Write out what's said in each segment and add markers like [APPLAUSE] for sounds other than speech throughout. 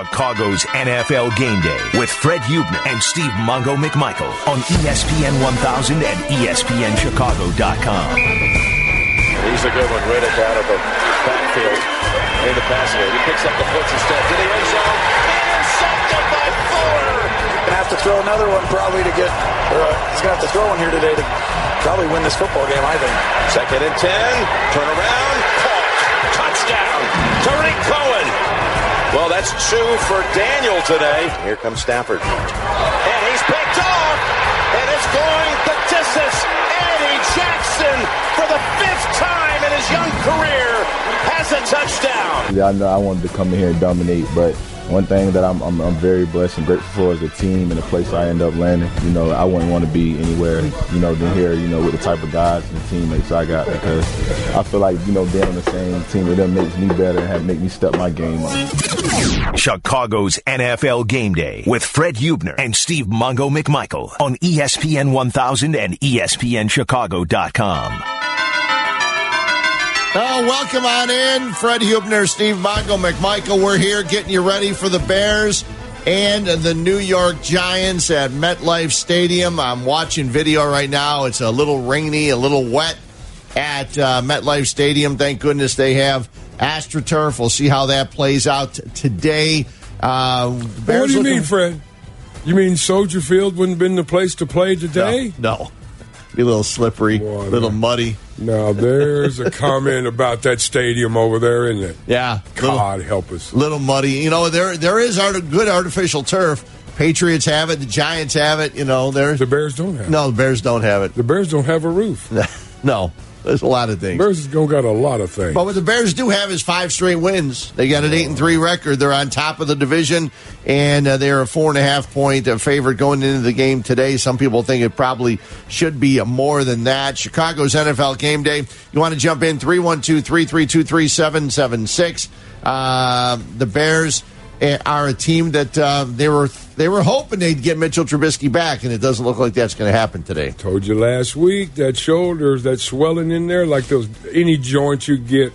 Chicago's NFL Game Day with Fred Hubner and Steve Mongo McMichael on E ESPN 1000 and E ESPNChicago.com. He's a good one, Riddick out of the backfield in the passing area. He picks up the blitz instead to the end zone. Intercepted by Fuller. Gonna have to throw another one probably to get. Or, uh, he's gonna have to throw one here today to probably win this football game. I think. Second and ten. Turn around. Caught. Touchdown. Tariq Cohen. Well, that's two for Daniel today. Here comes Stafford. And he's picked off. And it's going to distance. Eddie Jackson, for the fifth time in his young career, has a touchdown. Yeah, I know I wanted to come in here and dominate, but one thing that I'm, I'm, I'm very blessed and grateful for is the team and the place I end up landing. You know, I wouldn't want to be anywhere, you know, than here, you know, with the type of guys and teammates I got because I feel like, you know, being on the same team with them makes me better and have, make me step my game up. Chicago's NFL Game Day with Fred Hubner and Steve Mongo McMichael on E ESPN 1000 and E ESPNChicago.com. Oh, welcome on in. Fred Hubner, Steve Bongo, McMichael. We're here getting you ready for the Bears and the New York Giants at MetLife Stadium. I'm watching video right now. It's a little rainy, a little wet at uh, MetLife Stadium. Thank goodness they have AstroTurf. We'll see how that plays out t- today. Well, Uh, what do you looking- mean, Fred? You mean Soldier Field wouldn't have been the place to play today? No. Be a little slippery, a Boy, little man. muddy. Now, there's a comment about that stadium over there, isn't it? Yeah. little- God help us. little muddy. You know, there there is art, good artificial turf. Patriots have it. The Giants have it. You know, there's The Bears don't have no. The Bears don't have The Bears don't have a roof. it. [LAUGHS] no, there's a lot of things. Bears has got a lot of things. But what the Bears do have is five straight wins. They got an eight and three record. They're on top of the division, and uh, they're a four and a half point uh, favorite going into the game today. Some people think it probably should be more than that. Chicago's NFL game day. You want to jump in 312-332-3776. Uh, the Bears eh, are a team that uh, they were they were hoping they'd get Mitchell Trubisky back, and it doesn't look like that's going to happen today. Told you last week that shoulders, that swelling in there, like those any joint you get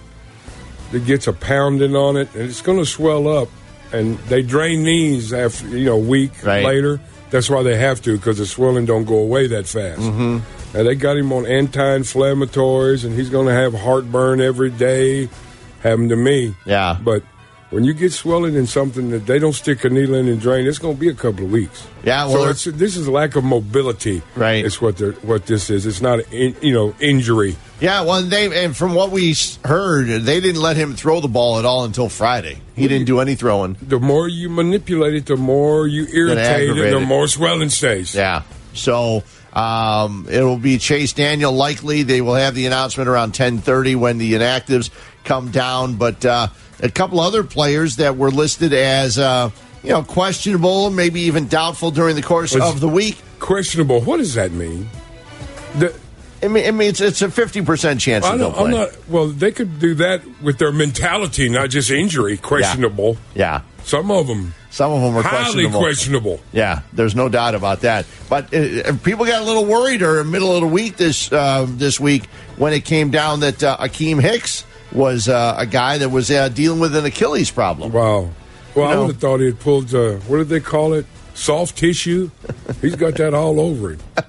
that gets a pounding on it, and it's going to swell up. And they drain these after you know a week Right. later. That's why they have to because the swelling don't go away that fast. Mm-hmm. And they got him on anti-inflammatories, and he's going to have heartburn every day. Happened to me. Yeah. But when you get swelling in something that they don't stick a needle in and drain, it's going to be a couple of weeks. Yeah, well, so they're- it's, this is a lack of mobility. Right. It's what they're, what this is. It's not in, you know injury. Yeah, well, and they and from what we s- heard, they didn't let him throw the ball at all until Friday. He didn't do any throwing. The more you manipulate it, the more you irritate aggravate it, the it. more swelling stays. Yeah, so um, it will be Chase Daniel. Likely, they will have the announcement around ten thirty when the inactives come down. But uh, a couple other players that were listed as uh, you know questionable, maybe even doubtful during the course Was- of the week. Questionable. What does that mean? The, I mean, I mean it's, it's a fifty percent chance I that they'll don't, play. I'm not. Well, they could do that with their mentality, not just injury. Questionable. yeah, Some of them some of them are highly questionable. Yeah, there's no doubt about that. But uh, uh, people got a little worried or middle of the week this uh, this week when it came down that uh, Akeem Hicks was uh, a guy that was uh, dealing with an Achilles problem. Wow. Well, I know- would have thought he had pulled. Uh, what did they call it? Soft tissue. He's got that all over him. [LAUGHS]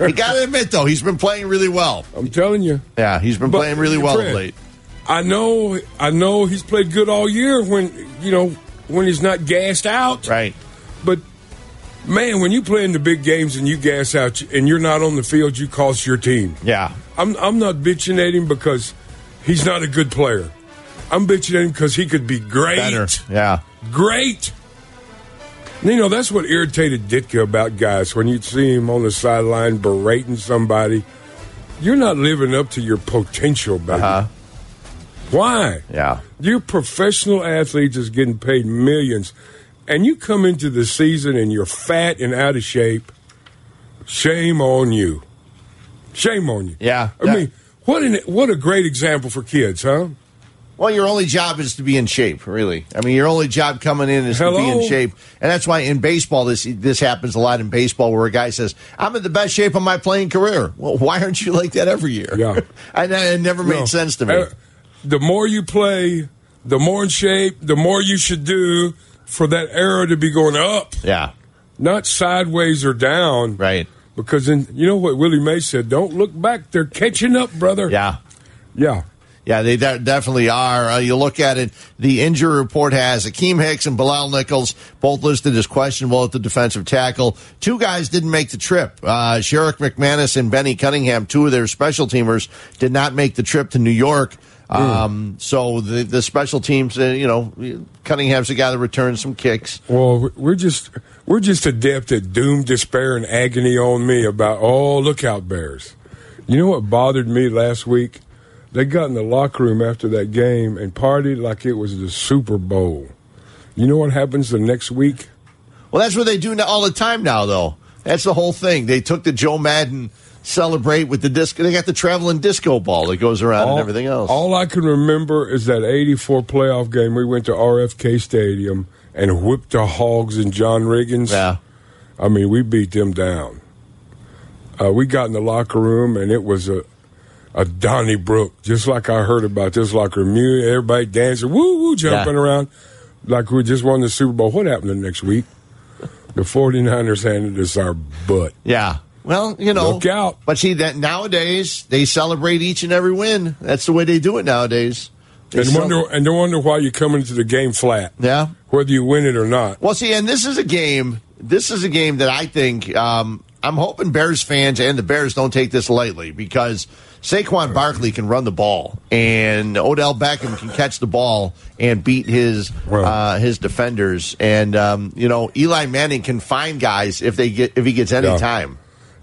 You got to admit though, he's been playing really well. I'm telling you. Yeah, he's been But, playing really well of Fred, late. I know, I know he's played good all year when you know when he's not gassed out. Right. But man, when you play in the big games and you gas out and you're not on the field, you cost your team. Yeah. I'm I'm not bitching at him because he's not a good player. I'm bitching at him because he could be great. Better. Yeah. Great. You know, that's what irritated Ditka about guys when you see him on the sideline berating somebody. You're not living up to your potential, baby. Why? Uh-huh. Yeah. Your professional athletes is getting paid millions, and you come into the season and you're fat and out of shape. Shame on you. Shame on you. Yeah. I mean, what an what a great example for kids, huh? Well, your only job is to be in shape, really. I mean, your only job coming in is to be in Hello? shape, and that's why in baseball this this happens a lot in baseball, where a guy says, "I'm in the best shape of my playing career." Well, why aren't [LAUGHS] you like that every year? Yeah. and that- it never made No. sense to me. Uh, The more you play, the more in shape, the more you should do for that arrow to be going up, Yeah. not sideways or down. Right. Because then you know what Willie May said: "Don't look back; they're catching up, brother." Yeah. yeah. Yeah, they de- definitely are. Uh, you look at it, the injury report has Akeem Hicks and Bilal Nichols both listed as questionable at the defensive tackle. Two guys didn't make the trip. Uh, Sherrick McManus and Benny Cunningham, two of their special teamers, did not make the trip to New York. Hmm. Um, So the, the special teams, uh, you know, Cunningham's the guy that returned some kicks. Well, we're just we're just adept at doom, despair, and agony on me about oh lookout bears. You know what bothered me last week? They got in the locker room after that game and partied like it was the Super Bowl. You know what happens the next week? Well, that's what they do now, all the time now, though. That's the whole thing. They took the Joe Madden celebrate with the disco. They got the traveling disco ball that goes around and everything else. All I can remember is that '84 playoff game. We went to RFK Stadium and whipped the Hogs and John Riggins. yeah. I mean, we beat them down. Uh, we got in the locker room, and it was a a Donnybrook, just like I heard about this locker room. You- Everybody dancing, woo woo, jumping Yeah. around like we just won the Super Bowl. What happened the next week? The 49ers handed us our butt. Yeah. Well, you know, Look out. But see that nowadays they celebrate each and every win. That's the way they do it nowadays. They And cel- wonder and don't wonder why you come into the game flat. Yeah. Whether you win it or not. Well, see, and this is a game. This is a game that I think um, I'm hoping Bears fans and the Bears don't take this lightly because Saquon Barkley can run the ball and Odell Beckham can catch the ball and beat his Well. uh, his defenders and um, you know Eli Manning can find guys if they get if he gets any Yeah. time.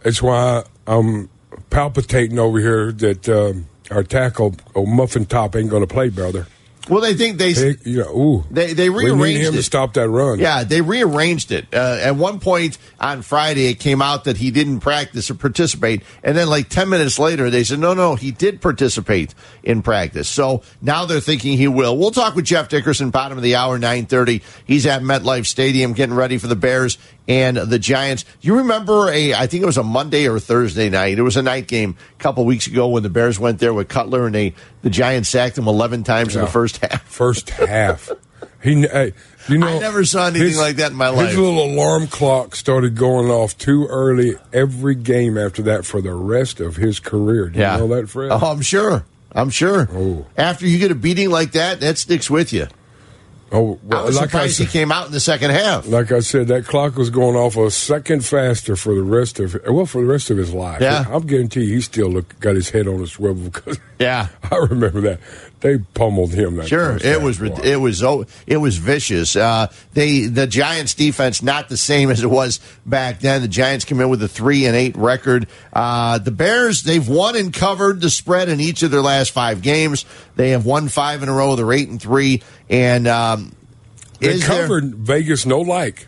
That's why I'm palpitating over here that um, our tackle, oh, Muffin Top, ain't going to play, brother. Well, they think they Hey, you know, ooh. They- they We need rearranged him it. to stop that run. Yeah, they rearranged it. Uh, at one point on Friday, it came out that he didn't practice or participate. And then, like 10 minutes later, they said, no, no, he did participate in practice. So now they're thinking he will. We'll talk with Jeff Dickerson, bottom of the hour, 930. He's at MetLife Stadium getting ready for the Bears and the Giants. You remember a, I think it was a Monday or Thursday night. It was a night game a couple weeks ago when the Bears went there with Cutler and they, the Giants sacked him 11 times in Yeah. the first half. First [LAUGHS] half. He, hey, you know, I never saw anything like that in my life. His little alarm clock started going off too early every game after that for the rest of his career. Do you know that, Fred? Oh, I'm sure. I'm sure. Oh. After you get a beating like that, that sticks with you. Oh, I was like I surprised said, he came out in the second half. like I said, that clock was going off a second faster for the rest of well for the rest of his life. Yeah. I'm guarantee he still look, got his head on a swivel because Yeah. [LAUGHS] I remember that they pummeled him. That Sure, first it half. was Wow. it was oh, it was vicious. Uh, they the Giants defense not the same as it was back then. The Giants come in with a three and eight record. Uh, the Bears they've won and covered the spread in each of their last five games. They have won five in a row. They're eight and three. And um, they is there- covered Vegas no like.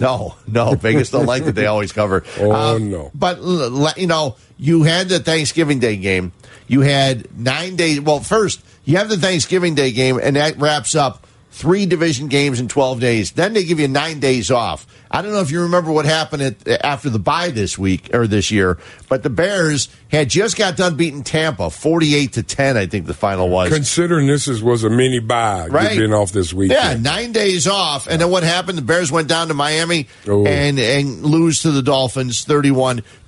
No, no, Vegas don't like that they always cover. [LAUGHS] Uh, Oh, no. But l- l- you know, you had the Thanksgiving Day game. You had nine days. Well, first you have the Thanksgiving Day game, and that wraps up three division games in twelve days. Then they give you nine days off. I don't know if you remember what happened at, after the bye this week or this year, but the Bears had just got done beating Tampa, forty-eight to ten. I think the final was. Considering this is, was a mini buy, Right. you've been off this weekend. Yeah, nine days off, and then what happened? The Bears went down to Miami Oh. and and lose to the Dolphins,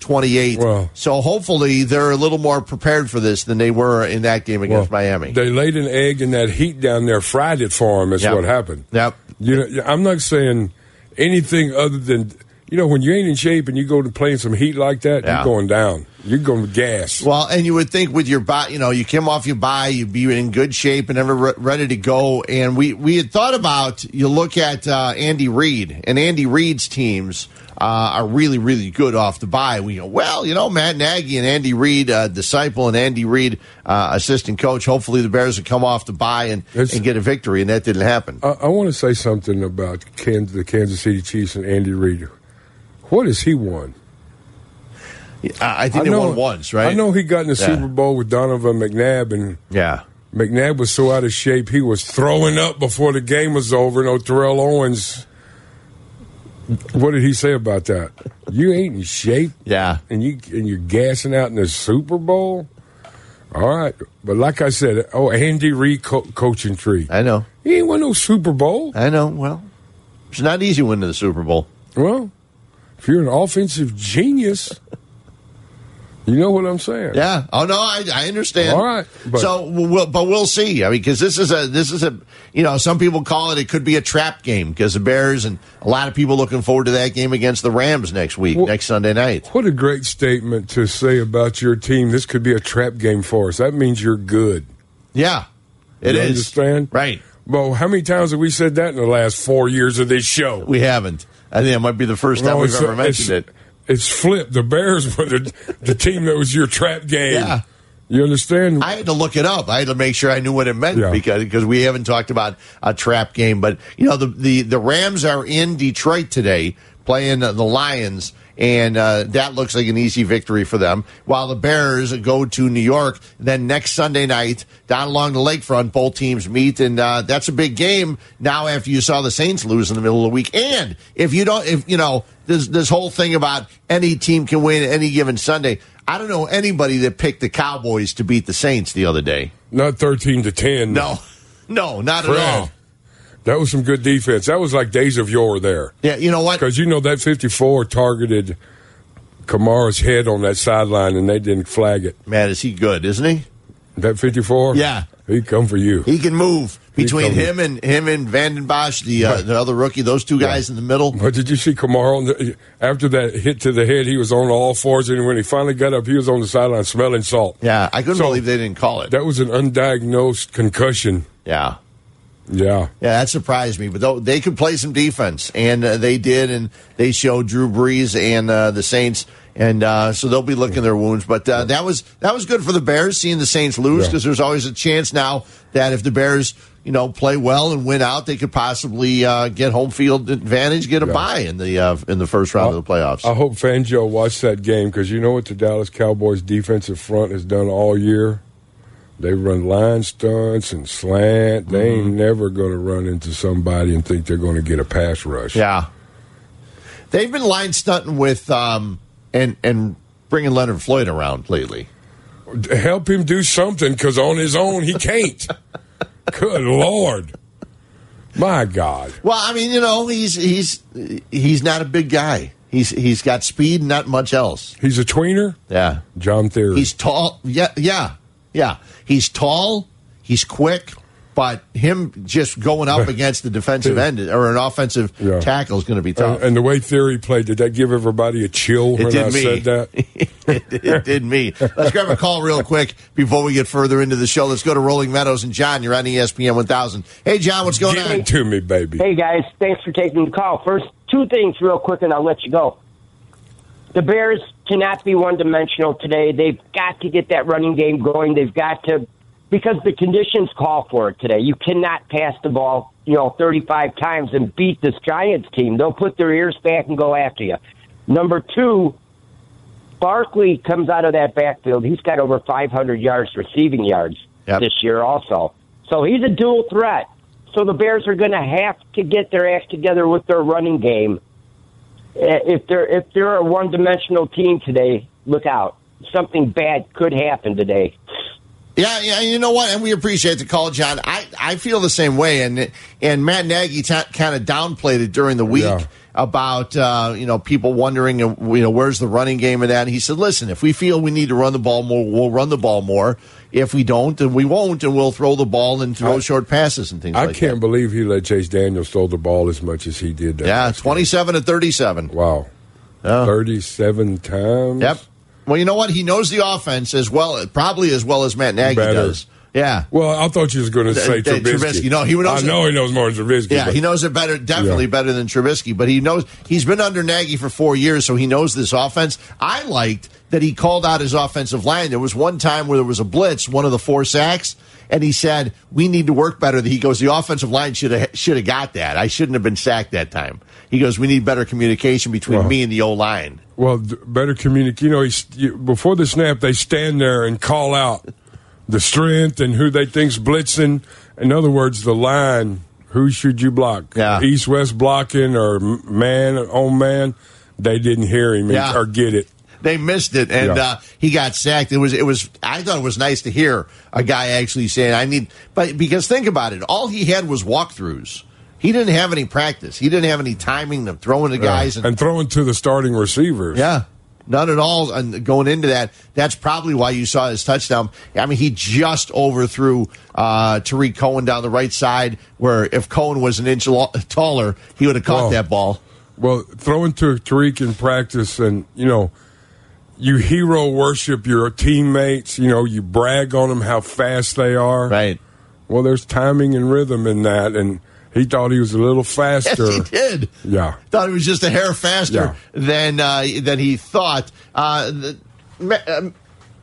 31-28. Wow. So hopefully they're a little more prepared for this than they were in that game against Well, Miami. They laid an egg in that heat down there, fried it for him. Is Yep. what happened. Yep. You know, I'm not saying anything other than you know when you ain't in shape and you go to play in some heat like that, Yeah. you're going down. You're going to gas. well, and you would think with your body, you know, you came off your bye, you'd be in good shape and ever re- ready to go. And we we had thought about you look at uh, Andy Reid and Andy Reid's teams. Uh, are really really good off the bye. We go well, you know, Matt Nagy and Andy Reid, uh, disciple, and Andy Reid, uh, assistant coach. Hopefully, the Bears will come off the bye and, It's- and get a victory, and that didn't happen. I, I want to say something about Kan- the Kansas City Chiefs and Andy Reid. What has he won? I, I think they won once, right? I know he got in the Yeah. Super Bowl with Donovan McNabb and. Yeah, McNabb was so out of shape he was throwing up before the game was over. No Terrell Owens. What did he say about that? You ain't in shape, yeah. and you and you're gassing out in the Super Bowl. All right, but like I said, oh Andy Reid co- coaching tree. I know. He ain't won no Super Bowl. I know. Well, it's not easy winning the Super Bowl. Well, if you're an offensive genius, you know what I'm saying. Yeah. Oh no, I, I understand. All right, but- so, we'll, but we'll see. I mean, because this is a this is a you know some people call it it could be a trap game because the Bears and a lot of people looking forward to that game against the Rams next week, Well- next Sunday night. What a great statement to say about your team. This could be a trap game for us. That means you're good. Yeah, it you is. Understand? Right. Well, how many times have we said that in the last four years of this show? We haven't. I think it might be the first time No, we've it's- ever mentioned it. it's, It's flipped. The Bears were the, the team that was your trap game. [LAUGHS] Yeah. You understand? I had to look it up. I had to make sure I knew what it meant Yeah. because because we haven't talked about a trap game. But you know the the, the Rams are in Detroit today playing uh, the Lions, and uh, that looks like an easy victory for them. While the Bears go to New York, then next Sunday night down along the lakefront, both teams meet, and uh, that's a big game. Now after you saw the Saints lose in the middle of the week, and if you don't, if you know this this whole thing about any team can win any given Sunday. I don't know anybody that picked the Cowboys to beat the Saints the other day. Not 13 to 10. No, no, not Fred, at all. That was some good defense. That was like days of yore there. Yeah, you know what? Because you know that 54 targeted Kamara's head on that sideline and they didn't flag it. Man, is he good, isn't he? That 54? Yeah. He come for you. He can move between can- him and him and Vanden Bosch, the uh, the other rookie. Those two guys in the middle. But did you see Kamara on the, after that hit to the head? He was on all fours, and when he finally got up, he was on the sideline smelling salt. Yeah, I couldn't So- believe they didn't call it. That was an undiagnosed concussion. yeah. Yeah. Yeah, that surprised me. But though they could play some defense, and uh, they did, and they showed Drew Brees and uh, the Saints, and uh, so they'll be licking their wounds. But uh, that was that was good for the Bears seeing the Saints lose Yeah. because there's always a chance now that if the Bears you know play well and win out, they could possibly uh, get home field advantage, get a bye in the uh, in the first round of the playoffs. I hope Fangio watched that game because you know what the Dallas Cowboys defensive front has done all year? They run line stunts and slant. They Mm-hmm. ain't never going to run into somebody and think they're going to get a pass rush. Yeah, they've been line stunting with um, and and bringing Leonard Floyd around lately. help him do something because on his own he [LAUGHS] can't. Good Lord. My God. Well, I mean, you know, he's he's he's not a big guy. He's he's got speed, and not much else. He's a tweener? Yeah, John Theory. he's tall. Yeah, yeah, yeah. He's tall. He's quick. But him just [LAUGHS] going up against the defensive end or an offensive Yeah. tackle is going to be tough. and, and the way Theory played, did that give everybody a chill It when did I me. said that? [LAUGHS] it did me. Let's grab a call real quick before we get further into the show. Let's go to Rolling Meadows and John. You're on E ESPN 1000. Hey, John, what's going Give on? it to me, baby. Hey guys, thanks for taking the call. First, two things real quick, and I'll let you go. The Bears cannot be one dimensional today. They've got to get that running game going. They've got to because the conditions call for it today. You cannot pass the ball, you know, 35 times and beat this Giants team. They'll put their ears back and go after you. Number 2, Barkley comes out of that backfield. He's got over 500 yards receiving yards Yep. this year also. So he's a dual threat. So the Bears are going to have to get their act together with their running game. Eh, If they're if they're a one-dimensional team today, look out. Something bad could happen today. Yeah, yeah, you know what? And we appreciate the call, John. I, I feel the same way, and and Matt Nagy t- kind of downplayed it during the week Yeah. about uh, you know people wondering uh, you know where's the running game and that. And he said, listen, if we feel we need to run the ball more, we'll run the ball more. If we don't, then we won't, and we'll throw the ball and throw I- short passes and things I like can't that. believe he let Chase Daniels throw the ball as much as he did. That Yeah, last game. twenty-seven to thirty-seven. Wow. 37 times? Yep. Well, you know what? He knows the offense as well, probably as well as Matt Nagy Better. does. Yeah. Well, I thought you was going to say Th- th- Trubisky. Trubisky. No, he would I also- know he knows more than Trubisky. Yeah, but- he knows it better, definitely Yeah. better than Trubisky. But he knows he's been under Nagy for four years, so he knows this offense. I liked that he called out his offensive line. There was one time where there was a blitz, one of the four sacks, and he said, "We need to work better." He goes, "The offensive line should have should have got that. I shouldn't have been sacked that time." He goes, "We need better communication between Wow. me and the O line." Well, d- better communicate. You know, he's, you, before the snap, they stand there and call out the strength and who they think's blitzing. In other words, the line. Who should you block? Yeah. East West blocking or m- man on man. They didn't hear him and- Yeah. or get it. they missed it, and Yeah. uh, he got sacked. It was it was. I thought it was nice to hear a guy actually saying, "I need," but because think about it, all he had was walkthroughs. He didn't have any practice. He didn't have any timing of throwing the guys. and throwing to the starting receivers. Yeah. None at all. And going into that, that's probably why you saw his touchdown. I mean, he just overthrew uh, Tariq Cohen down the right side, where if Cohen was an inch lo- taller, he would have caught Wow. that ball. Well, throwing to Tariq in practice, and you know, you hero worship your teammates. You know, you brag on them how fast they are. Right. Well, there's timing and rhythm in that, and he thought he was a little faster. [LAUGHS] Yes, he did. Yeah. Thought he was just a hair faster Yeah. than uh, than he thought. Uh, the, Ma- um,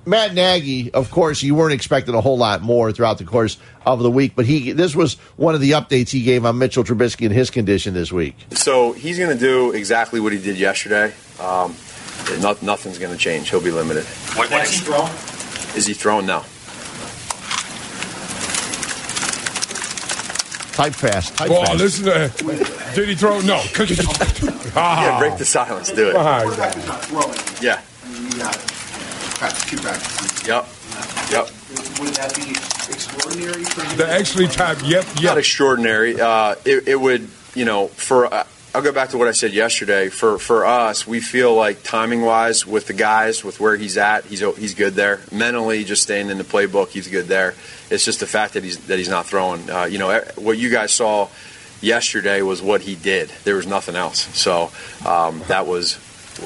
Matt Nagy, of course, you weren't expecting a whole lot more throughout the course of the week, but he this was one of the updates he gave on Mitchell Trubisky and his condition this week. So he's going to do exactly what he did yesterday. Um, no, nothing's going to change. He'll be limited. What's he throw? Is he thrown now? Type fast. Type Well, fast. listen. To, did he throw? [LAUGHS] No. [LAUGHS] Yeah, ah, break the silence. Do it. my God. Practice not throwing. Yeah. You got it. Practice, two practices. Yep. Yep. Would that be extraordinary for you? They actually typed yep, Not yep. extraordinary. Uh, it, it would, you know, for uh, I'll go back to what I said yesterday. For for us, we feel like timing wise with the guys, with where he's at, he's he's good there. Mentally, just staying in the playbook, he's good there. It's just the fact that he's that he's not throwing. Uh, you know, eh, what you guys saw yesterday was what he did. There was nothing else. So um, that was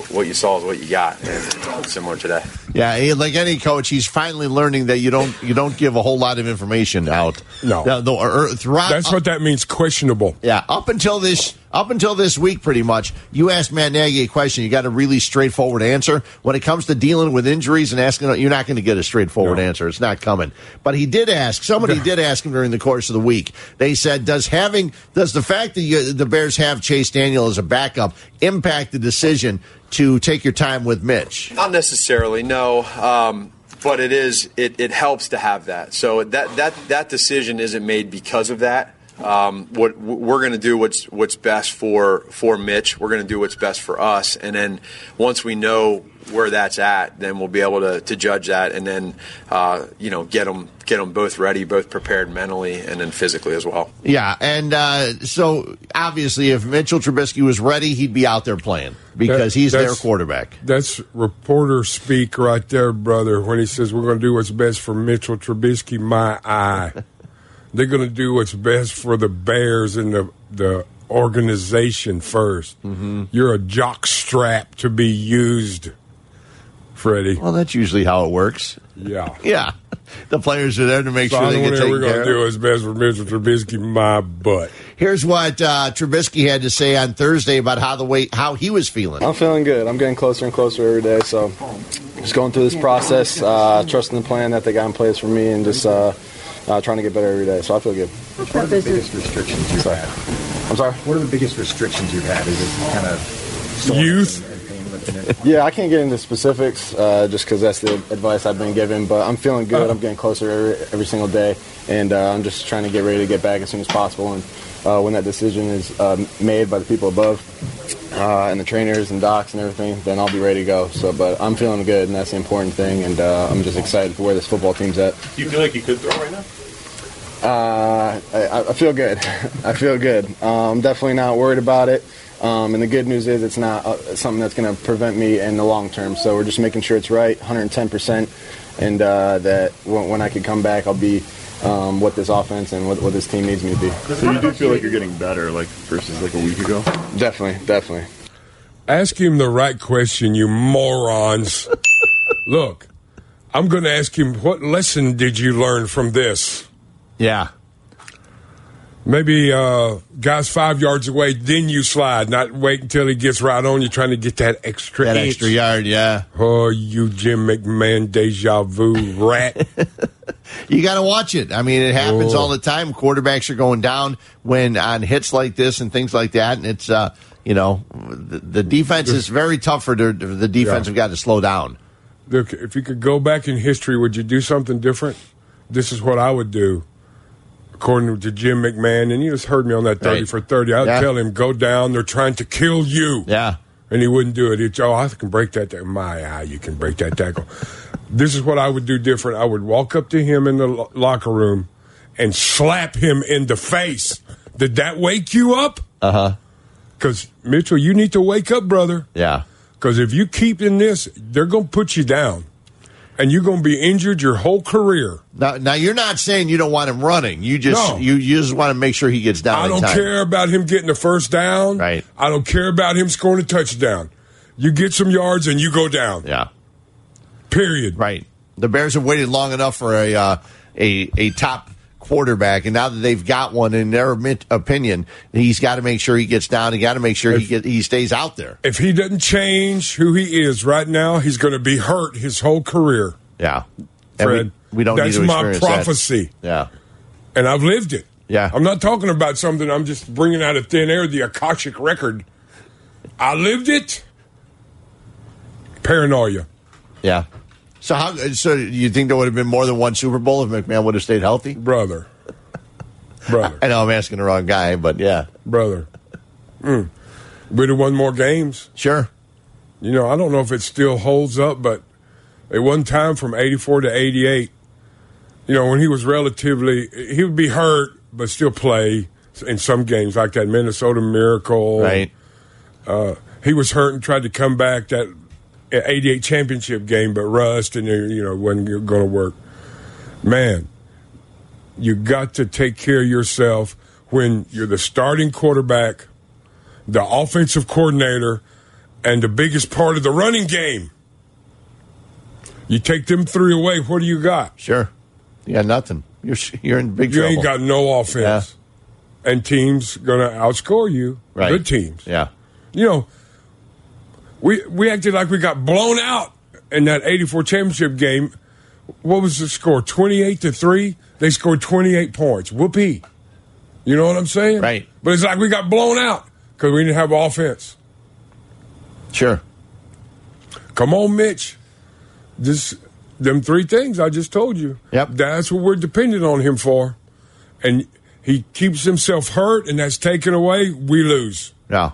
what you saw is what you got, and similar today. Yeah, he, like any coach, he's finally learning that you don't you don't give a whole lot of information out. No. Now, though, er, throughout, That's what that means. Questionable. yeah, up until this up until this week, pretty much, you asked Matt Nagy a question, you got a really straightforward answer. When it comes to dealing with injuries and asking, you're not going to get a straightforward No. answer. It's not coming. But he did ask. Somebody did ask him during the course of the week. They said, "Does having does the fact that you, the Bears have Chase Daniel as a backup impact the decision to take your time with Mitch?" Not necessarily, no. Um, but it is. It, it helps to have that. So that that that decision isn't made because of that. Um, what we're going to do what's what's best for for Mitch. We're going to do what's best for us, and then once we know where that's at, then we'll be able to, to judge that, and then uh, you know get them get them both ready, both prepared mentally and then physically as well. Yeah, and uh, so obviously, if Mitchell Trubisky was ready, he'd be out there playing because That- he's their that's- quarterback. [LAUGHS] That's reporter speak right there, brother. When he says we're going to do what's best for Mitchell Trubisky, my eye, [LAUGHS] they're going to do what's best for the Bears and the the organization 1st Mm-hmm. You're a jock strap to be used, Freddie. Well, that's usually how it works. Yeah. [LAUGHS] Yeah, the players are there to make So sure I they don't get know we're taken going care to of. do what's best for Mitchell Trubisky, my butt. Here's what uh, Trubisky had to say on Thursday about how the way how he was feeling. I'm feeling good. I'm getting closer and closer every day. So just going through this process, uh, trusting the plan that they got in place for me, and just uh, uh, trying to get better every day. So I feel good. What are the biggest restrictions you've had? I'm sorry. What are the biggest restrictions you've had? Is it kind of Youth. [LAUGHS] Yeah, I can't get into specifics uh, just because that's the advice I've been given. But I'm feeling good. I'm getting closer every, every single day, and uh, I'm just trying to get ready to get back as soon as possible. And uh, when that decision is uh, made by the people above uh, and the trainers and docs and everything, then I'll be ready to go. So, but I'm feeling good, and that's the important thing. And uh, I'm just excited for where this football team's at. Do you feel like you could throw right now? Uh, I, I feel good. [LAUGHS] I feel good. Uh, I'm definitely not worried about it. Um, and the good news is it's not uh, something that's going to prevent me in the long term. So we're just making sure it's right, 110%, and uh, that when, when I can come back, I'll be um, what this offense and what, what this team needs me to be. So you do feel like you're getting better, like versus like a week ago. Definitely, definitely. Ask him the right question, you [LAUGHS] morons. Look, I'm going to ask him what lesson did you learn from this? Yeah, Maybe uh, guys five yards away, then you slide, not wait until he gets right on you trying to get that extra that inch. extra yard. Yeah, Oh, you Jim McMahon deja vu rat. you got to watch it. I mean, it happens Oh. all the time. Quarterbacks are going down when on hits like this and things like that, and it's uh, you know the, the defense is very tough for their, the defense. Yeah. Have got to slow down. Look, if you could go back in history, would you do something different? This is what I would do, according to Jim McMahon. And you just heard me on that 30 Right. for 30. I would Yeah. tell him, go down. They're trying to kill you. Yeah. and he wouldn't do it. He'd say, "Oh, I can break that tackle. My eye, you can break that tackle." this is what I would do different. I would walk up to him in the lo- locker room and slap him in the face. Did that wake you up? Uh huh. Because Mitchell, you need to wake up, brother. Yeah. Because if you keep in this, they're going to put you down, and you're going to be injured your whole career. Now, now you're not saying you don't want him running. You just No. you, you just want to make sure he gets down. I in don't time. care about him getting the first down. Right. I don't care about him scoring a touchdown. You get some yards and you go down. Yeah. Period. Right. The Bears have waited long enough for a uh, a a top quarterback, and now that they've got one, in their mit- opinion, he's got to make sure he gets down. He got to make sure he get, he stays out there. If he doesn't change who he is right now, he's going to be hurt his whole career. Yeah. And Fred, we, we don't that's need to my experience that. prophecy, Yeah. and I've lived it. Yeah. I'm not talking about something. I'm just bringing out of thin air the Akashic record. I lived it. Paranoia. Yeah. So how? So you think there would have been more than one Super Bowl if McMahon would have stayed healthy? brother, brother, [LAUGHS] I know I'm asking the wrong guy, but yeah, brother. Mm. We'd have won more games. sure. You know, I don't know if it still holds up, but at one time from 84 to 88, you know, when he was relatively, he would be hurt, but still play in some games like that Minnesota Miracle. Right. Uh, he was hurt and tried to come back that 88 championship game, but rust and, uh, you know, wasn't going to work. Man, you got to take care of yourself when you're the starting quarterback, the offensive coordinator, and the biggest part of the running game. You take them three away, what do you got? Sure. Yeah, nothing. You're [LAUGHS] you're in big you trouble. ain't got no offense. And teams gonna outscore you. Right. Good teams. yeah. You know, we we acted like we got blown out in that eighty four championship game. What was the score? Twenty eight to three? They scored twenty eight points. Whoopee. You know what I'm saying? Right. But it's like we got blown out because we didn't have offense. Sure. Come on, Mitch. This them three things I just told you. Yep. That's what we're dependent on him for. And he keeps himself hurt and that's taken away, we lose. No.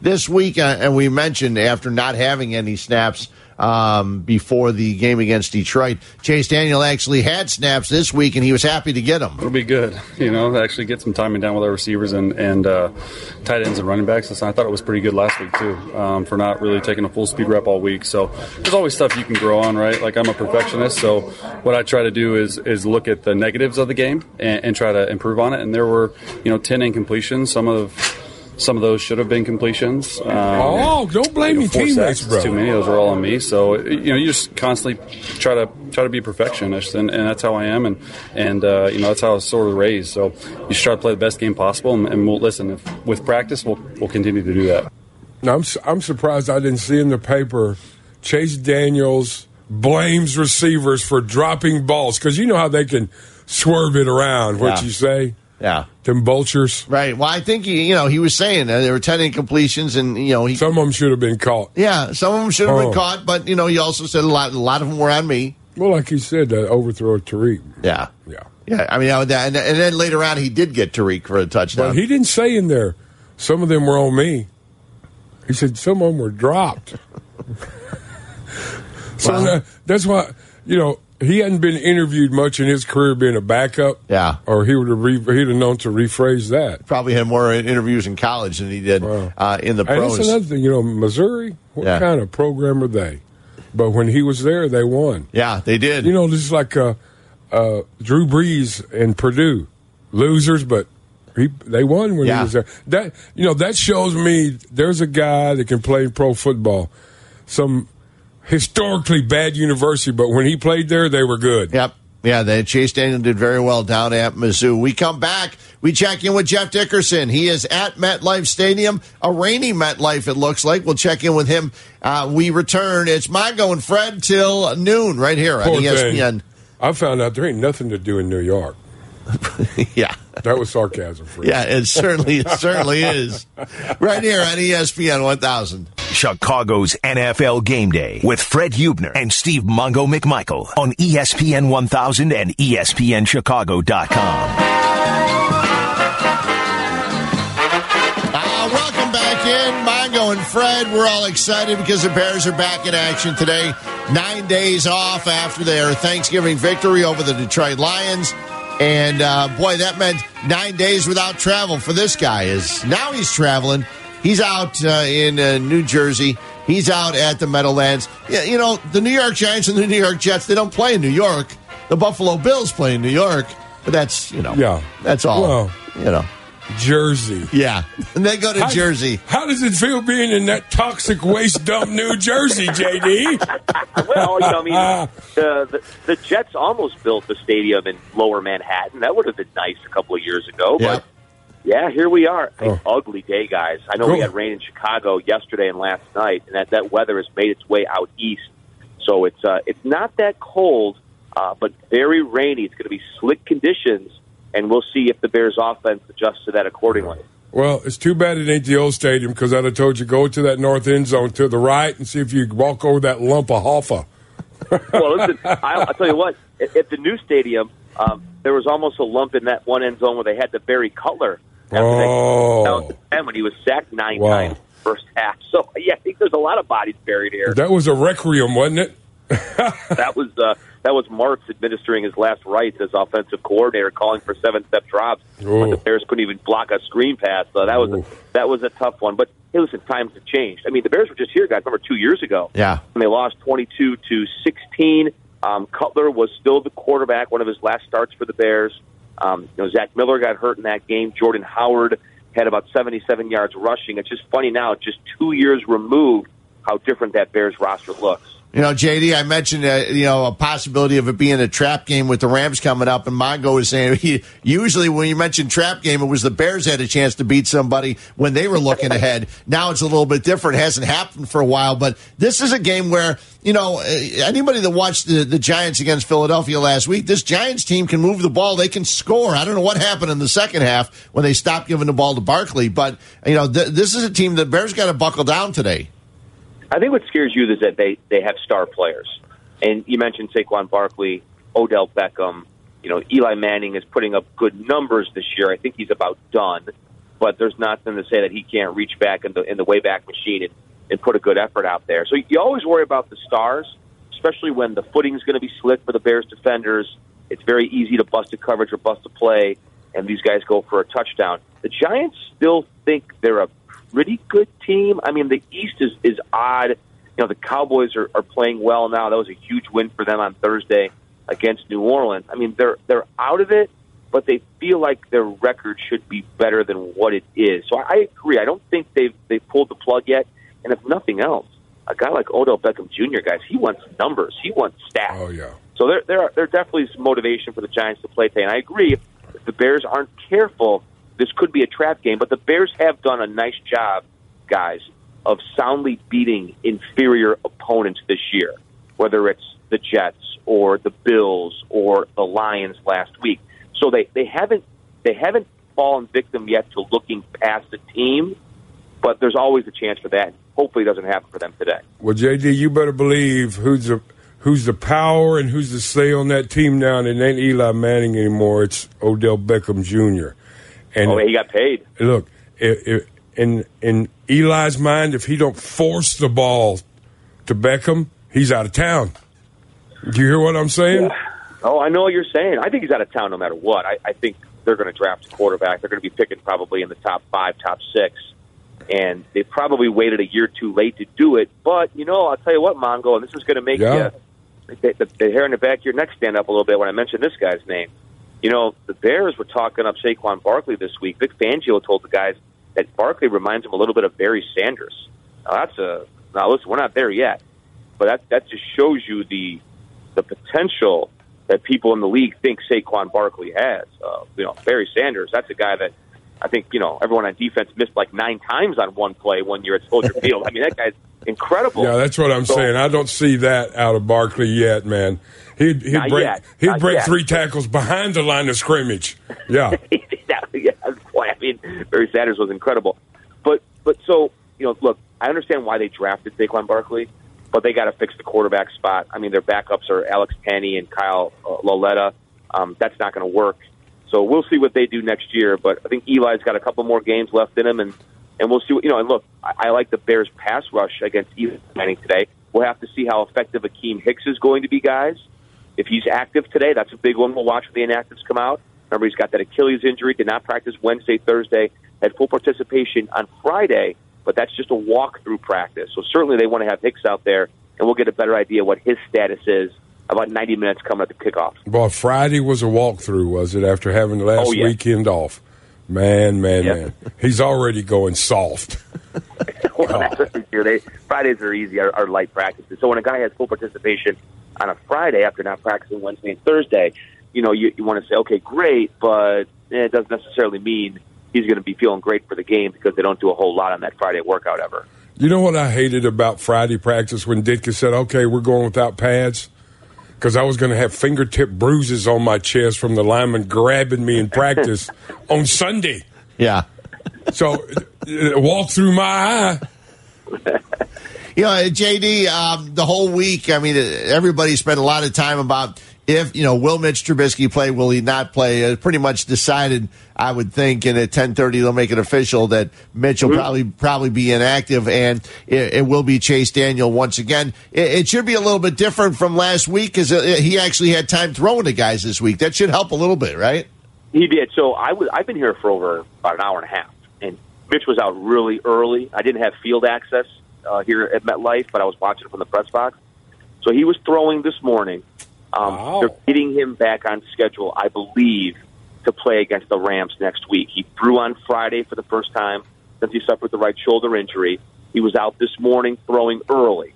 This week, uh, and we mentioned after not having any snaps um, before the game against Detroit, Chase Daniel actually had snaps this week, and he was happy to get them. It'll be good, you know, actually get some timing down with our receivers and, and uh, tight ends and running backs. I thought it was pretty good last week, too, um, for not really taking a full speed rep all week. So there's always stuff you can grow on, right? Like I'm a perfectionist, so what I try to do is is look at the negatives of the game and, and try to improve on it. And there were, you know, 10 incompletions. Some of some of those should have been completions. Um, oh, don't blame me four teammates, sacks, bro. Too many. Those were all on me. So you know, you just constantly try to try to be a perfectionist, and, and that's how I am, and and uh, you know that's how I was sort of raised. So you just try to play the best game possible, and, and we'll listen. If, with practice, we'll we'll continue to do that. Now, I'm, su- I'm surprised I didn't see in the paper Chase Daniels blames receivers for dropping balls because you know how they can swerve it around, what Yeah. you say? Yeah. Them vultures. Right. Well, I think he, you know, he was saying that there were ten incompletions, and you know, he, Some of them should have been caught. yeah, some of them should have Oh. been caught, but you know, he also said a lot, a lot of them were on me. Well, like you said, uh, that overthrow of Tariq. Yeah, Yeah. yeah. I mean, I, would- and, and then later on, he did get Tariq for a touchdown. But he didn't say in there, some of them were on me. He said some of them were dropped. [LAUGHS] so that- that's why, you know, he hadn't been interviewed much in his career being a backup. Yeah. Or he would have re- he'd have known to rephrase that. Probably had more interviews in college than he did Wow. uh, in the And that's pros. another thing, you know, Missouri, what Yeah. kind of program are they? But when he was there, they won. yeah, they did. You know, this is like uh, uh, Drew Brees and Purdue, losers, but he, they won when Yeah. he was there. That you know, that shows me there's a guy that can play pro football. Some historically bad university, but when he played there, they were good. Yep. Yeah, they, Chase Daniel did very well down at Mizzou. We come back, we check in with Jeff Dickerson. He is at MetLife Stadium, a rainy MetLife, it looks like. We'll check in with him. Uh, we return. It's Mongo and Fred till noon right E here on Poor thing. ESPN. I found out there ain't nothing to do in New York. [LAUGHS] yeah. That was sarcasm for you. Yeah, it certainly, it certainly is. Right here on E ESPN 1000. Chicago's NFL Game Day with Fred Hubner and Steve Mongo McMichael on E ESPN 1000 and E ESPNChicago.com. Uh, welcome back back in. Mongo and Fred, we're all excited because the Bears are back in action today. Nine days off after their Thanksgiving victory over the Detroit Lions. And uh, boy, that meant nine days without travel for this guy. Is now he's traveling. He's out uh, in uh, New Jersey. He's out at the Meadowlands. Yeah, you know the New York Giants and the New York Jets. They don't play in New York. The Buffalo Bills play in New York, but that's you know Yeah. that's all Well, you know. Jersey. Yeah, and they go to How- Jersey. How does it feel being in that toxic waste dump, New Jersey, JD? well, you know, I mean, the, the the Jets almost built the stadium in Lower Manhattan. That would have been nice a couple of years ago, but yeah, here we are. An ugly day, guys. I know we Cool. had rain in Chicago yesterday and last night, and that that weather has made its way out east. So it's uh, it's not that cold, uh, but very rainy. It's going to be slick conditions, and we'll see if the Bears' offense adjusts to that accordingly. [LAUGHS] Well, it's too bad it ain't the old stadium because I'd have told you go to that north end zone to the right and see if you could walk over that lump of hoffa. well, listen, I'll, I'll tell you what. At, at the new stadium, um, there was almost a lump in that one end zone where they had to bury Cutler after Oh. they down to ten when he was sacked nine Wow. times first half. So yeah, I think there's a lot of bodies buried here. That was a requiem, wasn't it? that was uh, that was Marks administering his last rites as offensive coordinator, calling for seven step drops. But the Bears couldn't even block a screen pass. So that was a, that was a tough one. But hey, listen, times have changed. I mean, the Bears were just here, guys. Remember two years ago? Yeah. and they lost 22 to 16. Um, Cutler was still the quarterback, one of his last starts for the Bears. Um, you know, Zach Miller got hurt in that game. Jordan Howard had about 77 yards rushing. It's just funny now, just two years removed, how different that Bears roster looks. You know, JD, I mentioned uh, you know a possibility of it being a trap game with the Rams coming up, and Mongo was saying [LAUGHS] he, usually when you mention trap game, it was the Bears had a chance to beat somebody when they were looking ahead. Now it's a little bit different; It hasn't happened for a while, but this is a game where you know uh, anybody that watched the, the Giants against Philadelphia last week, this Giants team can move the ball, they can score. I don't know what happened in the second half when they stopped giving the ball to Barkley, but you know th- this is a team the Bears got to buckle down today. I think what scares you is that they they have star players, and you mentioned Saquon Barkley, Odell Beckham. You know, Eli Manning is putting up good numbers this year. I think he's about done, but there's nothing to say that he can't reach back in the in the way back machine and, and put a good effort out there. So you always worry about the stars, especially when the footing's going to be slick for the Bears defenders. It's very easy to bust a coverage or bust a play, and these guys go for a touchdown. The Giants still think they're a pretty good team. I mean, the East is is odd. You know, the Cowboys are, are playing well now. That was a huge win for them on Thursday against New Orleans. I mean, they're they're out of it, but they feel like their record should be better than what it is. So I, I agree. I don't think they've they pulled the plug yet. And if nothing else, a guy like Odell Beckham Jr. guys, he wants numbers. He wants stats. Oh yeah. So there there are, there definitely is motivation for the Giants to play today. And I agree. If the Bears aren't careful, this could be a trap game. But the Bears have done a nice job, guys, of soundly beating inferior opponents this year, whether it's the Jets or the Bills or the Lions last week. So they, they haven't they haven't fallen victim yet to looking past the team, but there's always a chance for that. Hopefully, it doesn't happen for them today. Well, JD, you better believe who's the who's the power and who's the say on that team now. And it ain't Eli Manning anymore. It's Odell Beckham Jr. And oh, he got paid. look i i in in Eli's mind, if he don't force the ball to Beckham, he's out of town. Do you hear what I'm saying? Oh, I know what you're saying. I think he's out of town no matter what. I, I think they're going to draft a quarterback. They're going to be picking probably in the top five, top six. And they probably waited a year too late to do it. But, you know, I'll tell you what, Mongo, and this is going to make Yeah. you, the, the, the hair in the back of your neck stand up a little bit when I mention this guy's name. You know, the Bears were talking up Saquon Barkley this week. Vic Fangio told the guys that Barkley reminds him a little bit of Barry Sanders. Now, that's a. Now, listen, we're not there yet. But that, that just shows you the the potential that people in the league think Saquon Barkley has. Uh, you know, Barry Sanders, that's a guy that I think, you know, everyone on defense missed like nine times on one play one year at [LAUGHS] Soldier Field. I mean, that guy's incredible. Yeah, that's what I'm So- saying. I don't see that out of Barkley yet, man. He'd, he'd Not break yet. he'd Not break yet. three tackles behind the line of scrimmage. [LAUGHS] Yeah. that, yeah, boy, I mean, Barry Sanders was incredible. But but so you know, look, I understand why they drafted Saquon Barkley, but they got to fix the quarterback spot. I mean, their backups are Alex Penny and Kyle uh, Loletta. Um, that's not going to work. So we'll see what they do next year. But I think Eli's got a couple more games left in him, and and we'll see. What, you know, and look, I, I like the Bears' pass rush against Eli Manning today. We'll have to see how effective Akeem Hicks is going to be, guys. If he's active today, that's a big one. We'll watch when the inactives come out. Remember, he's got that Achilles injury. Did not practice Wednesday, Thursday. Had full participation on Friday, but that's just a walkthrough practice. So certainly they want to have Hicks out there, and we'll get a better idea what his status is about 90 minutes coming at the kickoff. Well, Friday was a walkthrough, was it? After having the last Oh, yeah. weekend off, man, man, man, he's already going soft. [LAUGHS] well, that's what they do. They, Fridays are easy, are, are light practices. So when a guy has full participation on a Friday after not practicing Wednesday and Thursday, you know, you, you want to say, okay, great, but eh, it doesn't necessarily mean he's going to be feeling great for the game because they don't do a whole lot on that Friday workout ever. You know what I hated about Friday practice when Ditka said, "Okay, we're going without pads," because I was going to have fingertip bruises on my chest from the lineman grabbing me in [LAUGHS] practice on Sunday. Yeah. So uh, it walked through my eye. [LAUGHS] You know, uh, JD, um, the whole week, I mean, uh, everybody spent a lot of time about if, you know, will Mitch Trubisky play, will he not play? It's pretty much decided, I would think, and at 1030 they'll make it official that Mitch will probably probably be inactive, and it, it will be Chase Daniel once again. It, it should be a little bit different from last week because he actually had time throwing to guys this week. That should help a little bit, right? He did. So I was. I've been here for over about an hour and a half, and Mitch was out really early. I didn't have field access uh, here at MetLife, but I was watching from the press box. So he was throwing this morning. Um, They're getting him back on schedule, I believe, to play against the Rams next week. He threw on Friday for the first time since he suffered the right shoulder injury. He was out this morning throwing early.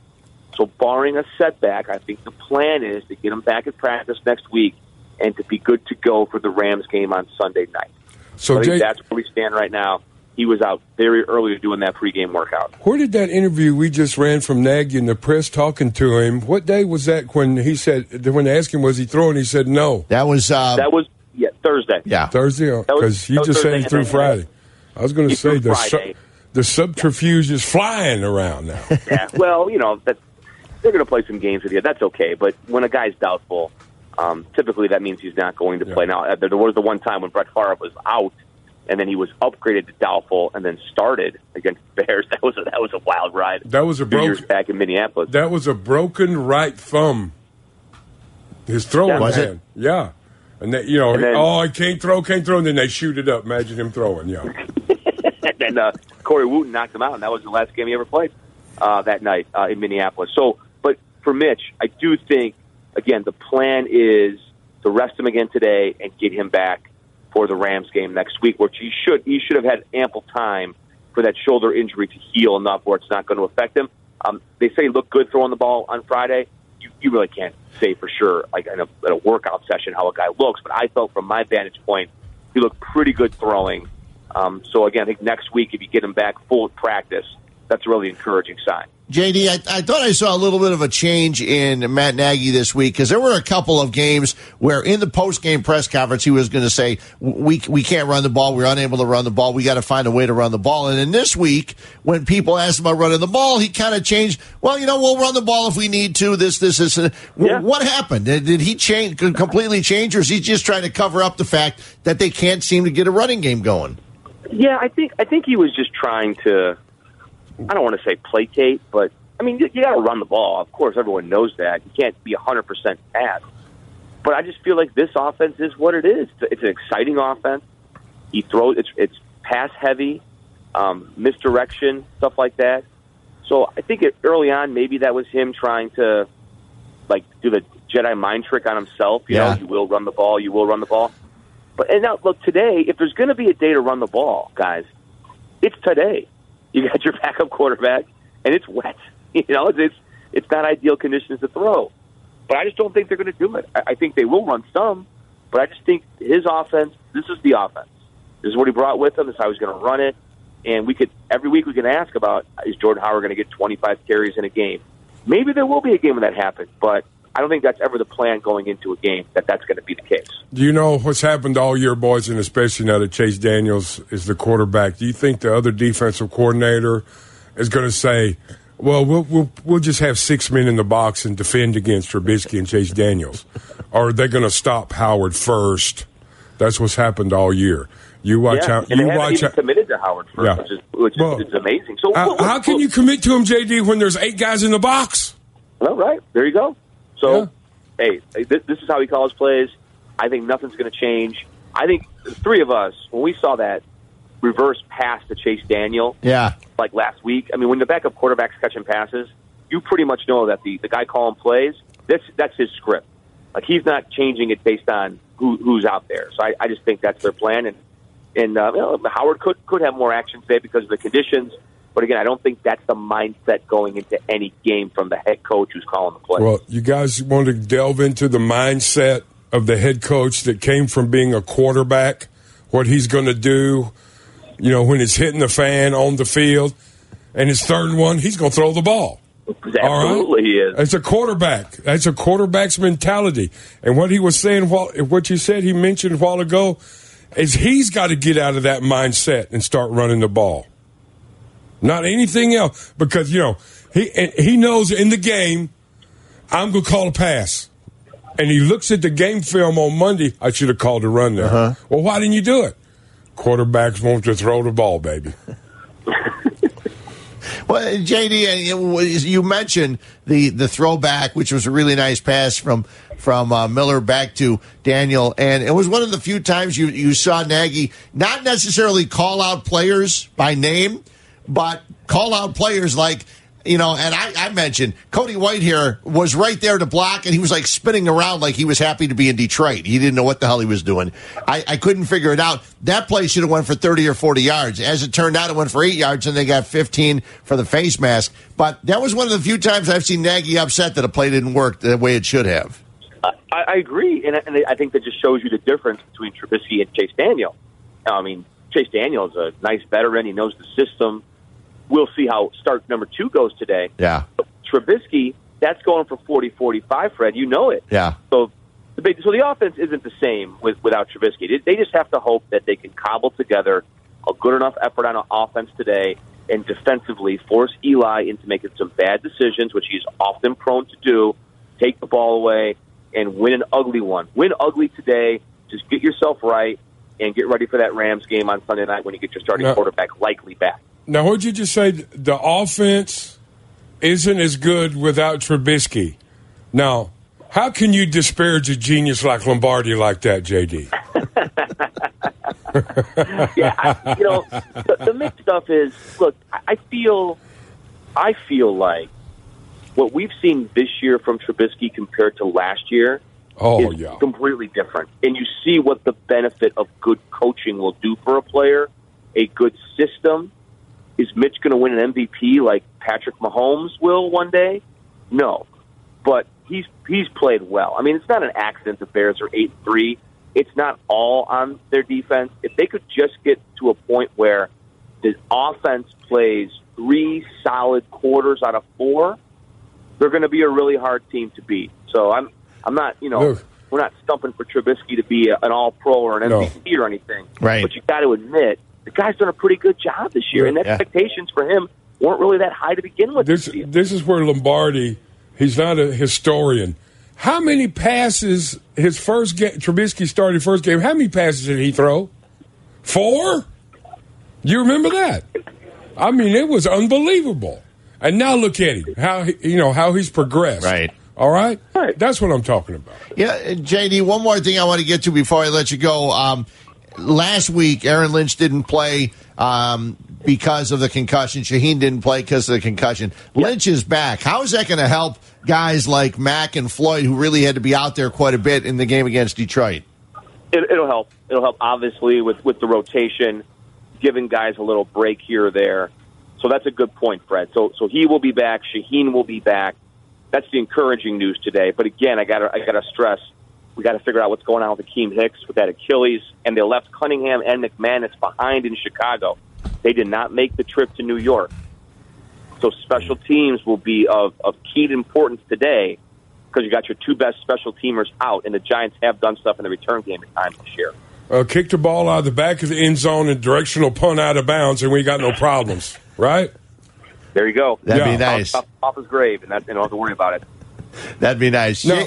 So, barring a setback, I think the plan is to get him back at practice next week and to be good to go for the Rams game on Sunday night. So I think Jay- that's where we stand right now. He was out very early doing that pregame workout. Where did that interview we just ran from Nagy in the press talking to him? What day was that when he said, when they asked him, was he throwing? He said no. That was, uh, That was yeah Thursday. Thursday, That was- because you that was just said he Thursday threw and Friday. I was going to He say threw the, su- Friday. the subterfuge is flying around [LAUGHS] now. yeah. Well, you know that they're going to play some games with you. That's okay. But when a guy's doubtful, um, typically that means he's not going to play. Now uh, there was the one time when Brett Favre was out, and then he was upgraded to doubtful, and then started against the Bears. [LAUGHS] That was a, that was a wild ride. That was a Two years broken- back in Minneapolis. That was a broken right thumb. His throwing Was it? hand. Yeah. And that, you know, And then- oh, I can't throw, can't throw, and then they shoot it up. Imagine him throwing, yeah. [LAUGHS] and then uh, Corey Wooten knocked him out, and that was the last game he ever played uh, that night uh, in Minneapolis. So, but for Mitch, I do think again the plan is to rest him again today and get him back for the Rams game next week, which he should he should have had ample time for that shoulder injury to heal enough where it's not going to affect him. Um, they say he looked good throwing the ball on Friday. You, you really can't say for sure, like in a, in a workout session, how a guy looks. But I felt from my vantage point, he looked pretty good throwing. Um, so again, I think next week if you get him back full at practice, that's a really encouraging sign. JD, I, I thought I saw a little bit of a change in Matt Nagy this week because there were a couple of games where in the post game press conference he was going to say we we can't run the ball, we're unable to run the ball, we got to find a way to run the ball. And in this week, when people asked him about running the ball, he kind of changed. Well, you know, we'll run the ball if we need to. This, this, this. And W- What happened? Did, did he change completely change, or is he just trying to cover up the fact that they can't seem to get a running game going? Yeah, I think I think he was just trying to. I don't want to say placate, but I mean you, you got to run the ball. Of course, everyone knows that you can't be hundred percent pass. But I just feel like this offense is what it is. It's- It's an exciting offense. He throws. It's it's pass heavy, um, misdirection stuff like that. So I think it, early on maybe that was him trying to like do the Jedi mind trick on himself. You Yeah. know, you will run the ball. You will run the ball. But and now look today, if there's going to be a day to run the ball, guys, it's today. You got your [LAUGHS] backup quarterback, and it's wet. [LAUGHS] You know, it's it's, it's not ideal conditions to throw. But I just don't think they're going to do it. I, I think they will run some, but I just think his offense. This is the offense. This is what he brought with him. This is how he's going to run it. And we could every week we can ask about is Jordan Howard going to get 25 carries in a game? Maybe there will be a game when that happens, but I don't think that's ever the plan going into a game that that's going to be the case. Do you know what's happened all year, boys, and especially now that Chase Daniels is the quarterback? Do you think the other defensive coordinator is going to say, "Well, we'll we'll we'll just have six men in the box and defend against Trubisky and Chase Daniels," or are they going to stop Howard first? That's what's happened all year. You watch yeah. out. and You they haven't watch even out. committed to Howard first, Yeah. which is which is- Well, it's amazing. So Uh, what- what- how can you commit to him, JD, when there's eight guys in the box? All right, there you go. So, hey, this, this is how he calls plays. I think nothing's going to change. I think the three of us, when we saw that reverse pass to Chase Daniel, Yeah. like last week, I mean, when the backup quarterback's catching passes, you pretty much know that the, the guy calling plays, that's, that's his script. Like, he's not changing it based on who, who's out there. So I, I just think that's their plan. And, and uh, you know, Howard could, could have more action today because of the conditions. But again, I don't think that's the mindset going into any game from the head coach who's calling the play. Well, you guys want to delve into the mindset of the head coach that came from being a quarterback, what he's going to do, you know, when it's hitting the fan on the field, and his third one, he's going to throw the ball. Absolutely, he is. It's a quarterback. That's a quarterback's mentality. And what he was saying, while, what you said, he mentioned a while ago, is he's got to get out of that mindset and start running the ball. Not anything else, because you know he and he knows in the game, I'm gonna call a pass, and he looks at the game film on Monday. I should have called a run there. Well, why didn't you do it? Quarterbacks want to throw the ball, baby. Well, JD, and it- you mentioned the the throwback, which was a really nice pass from from uh, Miller back to Daniel, and it was one of the few times you you saw Nagy not necessarily call out players by name, but call out players like. You know, and I, I mentioned Cody White here was right there to block, and he was like spinning around like he was happy to be in Detroit. He didn't know what the hell he was doing. I, I couldn't figure it out. That play should have went for thirty or forty yards. As it turned out, it went for eight yards, and they got fifteen for the face mask. But that was one of the few times I've seen Nagy upset that a play didn't work the way it should have. I, I agree, and, I- and I think that just shows you the difference between Trubisky and Chase Daniel. I mean, Chase Daniel is a nice veteran; he knows the system. We'll see how start number two goes today. Yeah, Trubisky, that's going for 40 45, Fred. You know it. yeah. So the big, so the offense isn't the same with without Trubisky. They- They just have to hope that they can cobble together a good enough effort on offense today and defensively force Eli into making some bad decisions, which he's often prone to do. Take the ball away and win an ugly one. Win ugly today. Just get yourself right and get ready for that Rams game on Sunday night when you get your starting No. quarterback likely back. [LAUGHS] Now, what'd you just say? The offense isn't as good without Trubisky. Now, how can you disparage a genius like Lombardi like that, JD? you know, the, the mixed stuff is look. I I feel, I feel like what we've seen this year from Trubisky compared to last year Oh, is yeah. completely different. And you see what the benefit of good coaching will do for a player, a good system. Is Mitch going to win an MVP like Patrick Mahomes will one day? No, but he's he's played well. I mean, it's not an accident the Bears are eight three. It's not all on their defense. If they could just get to a point where the offense plays three solid quarters out of four, they're going to be a really hard team to beat. So I'm I'm not you know Look. we're not stumping for Trubisky to be a, an All Pro or an No. MVP or anything. Right. But you got to admit the guy's done a pretty good job this year, Yeah. and Yeah. expectations for him weren't really that high to begin with. This this is where Lombardi, he's not a historian. How many passes his first game? Trubisky started first game. How many passes did he throw? Four. You remember that? I mean, it was unbelievable. And now look at him. How he, you know how he's progressed. Right. All right. Right. That's what I'm talking about. Yeah, JD, one more thing I want to get to before I let you go. Um, last week, Aaron Lynch didn't play um, because of the concussion. Shaheen didn't play because of the concussion. Lynch is back. How is that going to help guys like Mack and Floyd, who really had to be out there quite a bit in the game against Detroit? it, it'll help. It'll help obviously with with the rotation, giving guys a little break here or there. So that's a good point, Fred. So so he will be back. Shaheen will be back. That's the encouraging news today. But again, I got to I got to stress we got to figure out what's going on with Akeem Hicks with that Achilles, and they left Cunningham and McManus behind in Chicago. They did not make the trip to New York. So special teams will be of, of key importance today because you got your two best special teamers out, and the Giants have done stuff in the return game at times this year. Uh, kick the ball out of the back of the end zone and directional punt out of bounds, and we got no problems. Right. There you go. That'd be Yeah. nice. Off, off- off his grave, and, that, and don't have to worry about it. That'd be nice. Now,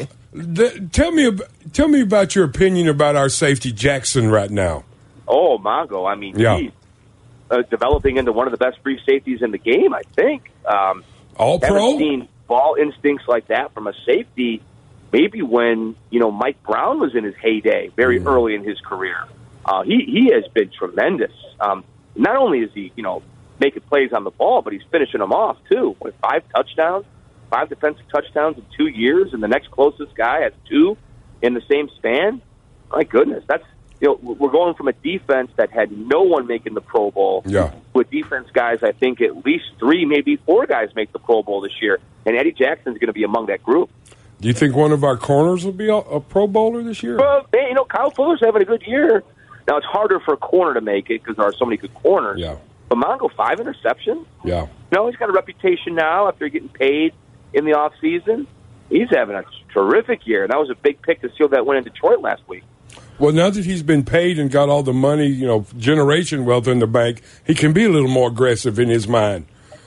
th- tell me, ab- tell me about your opinion about our safety Jackson right now. oh, Mongo. I mean, Yeah. he's uh, developing into one of the best free safeties in the game, I think. Um, All haven't pro? seen ball instincts like that from a safety maybe when, you know, Mike Brown was in his heyday very early in his career. Uh, he, he has been tremendous. Um, not only is he, you know, making plays on the ball, but he's finishing them off, too, with five touchdowns, five defensive touchdowns in two years, and the next closest guy has two in the same span. My goodness, that's, you know, we're going from a defense that had no one making the Pro Bowl Yeah. with defense guys, I think at least three, maybe four guys make the Pro Bowl this year, and Eddie Jackson's going to be among that group. Do you think one of our corners will be a, a Pro Bowler this year? Well, they, you know, Kyle Fuller's having a good year. Now it's harder for a corner to make it because there are so many good corners. Yeah. But Mongo five interceptions. Yeah. No, he's got a reputation now after getting paid in the off season. He's having a terrific year, and that was a big pick to seal that win in Detroit last week. Well, now that he's been paid and got all the money, you know, generation wealth in the bank, he can be a little more aggressive in his mind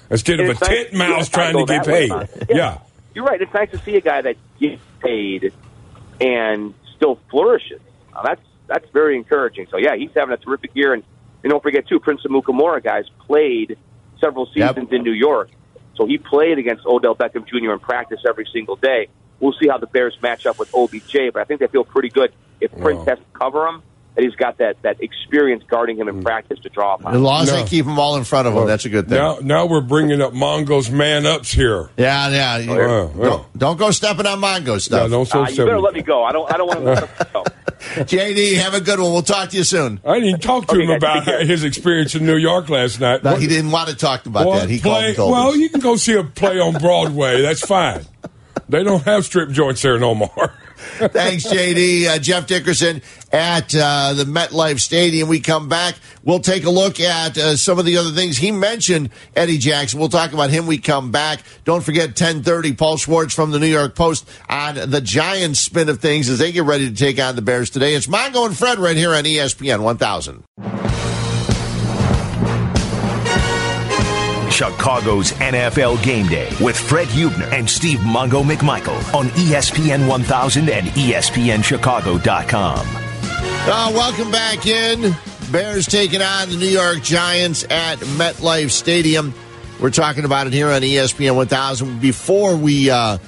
instead of And a it's nice- tent mouse yeah, I trying to go get that way paid. about it. Yeah. You're right. It's nice to see a guy that gets paid and still flourishes. Now, that's that's very encouraging. So yeah, he's having a terrific year, and, and don't forget too, Prince of Mukamura guys played several seasons in New York, so he played against Odell Beckham Jr. in practice every single day. We'll see how the Bears match up with OBJ, but I think they feel pretty good if Prince has to cover him. That he's got that, that experience guarding him in practice to draw upon. As long as they keep them all in front of them, that's a good thing. Now, now we're bringing up Mongo's man ups here. Yeah, yeah. you- Wow, wow. Don't, don't go stepping on [LAUGHS] Mongo stuff. No, don't Ah, Uh, you better let me go. I don't. I don't want to. JD, have a good one. We'll talk to you soon. I didn't talk to him about his experience in New York last night. No, he didn't want to talk about Well, that. He called play, and told well us. you can go see a play on Broadway. That's fine. They don't have strip joints there no more. Thanks, JD. Uh, Jeff Dickerson at uh, the MetLife Stadium. We come back. We'll take a look at uh, some of the other things he mentioned. Eddie Jackson. We'll talk about him. We come back. Don't forget ten thirty. Paul Schwartz from the New York Post on the Giants' spin of things as they get ready to take on the Bears today. It's Mongo and Fred right here on E ESPN one thousand. Chicago's NFL Game Day with Fred Hubner and Steve Mongo McMichael on E ESPN 1000 and E ESPNChicago.com. Uh, welcome back in. Bears taking on the New York Giants at MetLife Stadium. We're talking about it here on E ESPN 1000. Before we uh,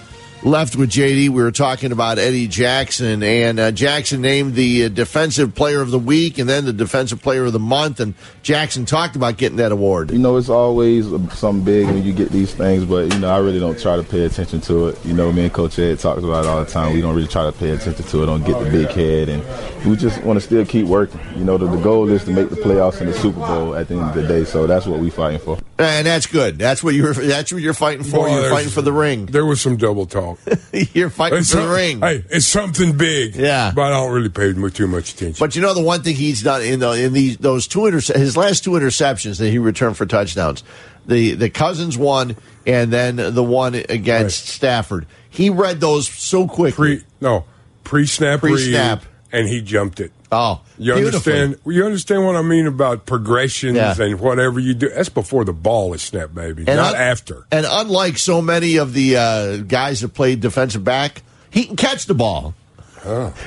left with JD, we were talking about Eddie Jackson, and uh, Jackson named the uh, Defensive Player of the Week and then the Defensive Player of the Month, and Jackson talked about getting that award. You know, it's always something big when you get these things, but you know, I really don't try to pay attention to it. You know, me and Coach Ed talks about it all the time. We don't really try to pay attention to it. Don't get the big head, and we just want to still keep working. You know, the, the goal is to make the playoffs and the Super Bowl at the end of the day. So that's what we fighting for. And that's good. That's what you're. That's what you're fighting for. Boy, you're there's- fighting for the ring. There was some double talk. [LAUGHS] you're fighting It's for the some- ring. Hey, it's something big. Yeah. But I don't really pay mu- too much attention. But you know the one thing he's done in the, in these those two interce- his last two interceptions that he returned for touchdowns, the the Cousins one and then the one against Stafford. He read those so quickly. no, pre-snap Pre-snap. read, and he jumped it. Oh, You beautifully. understand? You understand what I mean about progressions Yeah. and whatever you do. That's before the ball is snapped, baby, not un- after. And unlike so many of the uh, guys that played defensive back, he can catch the ball.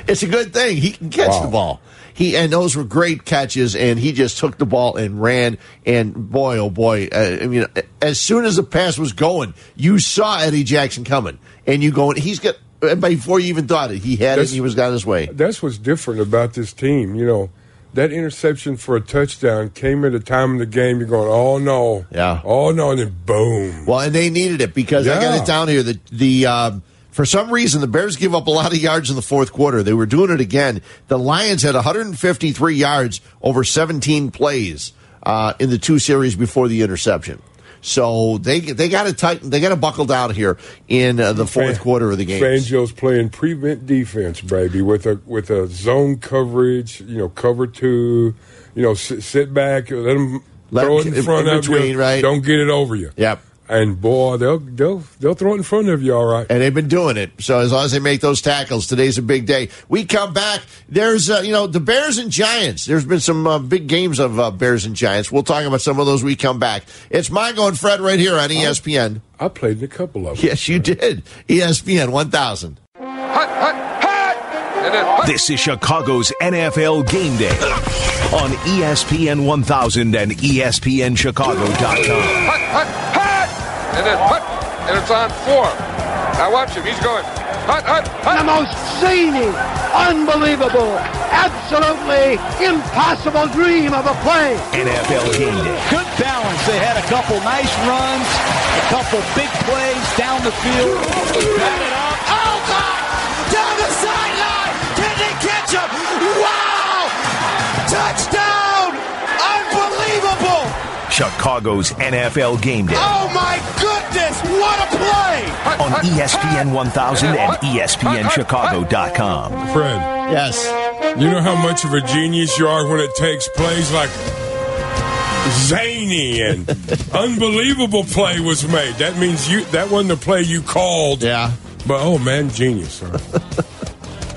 It's a good thing he can catch the ball. He and those were great catches, and he just took the ball and ran. And boy, oh boy! Uh, I mean, as soon as the pass was going, you saw Eddie Jackson coming, and you going, he's got. And before you even thought it, he had That's- it. And he was got his way. That's what's different about this team. You know, that interception for a touchdown came at a time in the game you're going, oh no, yeah, oh no, and then boom. Well, and they needed it because I got Yeah. it down here. The the um, for some reason the Bears give up a lot of yards in the fourth quarter. They were doing it again. The Lions had 153 yards over 17 plays uh, in the two series before the interception. So they they got to tighten. They got to buckle down here in uh, the fourth quarter of the game. Fangio's playing prevent defense, baby, with a with a zone coverage. You know, cover two. You know, sit, sit back, let them Let throw it 'em in in front of between, you. right. Don't get it over you. Yep. And boy, they'll they'll they'll throw it in front of you, all right. And they've been doing it. So as long as they make those tackles, today's a big day. We come back. There's, uh, you know, the Bears and Giants. There's been some uh, big games of uh, Bears and Giants. We'll talk about some of those. when We come back. It's Mongo and Fred right here on E ESPN. I played in a couple of them. Yes, you did. E ESPN 1000. This is Chicago's NFL Game Day on E ESPN 1000 and E ESPNChicago.com. Hut, hut, hut! And then hut, and it's on four. Now watch him. He's going hut, hut, hut. The most zany, unbelievable, absolutely impossible dream of a play. NFL Game Day. Good balance. They had a couple nice runs, a couple big plays down the field. Got it up. Oh, God! Down the sideline! Can they catch him? Wow! Touchdown! Unbelievable! Chicago's NFL Game Day Oh, my goodness! What a play! on E ESPN 1000 and E ESPNChicago.com. Fred. Yes. You know how much of a genius you are when it takes plays like zany and [LAUGHS] unbelievable play was made. That means you that wasn't the play you called. Yeah. But oh man, genius. [LAUGHS] All right.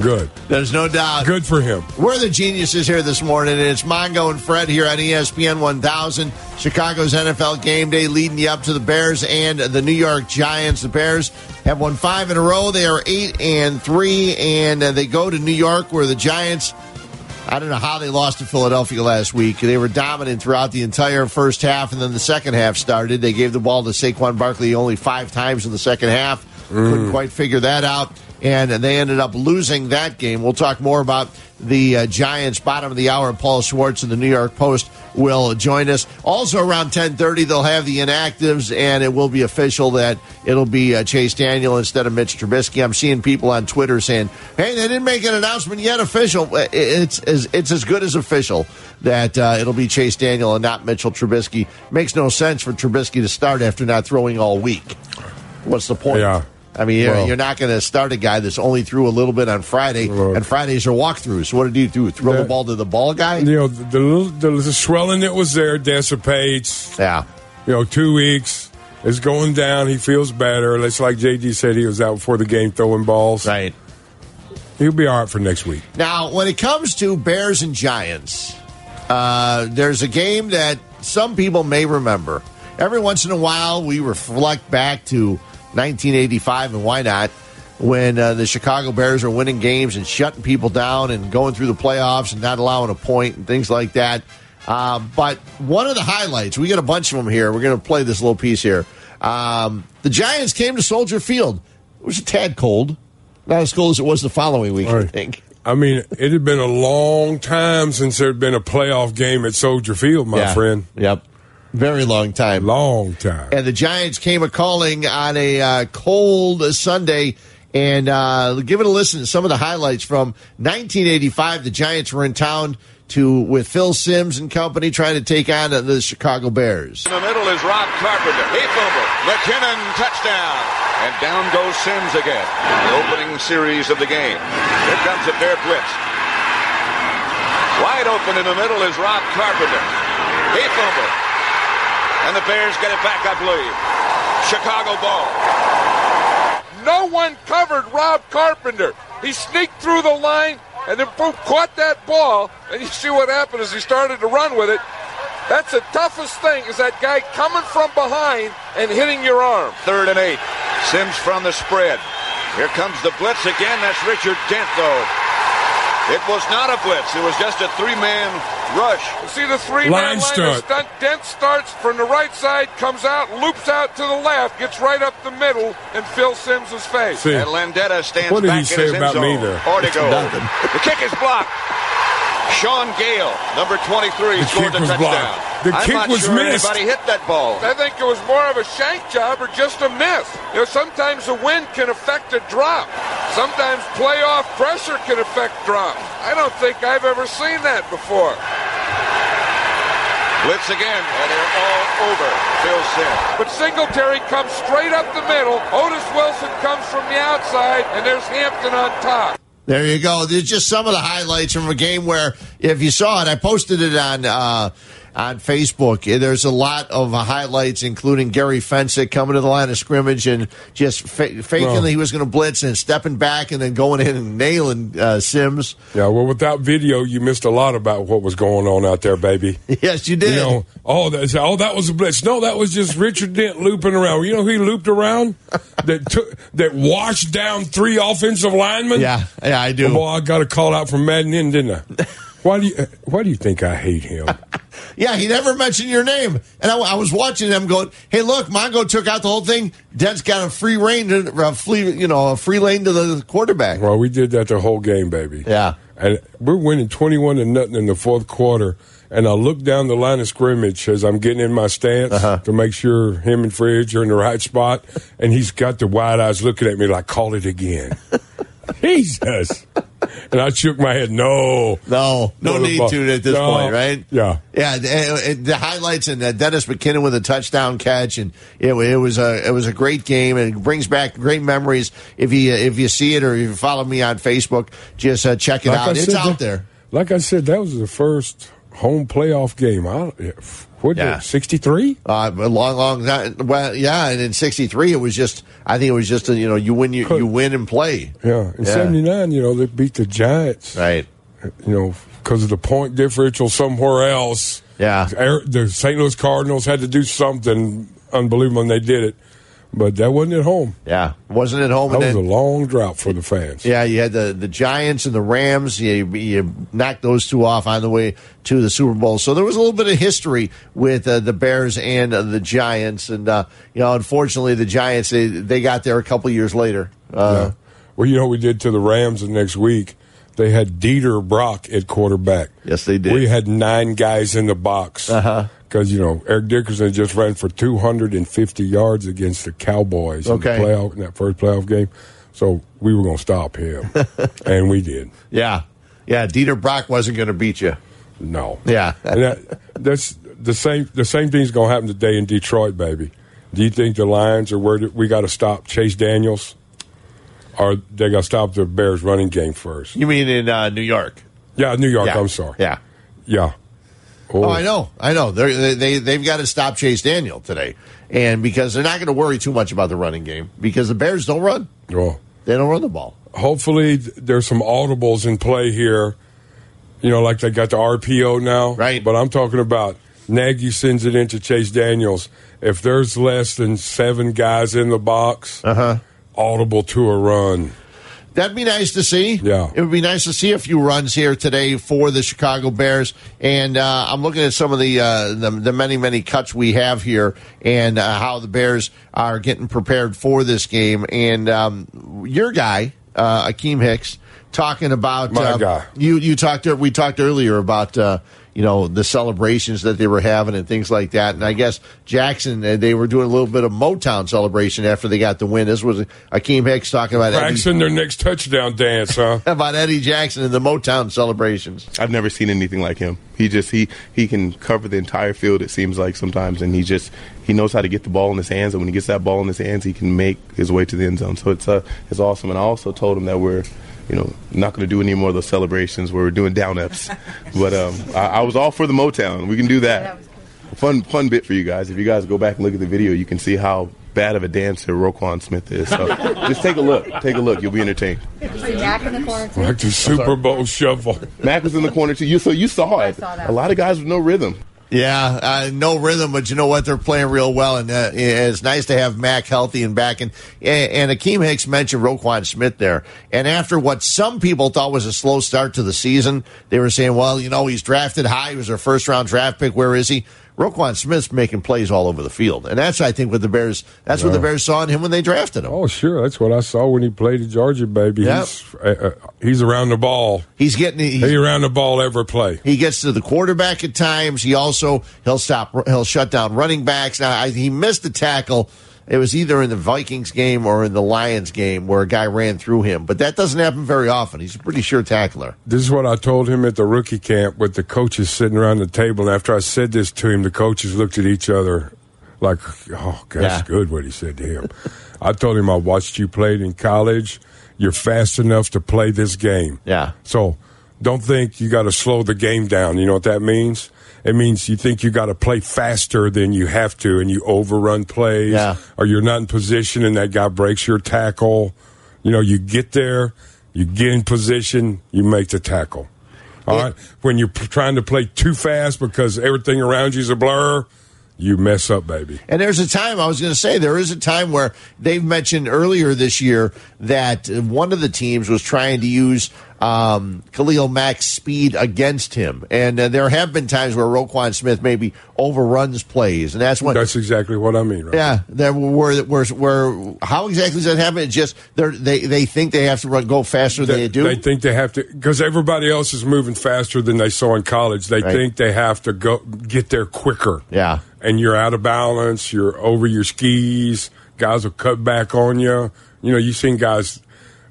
Good. There's no doubt. Good for him. We're the geniuses here this morning, and it's Mongo and Fred here on E ESPN 1000. Chicago's NFL game day leading you up to the Bears and the New York Giants. The Bears have won five in a row. They are eight and three, and uh, they go to New York where the Giants. I don't know how they lost to Philadelphia last week. They were dominant throughout the entire first half, and then the second half started. They gave the ball to Saquon Barkley only five times in the second half. Couldn't quite figure that out, and they ended up losing that game. We'll talk more about the uh, Giants bottom of the hour. Paul Schwartz of the New York Post will join us. Also around 10:30, they'll have the inactives, and it will be official that it'll be uh, Chase Daniel instead of Mitch Trubisky. I'm seeing people on Twitter saying, "Hey, they didn't make an announcement yet. Official. Uh, It's as it's as good as official that uh, it'll be Chase Daniel and not Mitchell Trubisky. Makes no sense for Trubisky to start after not throwing all week. What's the point? Yeah. I mean, you're, Well- you're not going to start a guy that's only threw a little bit on Friday, and Fridays are walkthroughs. So what did he do? Throw the Yeah. ball to the ball guy? You know, the, the, little- the, the swelling that was there dissipates. Yeah. You know, two weeks. It's going down. He feels better. It's like JD said, he was out before the game throwing balls. Right. He'll be all right for next week. Now, when it comes to Bears and Giants, uh, there's a game that some people may remember. Every once in a while, we reflect back to 1985, and why not? When uh, the Chicago Bears are winning games and shutting people down and going through the playoffs and not allowing a point and things like that. Uh, but one of the highlights, we got a bunch of them here. We're going to play this little piece here. Um, the Giants came to Soldier Field. It was a tad cold. Not as cold as it was the following week, I think. I mean, it had been a long time since there had been a playoff game at Soldier Field, my Yeah. friend. Yep. Very long time. Long time. And the Giants came a calling on a uh, cold Sunday. And uh, give it a listen to some of the highlights from 1985. The Giants were in town to with Phil Sims and company trying to take on uh, the Chicago Bears. In the middle is Rob Carpenter. He fumbled. McKinnon touchdown. And down goes Sims again. The opening series of the game. Here comes a bear blitz. Wide open in the middle is Rob Carpenter. He fumbled. And the Bears get it back, I believe. Chicago ball. No one covered Rob Carpenter. He sneaked through the line and then boom, caught that ball. And you see what happened as he started to run with it. That's the toughest thing is that guy coming from behind and hitting your arm. Third and eight. Sims from the spread. Here comes the blitz again. That's Richard Dent, though. It was not a blitz. It was just a three-man rush. See the three Line man line stunt. stunt. Dent starts from the right side, comes out, loops out to the left, gets right up the middle, and Phil Sims's face. See. And Landetta stands What did back he say in his about end me zone. there? Ortego. Nothing. The kick is blocked. Sean Gale, number 23, The scored kick the was touchdown. blocked. The I'm kick not was sure missed. anybody hit that ball. I think it was more of a shank job or just a miss. You know, sometimes the wind can affect a drop. Sometimes playoff pressure can affect drops. I don't think I've ever seen that before. Blitz again, and they're all over Phil Sims. But Singletary comes straight up the middle. Otis Wilson comes from the outside, and there's Hampton on top. There you go. There's just some of the highlights from a game where, if you saw it, I posted it on uh, on Facebook. There's a lot of uh, highlights, including Gary Fensick coming to the line of scrimmage and just fa- faking Well- that he was going to blitz and stepping back and then going in and nailing uh, Sims. Yeah, well, without video, you missed a lot about what was going on out there, baby. Yes, you did. You know, oh, that, oh, that was a blitz. No, that was just Richard Dent looping around. You know who he looped around? that took that washed down three offensive linemen. Yeah, yeah, I do. Well, I got a call out from Madden, in, didn't I? Why do you Why do you think I hate him? Yeah, he never mentioned your name. And I, I was watching them going, hey, look, Mongo took out the whole thing. Dad's got a free reign, to, a free, you know, a free lane to the quarterback. Well, we did that the whole game, baby. Yeah. And we're winning 21 to nothing in the fourth quarter. And I look down the line of scrimmage as I'm getting in my stance Uh-huh. to make sure him and Fridge are in the right spot. And he's got the wide eyes looking at me like, call it [LAUGHS] again. Jesus. And I shook my head, no. No, no need to at this No. point, right? Yeah. Yeah, the, it- the highlights and uh, Dennis McKinnon with a touchdown catch, and it, wa- it was a it was a great game, and it brings back great memories. If you uh, if you see it or if you follow me on Facebook, just uh, check it Like I out. It's said, out that- there. Like I said, that was the first home playoff game. I, what, Yeah. 63? Uh, a long, long time. Well, yeah, and in '63, it was just. I think it was just a, you know you win you, you win and play. Yeah, in Yeah. '79, you know they beat the Giants, right? You know because of the point differential somewhere else. Yeah, the St. Louis Cardinals had to do something unbelievable, and they did it. But that wasn't at home. Yeah, wasn't at home. That was and then- a long drought for the fans. Yeah, you had the, the Giants and the Rams. You, you knocked those two off on the way to the Super Bowl. So there was a little bit of history with uh, the Bears and uh, the Giants. And, uh, you know, unfortunately, the Giants, they, they got there a couple years later. Uh, Well, you know what we did to the Rams the next week. They had Dieter Brock at quarterback. Yes, they did. We had nine guys in the box. Uh-huh. Because, you know, Eric Dickerson just ran for 250 yards against the Cowboys Okay. in, the playoff, in that first playoff game. So we were going to stop [LAUGHS] him. and we did. Yeah. Yeah. Dieter Brock wasn't going to beat you. No. Yeah. and that, that's the same. The same thing's going to happen today in Detroit, baby. Do you think the Lions are where we got to stop Chase Daniels, or they got to stop the Bears running game first? You mean in uh, New York? Yeah, New York. Yeah. I'm sorry. Yeah. Yeah. Oh, I know, I know. They're, they they they've got to stop Chase Daniel today, and because they're not going to worry too much about the running game because the Bears don't run. Well, they don't run the ball. Oh. Hopefully, th- there's some audibles in play here. You know, like they got the RPO now, right? But I'm talking about Nagy sends it into Chase Daniels. If there's less than seven guys in the box, uh-huh. audible to a run. That'd be nice to see. Yeah. It would be nice to see a few runs here today for the Chicago Bears. And uh, I'm looking at some of the, uh, the the many, many cuts we have here and uh, how the Bears are getting prepared for this game. And um, your guy, uh, Akeem Hicks, talking about. My uh, guy. You, you talked, we talked earlier about. Uh, you know the celebrations that they were having and things like that, and I guess Jackson uh, they were doing a little bit of Motown celebration after they got the win. This was Akeem Hicks talking about Eddie- Practicing their next touchdown dance, [LAUGHS] huh? about Eddie E. Jackson and the Motown celebrations. I've never seen anything like him. He just he he can cover the entire field. It seems like sometimes, and he just he knows how to get the ball in his hands. And when he gets that ball in his hands, he can make his way to the end zone. So it's uh it's awesome. And I also told him that we're you know not going to do any more of those celebrations where we're doing down ups. but um, I, I was all for the Motown. We can do that. Fun fun bit for you guys. If you guys go back and look at the video, you can see how bad of a dancer Roquan Smith is. So just take a look. Take a look. You'll be entertained. Jack in the corner. too? Like the Super Bowl shuffle. Mac was in the corner too. You so you saw it. saw that. A lot of guys with no rhythm. Yeah, uh, no rhythm, but you know what? They're playing real well, and uh, it's nice to have Mac healthy and back. And and Akeem Hicks mentioned Roquan Smith there, and after what some people thought was a slow start to the season, they were saying, "Well, you know, he's drafted high. He was our first round draft pick. Where is he?" Roquan Smith's making plays all over the field, and that's I think what the Bears. That's Uh-huh. what the Bears saw in him when they drafted him. Oh, sure. That's what I saw when he played at Georgia, baby. Yep. He's, uh, uh, he's around the ball. He's getting. He's, he around the ball every play. He gets to the quarterback at times. He also he'll stop he'll shut down running backs. Now I, he missed a tackle. It was either in the Vikings game or in the Lions game where a guy ran through him, but that doesn't happen very often. He's a pretty sure tackler. This is what I told him at the rookie camp with the coaches sitting around the table. And after I said this to him, the coaches looked at each other like, oh, God, that's Yeah. good what he said to him. I told him, I watched you play it in college. You're fast enough to play this game. Yeah. So don't think you got to slow the game down. You know what that means? It means you think you got to play faster than you have to and you overrun plays Yeah. or you're not in position and that guy breaks your tackle. You know, you get there, you get in position, you make the tackle. All right. When you're p- trying to play too fast because everything around you is a blur, you mess up, baby. And there's a time, I was going to say, there is a time where they've mentioned earlier this year that uh, one of the teams was trying to use um, Khalil Mack's speed against him. And uh, there have been times where Roquan Smith maybe overruns plays. And that's when. That's exactly what I mean, right? Yeah, that where where where how exactly does that happen? It's just they they they think they have to run go faster than they, do. They think they have to because everybody else is moving faster than they saw in college. They Right. think they have to go get there quicker. Yeah. and you're out of balance. You're over your skis. Guys will cut back on you. You know, you've seen guys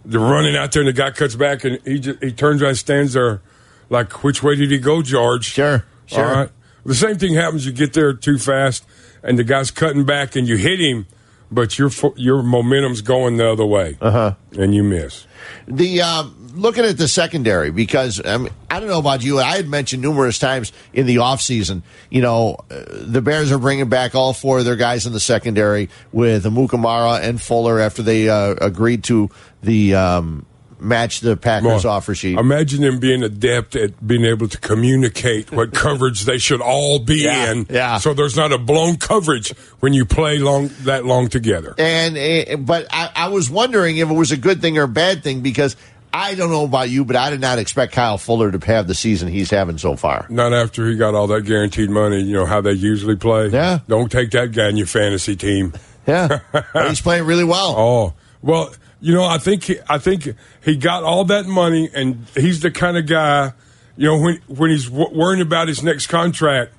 they're running out there, and the guy cuts back, and he just, he turns around, and stands there, like, which way did he go, George? Sure, sure. All right. The same thing happens. You get there too fast, and the guy's cutting back, and you hit him, but your fo- your momentum's going the other way, uh-huh. and you miss. The um, looking at the secondary because I mean, I don't know about you. I had mentioned numerous times in the offseason, You know, uh, the Bears are bringing back all four of their guys in the secondary with Amukamara and Fuller after they uh, agreed to the um, match the Packers Well, offer sheet. Imagine them being adept at being able to communicate [LAUGHS] what coverage they should all be in. Yeah. So there's not a blown coverage when you play long that long together. And eh, but I, I was wondering if it was a good thing or a bad thing because I don't know about you, but I did not expect Kyle Fuller to have the season he's having so far. Not after he got all that guaranteed money, you know how they usually play. Yeah. Don't take that guy in your fantasy team. [LAUGHS] Yeah. he's playing really well. Oh. Well, you know, I think he, I think he got all that money and he's the kind of guy, you know, when when he's w- worrying about his next contract,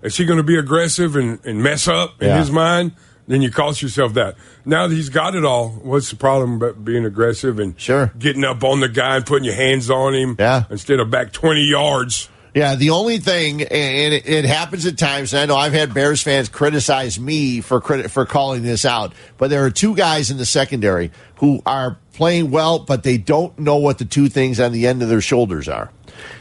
is he going to be aggressive and, and mess up in Yeah. his mind? Then you cost yourself that. Now that he's got it all, what's the problem about being aggressive and sure. getting up on the guy and putting your hands on him yeah. instead of back 20 yards? Yeah, the only thing, and it, it happens at times. And I know I've had Bears fans criticize me for crit- for calling this out, but there are two guys in the secondary who are playing well, but they don't know what the two things on the end of their shoulders are.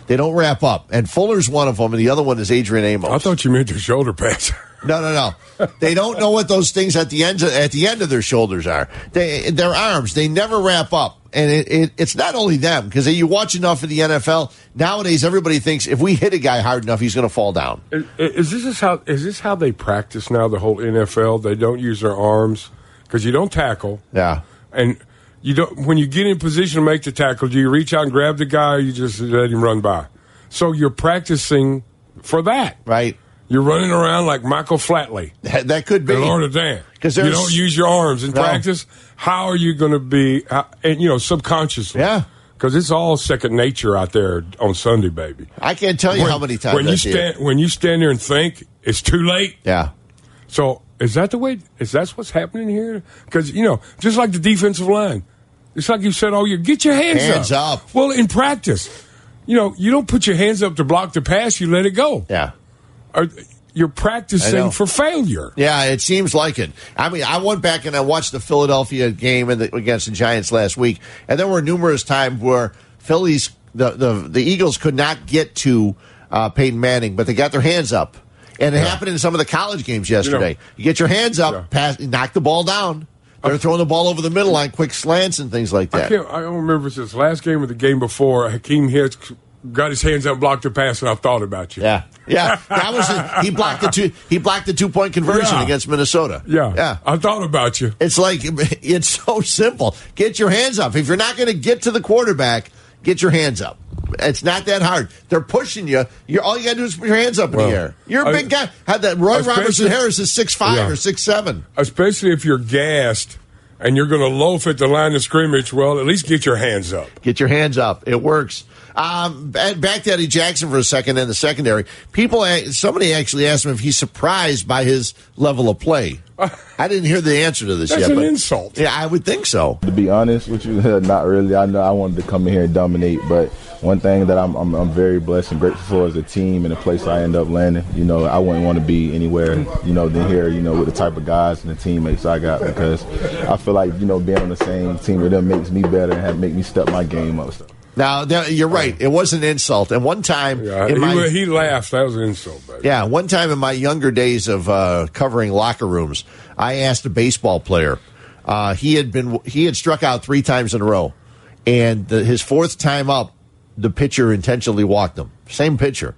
They don't wrap up, and Fuller's one of them, and the other one is Adrian Amos. I thought you meant their shoulder pads. No, no, no. They don't know what those things at the end at the end of their shoulders are. They their arms. They never wrap up, and it, it, it's not only them because you watch enough of the NFL nowadays. Everybody thinks if we hit a guy hard enough, he's going to fall down. Is, is this is how is this how they practice now? The whole NFL they don't use their arms because you don't tackle. Yeah, and you don't when you get in position to make the tackle. Do you reach out and grab the guy? or You just let him run by. So you're practicing for that, right? You're running around like Michael Flatley. That, could be. The Lord of Dan. 'Cause you there's- don't use your arms in No. practice. How are you going to be? how- And you know subconsciously. Yeah. Because it's all second nature out there on Sunday, baby. I can't tell you how many times when I you see stand when you stand there and think it's too late. Yeah. So is that the way? Is that what's happening here? Because you know, just like the defensive line, it's like you said all year, get your hands, Hands up. Well, in practice, you know, you don't put your hands up to block the pass; you let it go. Yeah. Or, you're I know. practicing for failure. Yeah, it seems like it. I mean, I went back and I watched the Philadelphia game in the, against the Giants last week, and there were numerous times where Phillies, the the, the Eagles could not get to uh, Peyton Manning, but they got their hands up, and it happened in some of the college games yesterday. You, get your hands up, pass, knock the ball down. They're throwing the ball over the middle line, quick slants and things like I that. can't. I don't remember if it's this last game or the game before. Hakeem Hicks got his hands up, and blocked the pass, and I thought about you. Yeah. Yeah, that was it. he blocked the two he blocked the two point conversion Yeah. against Minnesota. Yeah. yeah. I thought about you. It's like it's so simple. Get your hands up. If you're not going to get to the quarterback, get your hands up. It's not that hard. They're pushing you. You're all you got to do is put your hands up in Well, the air. You're a I- big guy. Had that Roy especially- Robertson Harris is six five Yeah. or six seven. especially if you're gassed and you're going to loaf at the line of scrimmage. Well, at least get your hands up. Get your hands up. It works. Um, ba- back to Eddie Jackson for a second in the secondary. People, a- somebody actually asked him if he's surprised by his level [LAUGHS] of play. I didn't hear the answer to this That's yet. an but insult. Yeah, I would think so. To be honest with you, [LAUGHS] not really. I know I wanted to come in here and dominate, but one thing that I'm, I'm, I'm very blessed and grateful for is the team and the place I end up landing. You know, I wouldn't want to be anywhere, you know, than here, you know, with the type of guys and the teammates I got because I feel like, you know, being on the same team with them makes me better and have, make me step my game up. Now, there, you're right. It was an insult. And one time, in Oh. he, my- wa- he laughed. That was an insult, baby. Yeah, one time in my younger days of uh, covering locker rooms, I asked a baseball player. Uh, he had been he had struck out three times in a row, and the, his fourth time up, the pitcher intentionally walked him. Same pitcher,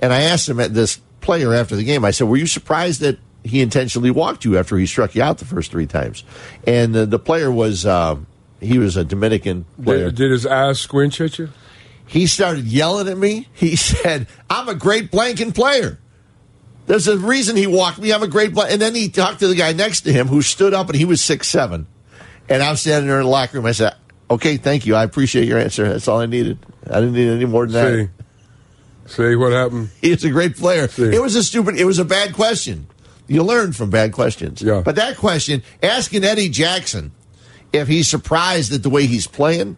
and I asked him at this player after the game. I said, "Were you surprised that he intentionally walked you after he struck you out the first three times?" And the, the player was uh, he was a Dominican player. Did, did his eyes squinch at you? He started yelling at me. He [LAUGHS] said, "I'm a great blanking player." There's a reason he walked me. I'm a great blank. And then he talked to the guy next to him who stood up and he was six seven. And I'm standing there in the locker room. I said, "Okay, thank you. I appreciate your answer. That's all I needed. I didn't need any more than that." See, see what [LAUGHS] happened? He's a great player. It was a stupid. It was a bad question. You learn from bad questions. Yeah. But that question, asking Eddie Jackson if he's surprised at the way he's playing,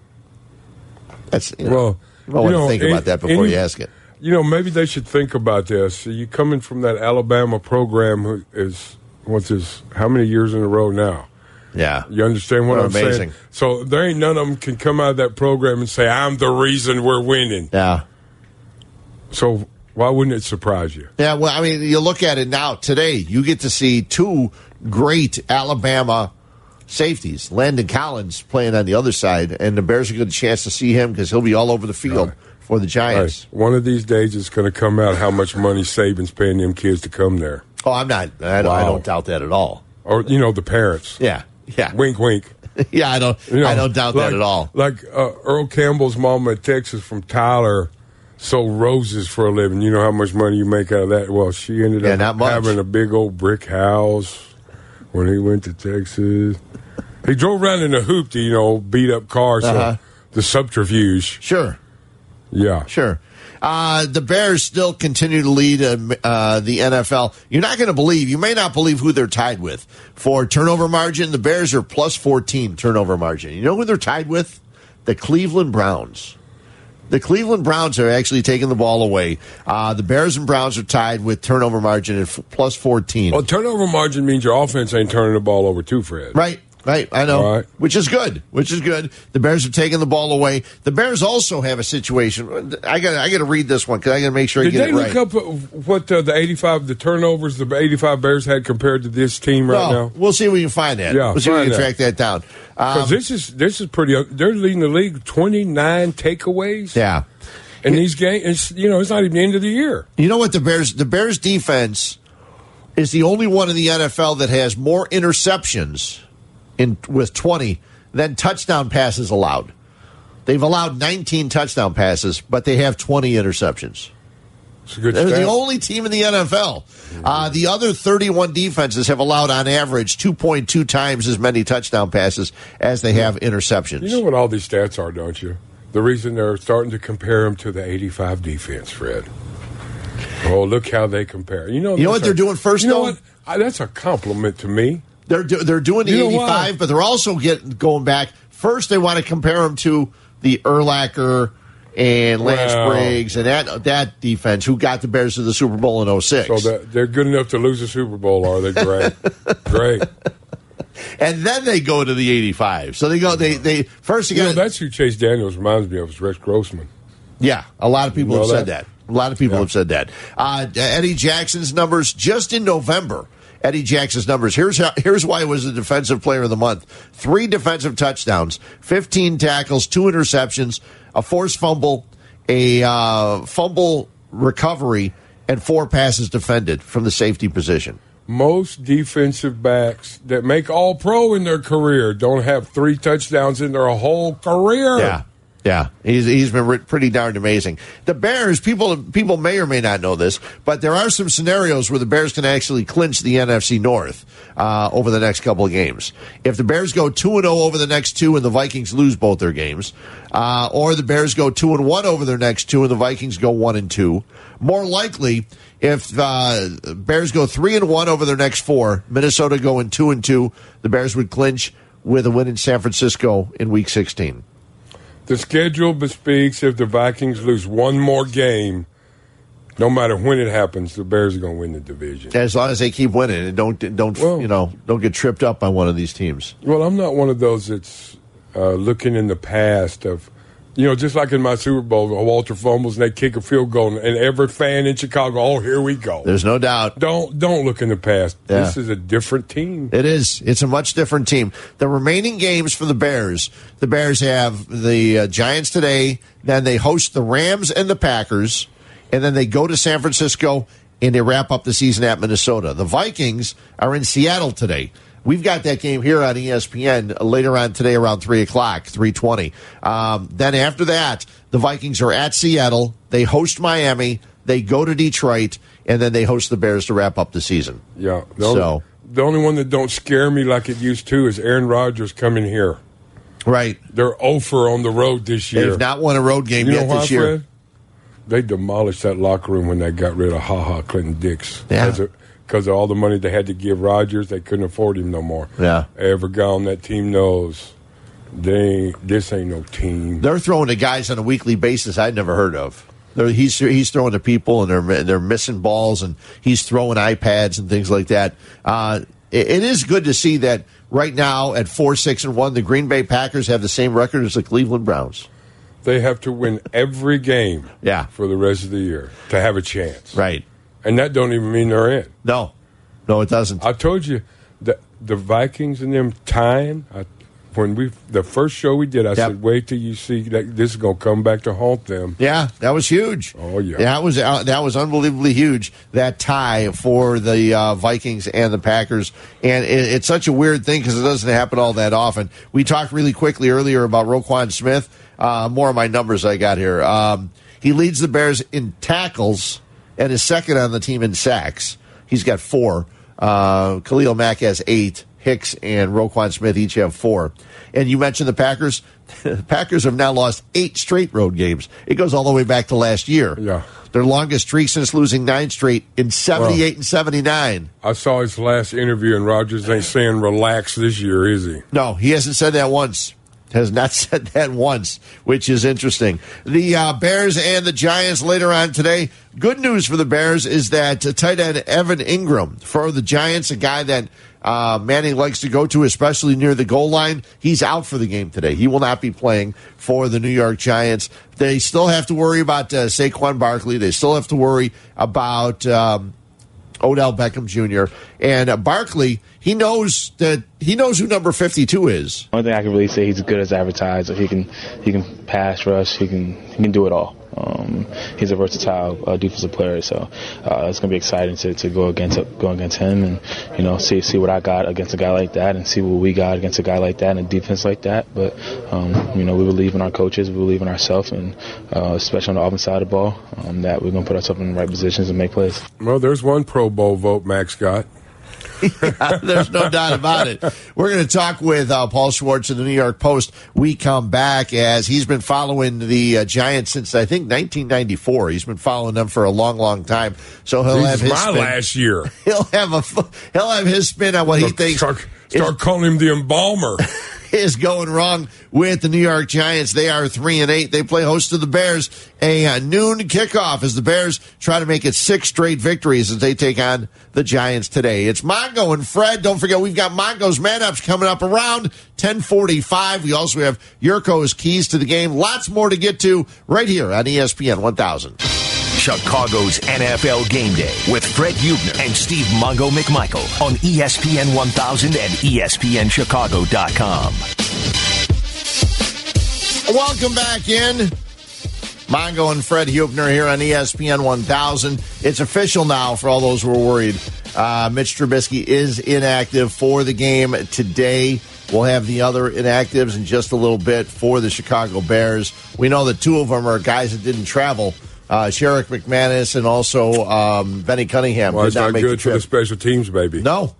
that's you know, Well, you might want to think about any- that before any- you ask it. You know, maybe they should think about this. You coming from that Alabama program who is what's his how many years in a row now? Yeah, you understand what Well, I'm Oh, amazing. saying. So there ain't none of them can come out of that program and say I'm the reason we're winning. Yeah. So why wouldn't it surprise you? Yeah, well, I mean, you look at it now today. You get to see two great Alabama safeties, Landon Collins playing on the other side, and the Bears are good chance to see him because he'll be all over the field for the Giants. One of these days, it's going to come out how much money Saban's paying them kids to come there. Oh, I'm not. I don't, I don't doubt that at all. Or you know, the parents. Yeah, yeah. Wink, wink. [LAUGHS] yeah, I don't. You know, I don't doubt like- that at all. Like uh, Earl Campbell's mom in Texas from Tyler sold roses for a living. You know how much money you make out of that? Well, she ended Yeah, up not much. having a big old brick house when he went to Texas. He drove around in a hoop to, you know, beat up cars. so Uh-huh. the subterfuge. Sure. Yeah. Sure. [LAUGHS] Uh, the Bears still continue to lead um, uh, the NFL. You're not going to believe, you may not believe who they're tied with. For turnover margin, the Bears are plus 14 turnover margin. You know who they're tied with? The Cleveland Browns. The Cleveland Browns are actually taking the ball away. Uh, the Bears and Browns are tied with turnover margin at f- plus 14. Well, turnover margin means your offense ain't turning the ball over too, Fred. Right, right. I know. All right. Which is good. Which is good. The Bears have taken the ball away. The Bears also have a situation. I got. I got to read this one because I got to make sure I Did get they it right. look up uh, what uh, the 85, the turnovers the 85 Bears had compared to this team right Well, now? We'll see if we can find that. Yeah, we'll see if we find can that. track that down. Um, Because this is this is pretty. They're leading the league twenty nine takeaways. Yeah, and these games, it's, you know, it's not even the end of the year. you know what the Bears the Bears defense is the only one in the NFL that has more interceptions in with twenty than touchdown passes allowed. They've allowed nineteen touchdown passes, but they have twenty interceptions. It's a good They're the stat. only team in the NFL. Uh, the other 31 defenses have allowed, on average, 2.2 times as many touchdown passes as they have interceptions. You know what all these stats are, don't you? The reason they're starting to compare them to the eighty five defense, Fred. Oh, look how they compare. You know, You know what that's they're a- doing first, You know though? what? I, that's a compliment to me. They're do, they're doing the You know 85, why? but they're also get going back. First, they want to compare them to the Erlacher and Lance Well. Briggs and that that defense who got the Bears to the Super Bowl in 06. So Oh, that they're good enough to lose a Super Bowl, are they? Great, great. and then they go to the 85. So they go they they first they You know, got that's who Chase Daniels reminds me of is Rex Grossman. yeah, a lot of people You know have said that. that? A lot of people have said that. Uh, Eddie Jackson's numbers just in November. Eddie Jackson's numbers. Here's how, here's why he was the defensive player of the month. Three defensive touchdowns, 15 tackles, two interceptions, a forced fumble, a uh, fumble recovery, and four passes defended from the safety position. most defensive backs that make all pro in their career don't have three touchdowns in their whole career. Yeah. Yeah, he's, he's been re- pretty darn amazing. The Bears, people people may or may not know this, but there are some scenarios where the Bears can actually clinch the NFC North uh, over the next couple of games. If the Bears go two and zero over the next two, and the Vikings lose both their games, uh, or the Bears go two and one over their next two, and the Vikings go one and two, more likely if uh, Bears go three and one over their next four, Minnesota go in two and two, the Bears would clinch with a win in San Francisco in Week sixteen. The schedule bespeaks if the Vikings lose one more game, no matter when it happens, the Bears are going to win the division. As long as they keep winning and don't don't you know don't get tripped up by one of these teams. Well, I'm not one of those that's uh, looking in the past of, you know, just like in my Super Bowl, Walter fumbles and they kick a field goal, and every fan in Chicago, oh, here we go. There's no doubt. Don't don't look in the past. Yeah. This is a different team. It is. It's a much different team. The remaining games for the Bears, the Bears have the uh, Giants today. Then they host the Rams and the Packers, and then they go to San Francisco and they wrap up the season at Minnesota. The Vikings are in Seattle today. We've got that game here on E ESPN later on today around 3 o'clock, 320. Um, then after that, the Vikings are at Seattle. They host Miami. They go to Detroit. And then they host the Bears to wrap up the season. Yeah. The only, So, the only one that don't scare me like it used to is Aaron Rodgers coming here. Right. They're over on the road this year. They've not won a road game You know yet why, this year. Fred? They demolished that locker room when they got rid of Ha Ha Clinton Dix. Yeah. Because of, all the money they had to give Rodgers, they couldn't afford him no more. Yeah. Every guy on that team knows they ain't, this ain't no team. They're throwing to guys on a weekly basis I'd never heard of. They're, he's he's throwing to people and they're they're missing balls and he's throwing iPads and things like that. Uh, it- it is good to see that right now at four six and one, the Green Bay Packers have the same record as the Cleveland Browns. They have to win every game yeah. for the rest of the year to have a chance. Right. And that don't even mean they're in. No. No, it doesn't. I told you the the Vikings and them time I, when we the first show we did, I said, wait till you see that this is gonna come back to haunt them. Yeah, that was huge. Oh yeah. That was uh, that was unbelievably huge. That tie for the uh, Vikings and the Packers, and it, it's such a weird thing because it doesn't happen all that often. We talked really quickly earlier about Roquan Smith. Uh, more of my numbers I got here. Um, he leads the Bears in tackles and is second on the team in sacks. He's got four. Uh, Khalil Mack has eight. Hicks and Roquan Smith each have four. And you mentioned the Packers. [LAUGHS] the Packers have now lost eight straight road games. It goes all the way back to last year. Yeah. Their longest streak since losing nine straight in 78 and 79. I saw his last interview and Rogers ain't saying relax this year, is he? No, he hasn't said that once. Has not [LAUGHS] said that once, which is interesting. The uh, Bears and the Giants later on today. Good news for the Bears is that uh, tight end Evan Ingram for the Giants, a guy that uh, Manning likes to go to, especially near the goal line. He's out for the game today. He will not be playing for the New York Giants. They still have to worry about uh, Saquon Barkley. They still have to worry about. Um, Odell Beckham Jr. and uh, Barkley. He knows that he knows who number fifty-two is. [LAUGHS] One thing I can really say, he's good as advertised. He can he can pass rush. He can he can do it all. Um, he's a versatile uh, defensive player, so uh, it's gonna be exciting to, to go against go against him and you know see see what I got against a guy like that and see what we got against a guy like that and a defense like that. But um, you know we believe in our coaches, we believe in ourselves, and uh, especially on the offense side of the ball, um, that we're gonna put ourselves in the right positions and make plays. Well, there's one Pro Bowl vote Max got. There's no doubt about it. We're going to talk with uh, Paul Schwartz of the New York Post. We come back as he's been following the uh, Giants since I think 1994. He's been following them for a long, long time. So he'll This have is his my spin. last year. [LAUGHS] He'll have a fu- he'll have his spin on what he Start- thinks. Start, start calling him the embalmer. [LAUGHS] is going wrong with the New York Giants. They are three and eight. They play host to the Bears. A uh, noon kickoff as the Bears try to make it six straight victories as they take on the Giants today. It's Mongo and Fred. Don't forget we've got Mongo's man-ups coming up around ten forty-five. We also have Yurko's keys to the game. Lots more to get to right here on E ESPN one thousand. Chicago's NFL Game Day with Fred Hubner and Steve Mongo McMichael on E ESPN 1000 and E ESPNChicago.com. Welcome back in. Mongo and Fred Hubner here on E ESPN 1000. It's official now for all those who are worried. Uh, Mitch Trubisky is inactive for the game today. We'll have the other inactives in just a little bit for the Chicago Bears. We know that two of them are guys that didn't travel. Uh, Sherrick McManus and also um, Benny Cunningham Well, did it's not not make the good for trip. the special teams, baby. No.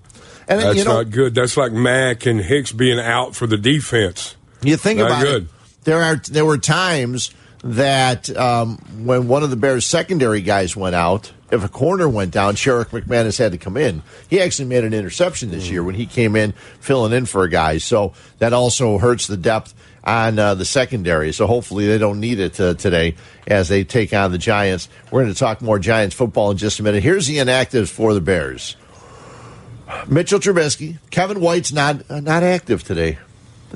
And then, That's you know- not good. That's like Mack and Hicks being out for the defense. You think Not about good. it. There are there were times that um, when one of the Bears' secondary guys went out, if a corner went down, Sherrick McManus had to come in. He actually made an interception this year when he came in filling in for a guy. So that also hurts the depth on uh, the secondary. So hopefully they don't need it uh, today as they take on the Giants. We're going to talk more Giants football in just a minute. Here's the inactives for the Bears. Mitchell Trubisky, Kevin White's not uh, not active today.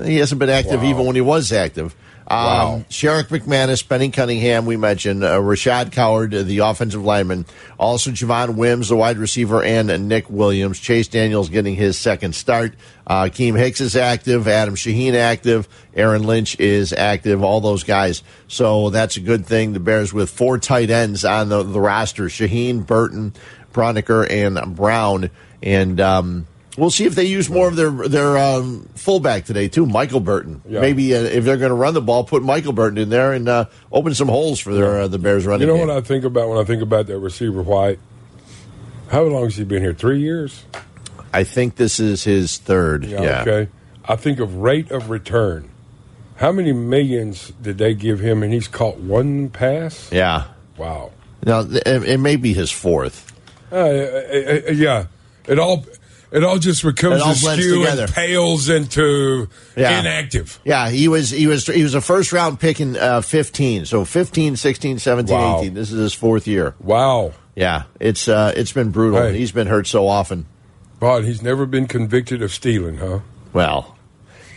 He hasn't been active even when he was active. Um, Sherrick McManus, Benny Cunningham, we mentioned uh, Rashad Coward, uh, the offensive lineman, also Javon Wims, the wide receiver, and uh, Nick Williams. Chase Daniels getting his second start. Uh, Keem Hicks is active. Adam Shaheen active. Aaron Lynch is active. All those guys. So that's a good thing. The Bears with four tight ends on the, the roster: Shaheen, Burton, Broniker and Brown. And um, we'll see if they use more of their their um, fullback today too, Michael Burton. Yeah. Maybe uh, if they're going to run the ball, put Michael Burton in there and uh, open some holes for their uh, the Bears running. You know game. what I think about when I think about that receiver White? How long has he been here? Three years. I think this is his third. Yeah. Okay. I think of rate of return. How many millions did they give him, and he's caught one pass? Yeah. Wow. Now th- it, it may be his fourth. Uh, uh, uh, yeah. It all it all just becomes It all blends askew together. and pales into Yeah. inactive. Yeah, he was he was he was a first round pick in uh, 15. So 15, 16, 17, Wow. 18. This is his fourth year. Wow. Yeah, it's uh it's been brutal. Hey. He's been hurt so often. But he's never been convicted of stealing, huh? Well,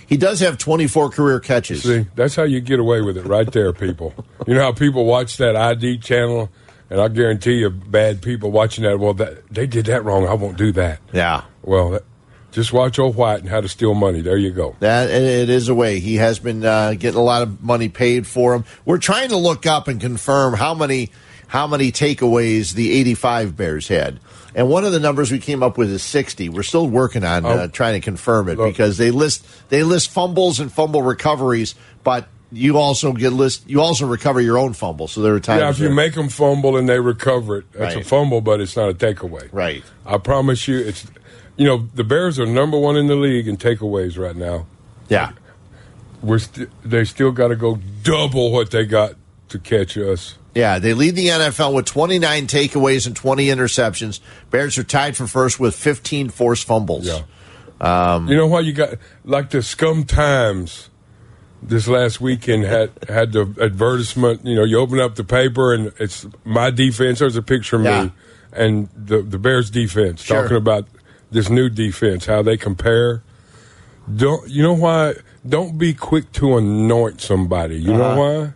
he does have 24 career catches. See, that's how you get away with it, right there, people. you know how people watch that ID channel, and I guarantee you, bad people watching that. Well, that they did that wrong. I won't do that. Yeah. Well, that, just watch old White and how to steal money. There you go. That it- it is a way. He has been uh, getting a lot of money paid for him. We're trying to look up and confirm how many how many takeaways the 85 Bears had. And one of the numbers we came up with is 60. We're still working on uh, Oh. trying to confirm it because they list they list fumbles and fumble recoveries, but you also get list you also recover your own fumble. So there are times yeah, if you where- make them fumble and they recover it, that's Right. a fumble, but it's not a takeaway. Right. I promise you, it's. You know, the Bears are number one in the league in takeaways right now. Yeah. We're st- they still got to go double what they got to catch us. Yeah, they lead the NFL with 29 takeaways and 20 interceptions. Bears are tied for first with 15 forced fumbles. Yeah. Um, You know why you got like the scum times this last weekend had had the advertisement. You know, you open up the paper and it's my defense. There's a picture of Yeah. me and the the Bears defense Sure. talking about this new defense, how they compare. Don't you know why? Don't be quick to anoint somebody. You Uh-huh. know why?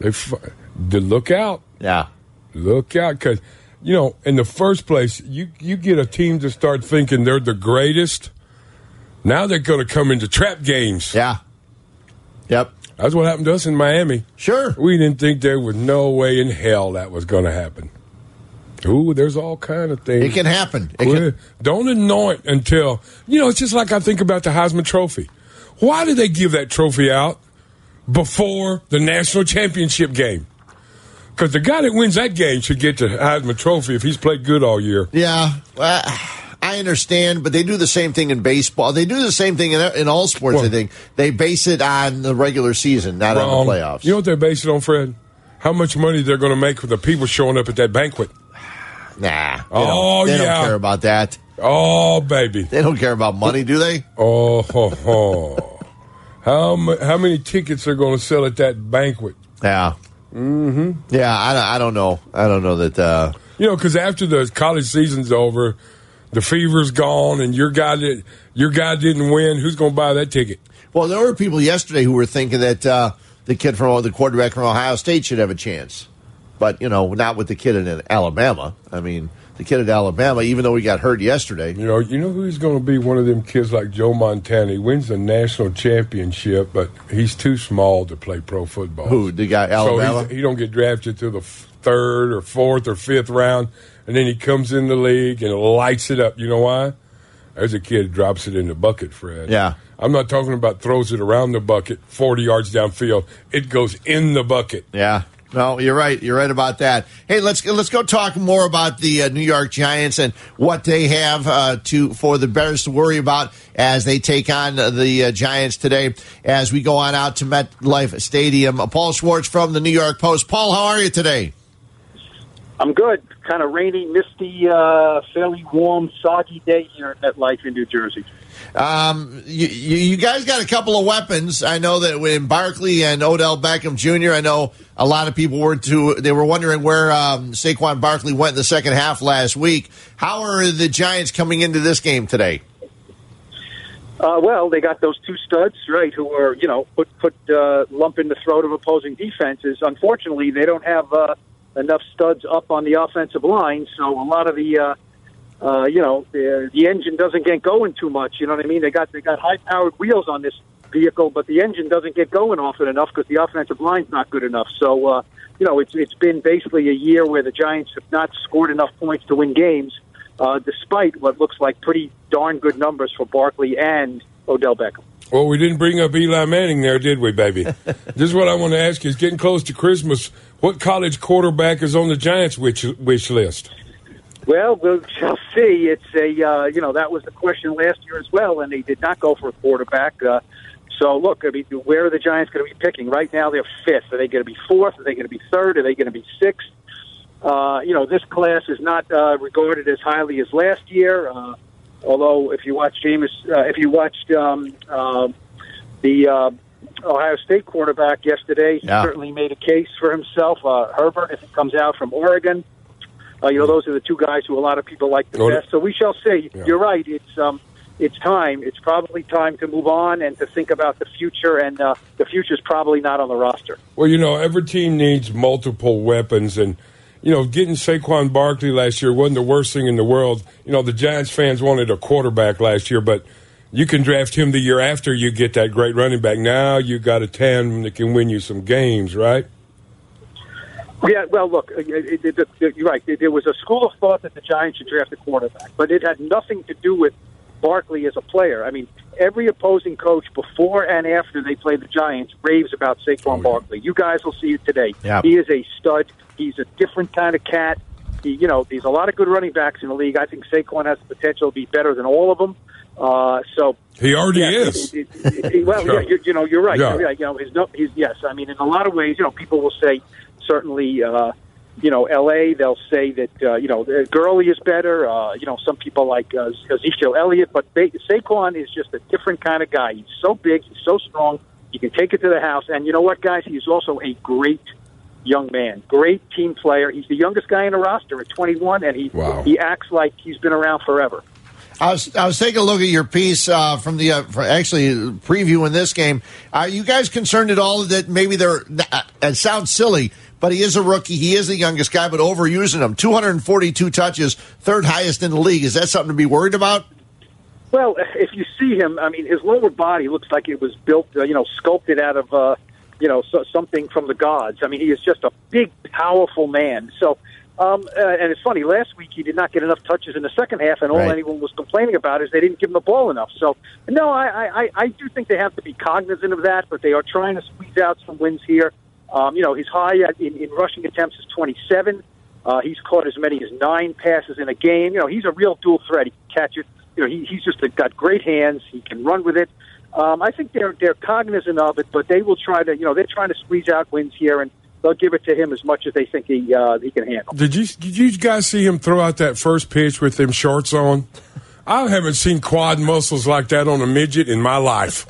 They, f- they look out. Yeah, look out because you know in the first place you you get a team to start thinking they're the greatest. Now they're going to come into trap games. Yeah. Yep. That's what happened to us in Miami. Sure. We didn't think there was no way in hell that was going to happen. Ooh, there's all kind of things. It can happen. It Quit. Don't anoint until you know. It's just like I think about the Heisman Trophy. Why did they give that trophy out before the national championship game? Because the guy that wins that game should get the Heisman Trophy if he's played good all year. Yeah, well, I understand, but they do the same thing in baseball. They do the same thing in, in all sports. I think they base it on the regular season, not on Wrong. the playoffs. Um, You know what they base it on, Fred? How much money they're going to make for the people showing up at that banquet? Nah. They Oh don't, they yeah. don't care about that. Oh baby, they don't care about money, do they? Oh, ho, ho. how mu- how many tickets are going to sell at that banquet? Yeah. Mm-hmm. Yeah, I, don't- I don't know. I don't know that. Uh, You know, because after the college season's over, the fever's gone, and your guy did your guy didn't win. Who's going to buy that ticket? well, there were people yesterday who were thinking that uh, the kid from the quarterback from Ohio State should have a chance, but you know, not with the kid in Alabama. I mean, the kid at Alabama, even though he got hurt yesterday. You know, you know who's going to be one of them kids like Joe Montana. He wins the national championship, but he's too small to play pro football. Who, the guy, Alabama? So he, he don't get drafted to the f- third or fourth or fifth round, and then he comes in the league and lights it up. You know why? There's a kid drops it in the bucket, Fred. Yeah. I'm not talking about throws it around the bucket 40 yards downfield. It goes in the bucket. Yeah. No, you're right. You're right about that. Hey, let's let's go talk more about the uh, New York Giants and what they have uh, to for the Bears to worry about as they take on uh, the uh, Giants today. As we go on out to MetLife Stadium, Uh, Paul Schwartz from the New York Post. Paul, how are you today? I'm good. Kind of rainy, misty, uh, fairly warm, soggy day here at MetLife in New Jersey. Um, you, you you guys got a couple of weapons. I know that when Barkley and Odell Beckham Jr. I know a lot of people were to they were wondering where um, Saquon Barkley went in the second half last week. How are the Giants coming into this game today? Uh, well, they got those two studs, right, who are, you know, put, put uh, lump in the throat of opposing defenses. Unfortunately, they don't have uh, enough studs up on the offensive line, so a lot of the, uh, uh, you know, the, the engine doesn't get going too much. You know what I mean? They got they got high powered wheels on this vehicle, but the engine doesn't get going often enough because the offensive line's not good enough. So, uh, you know, it's it's been basically a year where the Giants have not scored enough points to win games, uh, despite what looks like pretty darn good numbers for Barkley and Odell Beckham. Well, we didn't bring up Eli Manning there, did we, baby? this is what I want to ask you. It's getting close to Christmas. What college quarterback is on the Giants' wish, wish list? Well, we shall see. It's a uh, you know that was the question last year as well, and they did not go for a quarterback. Uh, so look, I mean, where are the Giants going to be picking? Right now, they're fifth. Are they going to be fourth? Are they going to be third? Are they going to be sixth? Uh, you know, this class is not uh, regarded as highly as last year. Uh, although, if you watch James, uh, if you watched um, um, the uh, Ohio State quarterback yesterday, he Yeah. certainly made a case for himself. Uh, Herbert, if he comes out from Oregon. Uh, you know, those are the two guys who a lot of people like the Noted. best. So we shall see. Yeah. You're right. It's um, it's time. It's probably time to move on and to think about the future. And uh, the future's probably not on the roster. Well, you know, every team needs multiple weapons, and you know, getting Saquon Barkley last year wasn't the worst thing in the world. You know, the Giants fans wanted a quarterback last year, but you can draft him the year after you get that great running back. Now you got a tandem that can win you some games, right? Yeah. Well, look, uh, it, it, it, you're right. There- There was a school of thought that the Giants should draft a quarterback, but it had nothing to do with Barkley as a player. I mean, every opposing coach before and after they play the Giants raves about Saquon Barkley. You guys will see it today. Yeah. He is a stud. He's a different kind of cat. He, you know, there's a lot of good running backs in the league. I think Saquon has the potential to be better than all of them. Uh, so He already yeah, is. it- it- it- [LAUGHS] well, Sure. yeah, you, you know, you're right. Yeah. Yeah. you know, his, no- his, yes. I mean, in a lot of ways, you know, people will say certainly, uh, you know, L.A. They'll say that uh, you know Gurley is better. Uh, you know, some people like uh, Ezekiel Elliott, but ba- Saquon is just a different kind of guy. He's so big, he's so strong. He can take it to the house, and you know what, guys? He's also a great young man, great team player. He's the youngest guy in the roster at 21, and he he acts like he's been around forever. I was, I was taking a look at your piece uh, from the uh, for actually previewing this game. Are you guys concerned at all that maybe they're? uh, It sounds silly, but he is a rookie. He is the youngest guy, but overusing him. Two hundred and forty-two touches, third highest in the league. Is that something to be worried about? Well, if you see him, I mean, his lower body looks like it was built, uh, you know, sculpted out of, uh, you know, so, something from the gods. I mean, he is just a big, powerful man. So, um, uh, and it's funny. Last week, he did not get enough touches in the second half, and all Right. anyone was complaining about is they didn't give him the ball enough. So, no, I, I, I- I do think they have to be cognizant of that, but they are trying to squeeze out some wins here. Um, you know, his high at, in, in rushing attempts is 27. Uh, he's caught as many as nine passes in a game. You know, he's a real dual threat. He can catch it. You know, he, he's just got great hands. He can run with it. Um, I think they're they're cognizant of it, but they will try to. You know, they're trying to squeeze out wins here, and they'll give it to him as much as they think he uh, he can handle. Did you did you guys see him throw out that first pitch with them shorts on? I haven't seen quad muscles like that on a midget in my life.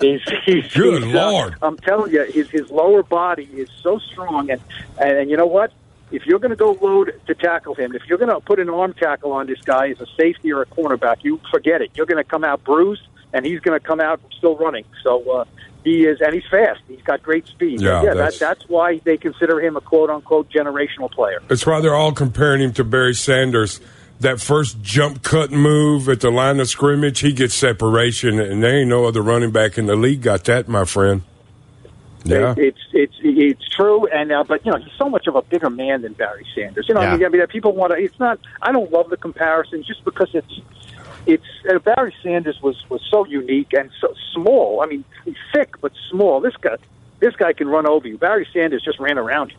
He's, he's, Good he's, uh, Lord. I'm telling you, his his lower body is so strong, and and, and you know what? If you're going to go low to, to tackle him, if you're going to put an arm tackle on this guy as a safety or a cornerback, you forget it. You're going to come out bruised, and he's going to come out still running. So uh, he is, and he's fast. He's got great speed. Yeah, that, that's- that's why they consider him a quote unquote generational player. That's why they're all comparing him to Barry Sanders. That first jump cut move at the line of scrimmage, he gets separation, and there ain't no other running back in the league got that, my friend. Yeah. It- it's it's it's true, and uh, but you know he's so much of a bigger man than Barry Sanders. You know, Yeah. I mean, I mean, people want to. It's not. I don't love the comparison just because it's it's uh, Barry Sanders was was so unique and so small. I mean, he's thick but small. This guy this guy can run over you. Barry Sanders just ran around you.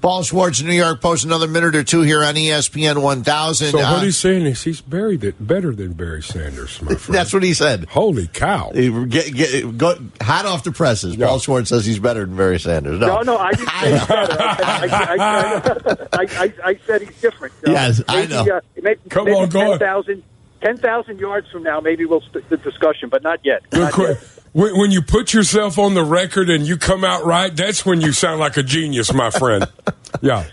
Paul Schwartz, New York Post, another minute or two here on E ESPN 1000. So Uh, what [LAUGHS] he's saying is he's buried it better than Barry Sanders, my friend. That's what he said. Holy cow! Get, get, go, hot off the presses. Paul Schwartz says he's better than Barry Sanders. No, No, no, I didn't say he's better. I, said- I, I, I, I, I said he's different. Uh, Yes, I maybe, know. Uh, maybe, Come maybe on, go on. 10,000 10,000 yards from now, maybe we'll st- the discussion, but not yet. Good que- When, when you put yourself on the [LAUGHS] record and you come out right, that's when you sound like a genius, my friend. Yeah.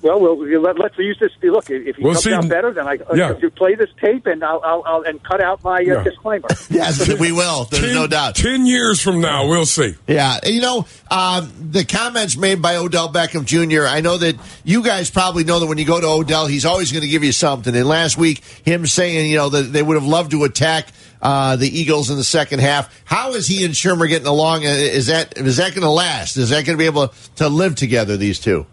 Well, we'll, we'll let, let's use this. Look, if you We'll comes see. out better, then I uh, Yeah. if you play this tape and I'll, I'll, I'll and cut out my uh, Yeah. disclaimer. Yes, [LAUGHS] we will. There's no doubt. Ten years from now, we'll see. Yeah, you know um, the comments made by Odell Beckham Jr. I know that you guys probably know that when you go to Odell, he's always going to give you something. And last week, him saying, you know, that they would have loved to attack uh, the Eagles in the second half. How is he and Shermer getting along? Uh, Is that is that going to last? Is that going to be able to live together? These two.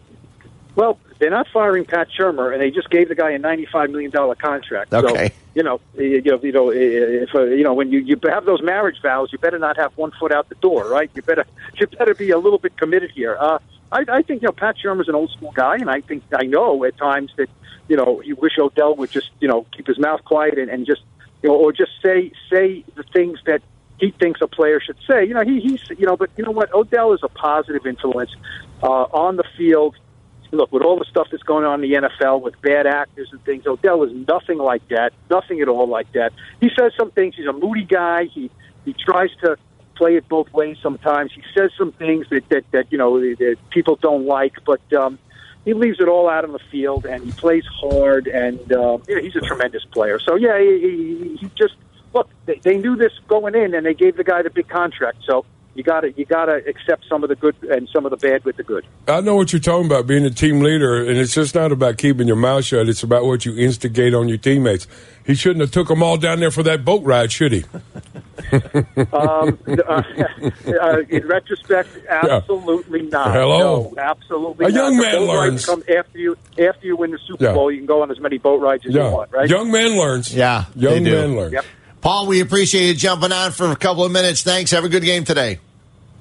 Well, they're not firing Pat Shermer, and they just gave the guy a ninety-five million dollar contract. Okay. So, you know, you you know, you know, if uh, you know when you, you have those marriage vows, you better not have one foot out the door, right? You better [LAUGHS] you better be a little bit committed here. Uh, I, I think you know Pat Shermer's an old school guy, and I think I know at times that you know you wish Odell would just you know keep his mouth quiet and, and just you know, or just say say the things that he thinks a player should say. You know, he he's you know, but you know what? Odell is a positive influence uh, on the field look, with all the stuff that's going on in the NFL with bad actors and things, Odell is nothing like that. Nothing at all like that. He says some things. He's a moody guy. He he tries to play it both ways sometimes. He says some things that that, that you know that- that people don't like, but um, he leaves it all out on the field and he plays hard. And uh, yeah, he's a tremendous player. So yeah, he, he, he just look. They, they knew this going in, and they gave the guy the big contract. So. You gotta, you gotta accept some of the good and some of the bad with the good. I know what you're talking about being a team leader, and it's just not about keeping your mouth shut. It's about what you instigate on your teammates. He shouldn't have took them all down there for that boat ride, should [LAUGHS] he? Um, uh, uh, [LAUGHS] in retrospect, absolutely not. Hello? No, absolutely. A not. young The man boat rides learns. Come after you, after you win the Super Yeah. Bowl, you can go on as many boat rides as Yeah. you want, right? Young man learns. Yeah, Young they do. man learns. Paul, we appreciate you jumping on for a couple of minutes. Thanks. Have a good game today.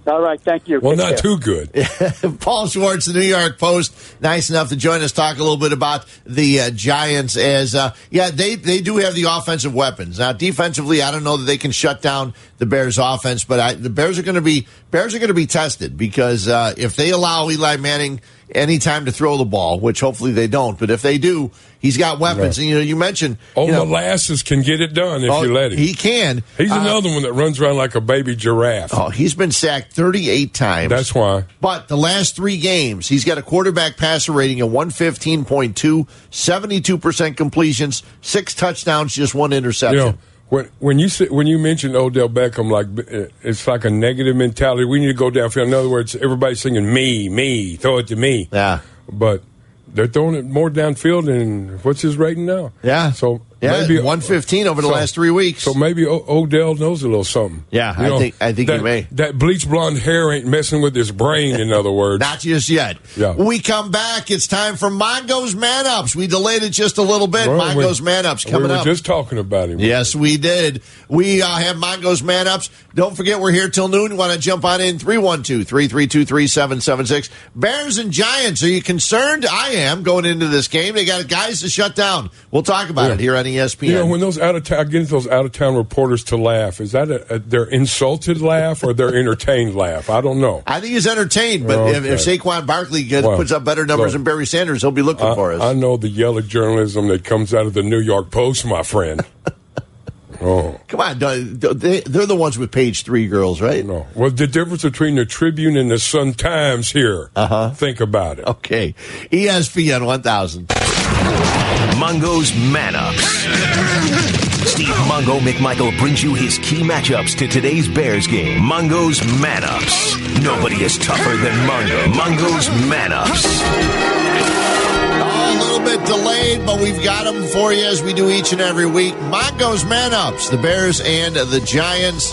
All right. Thank you. Well, not too good. [LAUGHS] Paul Schwartz, the New York Post, nice enough to join us. Talk a little bit about the uh, Giants. As uh, yeah, they they do have the offensive weapons. Now, defensively, I don't know that they can shut down the Bears' offense, but I, the Bears are going to be Bears are going to be tested because uh, if they allow Eli Manning any time to throw the ball, which hopefully they don't, but if they do, he's got weapons. And you know, you mentioned Oh, you know, molasses can get it done if Oh, you let him. he can. He's Uh, another one that runs around like a baby giraffe. Oh, he's been sacked 38 times. That's why. But the last three games, he's got a quarterback passer rating of 115.2, 72% completions, six touchdowns, just one interception. You know, when when you say, when you mention Odell Beckham, like uh, it's like a negative mentality. We need to go downfield. In other words, everybody's singing me, me, throw it to me. Yeah, but they're throwing it more downfield. And what's his rating now? Yeah. so Yeah, maybe 115 over the last three weeks. So maybe o- Odell knows a little something. Yeah, You I think- I think he that, may. That bleach blonde hair ain't messing with his brain. In other words, Not just yet. Yeah. We come back. It's time for Mongo's Man Ups. We delayed it just a little bit. Well, we- Mongo's Man Ups coming we were up. Just talking about him. Yes, we did. We uh, have Mongo's Man Ups. Don't forget, we're here till noon. You want to jump on in? 312 332 3776. Bears and Giants, are you concerned? I am going into this game. They got guys to shut down. We'll talk about it here on E ESPN. You know, when those out of town, again, those out of town reporters to laugh, is that a, a, their insulted laugh or their [LAUGHS] entertained laugh? I don't know. I think he's entertained, but if, if Oh, Okay. Saquon Barkley gets, Well, puts up better numbers look. than Barry Sanders, he'll be looking I, for us. I know the yellow journalism that comes out of the New York Post, my [LAUGHS] friend. oh. Come on, don't- don't- they, they're the ones with page three girls, right? No. Well, the difference between the Tribune and the Sun Times here. Uh Uh-huh. huh. Think about it. Okay. ESPN 1000. Mongo's Man Ups. Steve Mongo McMichael brings you his key matchups to today's Bears game. Mongo's Man Ups. Nobody is tougher than Mongo. Mongo's Man Ups. A little bit delayed, but we've got them for you as we do each and every week. Mongo's Man Ups, the Bears and the Giants.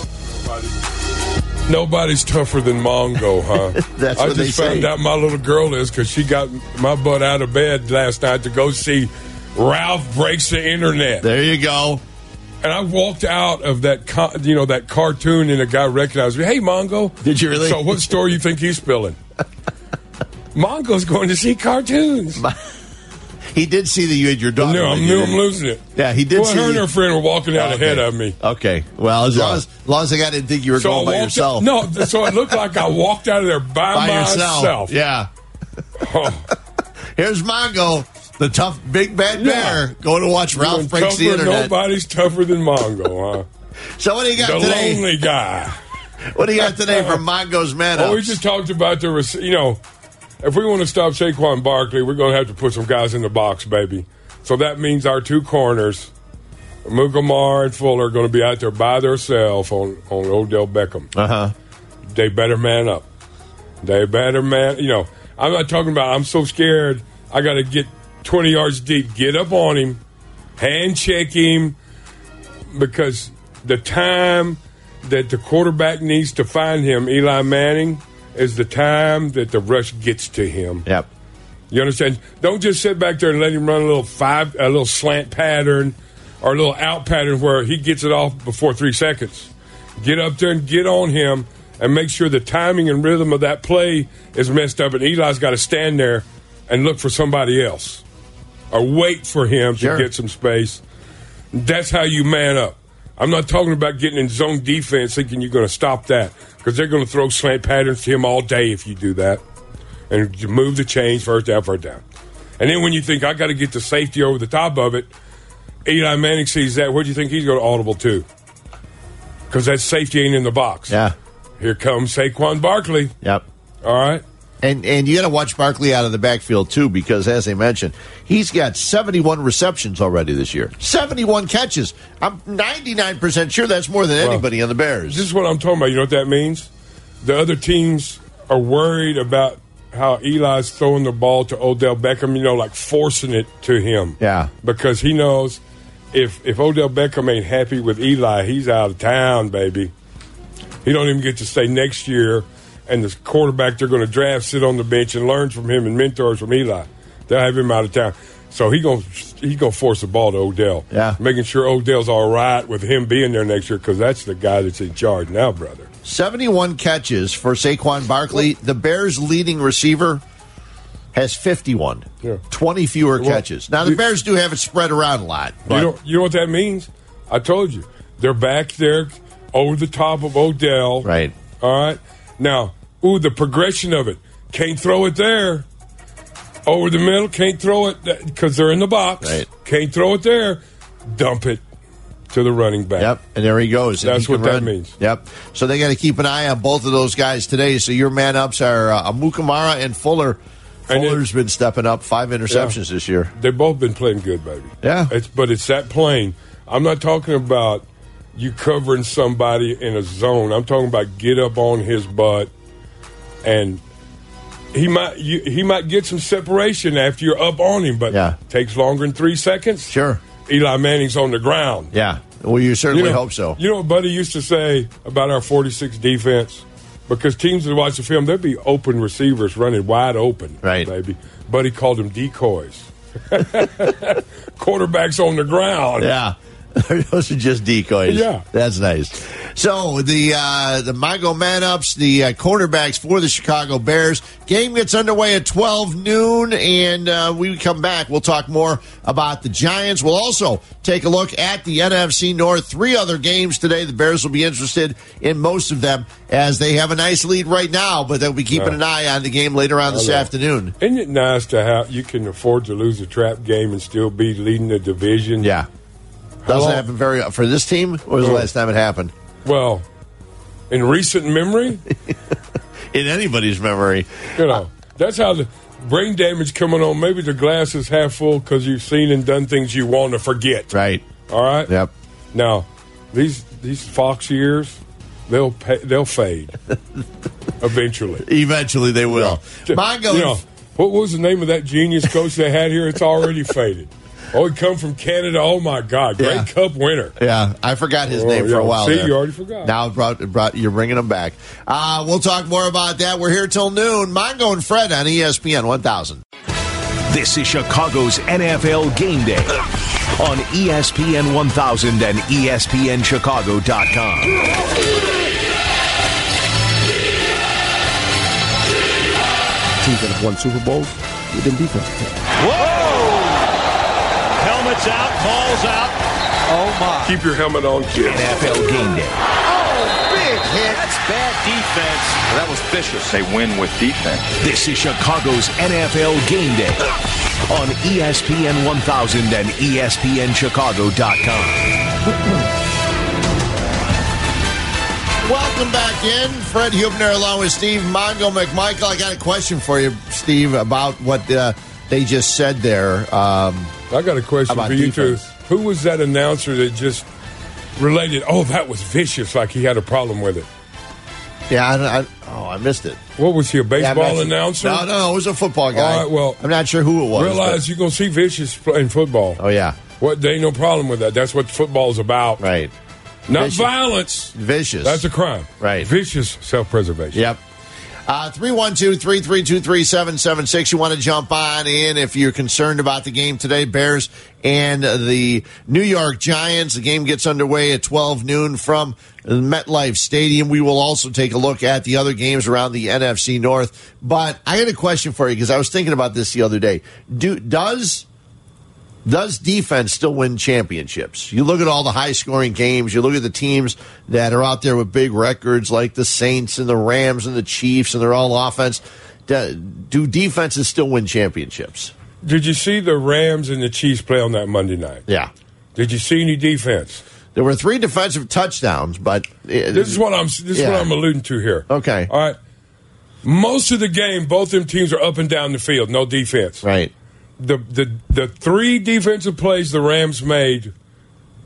Nobody's tougher than Mongo, huh? [LAUGHS] That's I what just they say. found out my little girl is because she got my butt out of bed last night to go see Ralph Breaks the Internet. There you go. And I walked out of that, co- you know, that cartoon, and a guy recognized me. Hey, Mongo. Did you really? So, what story you think he's [LAUGHS] spilling? Mongo's going to see cartoons. [LAUGHS] He did see that you had your daughter. No, I with you, knew didn't I'm he? losing it. Yeah, he did Well, see her and you- her friend were walking out Okay. ahead of me. Okay. Well, as, long, Yeah. as, as long as I didn't think you were going by walked- yourself. No, so it looked like I walked out of there by, by yourself. myself. Yeah. Oh. [LAUGHS] Here's Mongo, the tough big bad bear, going to watch Ralph Even Breaks the tougher- Internet. Nobody's tougher than Mongo, huh? So what do you got the today? lonely guy. [LAUGHS] [LAUGHS] What do you got today from Mongo's Man Oh, we Ups? just talked about the, rec- you know, if we want to stop Saquon Barkley, we're going to have to put some guys in the box, baby. So that means our two corners, Mukamar and Fuller, are going to be out there by themselves on, on Odell Beckham. Uh huh. They better man up. They better man. You know, I'm not talking about. I'm so scared. I got to get 20 yards deep. Get up on him, hand check him, because the time that the quarterback needs to find him, Eli Manning, is the time that the rush gets to him. Yep. You understand? Don't just sit back there and let him run a little five, a little slant pattern, or a little out pattern where he gets it off before three seconds. Get up there and get on him, and make sure the timing and rhythm of that play is messed up. And Eli's got to stand there and look for somebody else, or wait for him Sure. to get some space. That's how you man up. I'm not talking about getting in zone defense thinking you're going to stop that because they're going to throw slant patterns to him all day if you do that. And you move the chains first down, first down. And then when you think, I got to get the safety over the top of it, Eli Manning sees that. Where do you think he's going to audible to? Because that safety ain't in the box. Yeah. Here comes Saquon Barkley. Yep. All right. And and you got to watch Barkley out of the backfield too, because as I mentioned, he's got 71 receptions already this year, 71 catches. I'm 99 percent sure that's more than anybody on the Bears. This is what I'm talking about. You know what that means? The other teams are worried about how Eli's throwing the ball to Odell Beckham, you know, like forcing it to him. Yeah. Because he knows if if Odell Beckham ain't happy with Eli, he's out of town, baby. He don't even get to stay next year and the quarterback they're gonna draft sit on the bench and learns from him and mentors from Eli. They'll have him out of town. So he gonna he gonna force the ball to Odell. Yeah. Making sure Odell's all right with him being there next year because that's the guy that's in charge now, brother. 71 catches for Saquon Barkley, the Bears' leading receiver. Has 51, 20 fewer catches. Now, the Bears do have it spread around a lot. You know, you know what that means? I told you. They're back there over the top of Odell. Right. All right. Now, ooh, the progression of it. Can't throw it there. Over the middle, can't throw it because they're in the box. Right. Can't throw it there. Dump it to the running back. Yep, and there he goes. And That's he can what that run. means. Yep. So they got to keep an eye on both of those guys today. So your man ups are uh, Amukamara and Fuller. Fuller's been stepping up. Five interceptions this year. They've both been playing good, baby. Yeah. It's but it's that plane. I'm not talking about you covering somebody in a zone. I'm talking about get up on his butt and he might you, he might get some separation after you're up on him, but Yeah. takes longer than three seconds. Sure. Eli Manning's on the ground. Yeah. Well, you certainly You know- hope so. You know what Buddy used to say about our 46 defense? Because teams that watch the film, there'd be open receivers running wide open. Right. Baby. Buddy called them decoys. [LAUGHS] Quarterbacks on the ground. Yeah. Those are just decoys. [LAUGHS] Yeah. That's nice. So the uh, the Mago man ups, the uh, cornerbacks for the Chicago Bears. Game gets underway at 12 noon, and uh, we come back. We'll talk more about the Giants. We'll also take a look at the NFC North. Three other games today. The Bears will be interested in most of them as they have a nice lead right now, but they'll be keeping Yeah. an eye on the game later on this I know. afternoon. Isn't it nice to have you can afford to lose a trap game and still be leading the division? Yeah. Doesn't happen very for this team. When was the Oh. last time it happened? Well, in recent memory, [LAUGHS] in anybody's memory, you know that's how the brain damage coming on. Maybe the glass is half full because you've seen and done things you want to forget. Right. All right. Yep. Now, these these fox years, they'll pa they'll fade [LAUGHS] eventually. Eventually, they will. Mongo- You know, what was the name of that genius coach they had here? It's already faded. Oh, he come from Canada. Oh my God, great Yeah. Cup winner. Yeah, I forgot his Oh, name for a yeah. while. See, there. you already forgot. Now it brought, it brought you're bringing him back. Uh, we'll talk more about that. We're here till noon. Mongo and Fred on E ESPN 1000. This is Chicago's NFL Game Day on E ESPN 1000 and E ESPNChicago.com. Teams that have won Super Bowls with them defense. Oh, Helmets out, balls out. Oh my. Keep your helmet on, kid. NFL Game Day. Oh, big hit. That's bad defense. That was vicious. They win with defense. This is Chicago's NFL Game Day on E ESPN 1000 and E ESPNChicago.com. Welcome back in. Fred Hubner along with Steve Mongo McMichael. I got a question for you, Steve, about what uh, they just said there. Um, I got a question about for you defense. too. Who was that announcer that just related? Oh, that was vicious. Like he had a problem with it. Yeah, I, don't- I- oh, I missed it. What was he, a Yeah, I'm baseball not- announcer? No, no, it was a football guy. All right, well, I'm not sure who it was. Realize you're gonna see vicious playing football. Oh yeah. What? They ain't no problem with that. That's what football's about. Right. Not Vicious. violence. Vicious. That's a crime. Right. Vicious self-preservation. Yep. Uh, 312-332-3776. You want to jump on in if you're concerned about the game today. Bears and the New York Giants. The game gets underway at 12 noon from MetLife Stadium. We will also take a look at the other games around the NFC North. But I got a question for you because I was thinking about this the other day. Do, does does defense still win championships? You look at all the high scoring games, you look at the teams that are out there with big records like the Saints and the Rams and the Chiefs, and they're all offense. Do, do defenses still win championships? Did you see the Rams and the Chiefs play on that Monday night? Yeah. Did you see any defense? There were three defensive touchdowns, but this is what I'm this is Yeah. what I'm alluding to here. Okay. All right. Most of the game, both them teams are up and down the field, no defense. Right. The the the three defensive plays the Rams made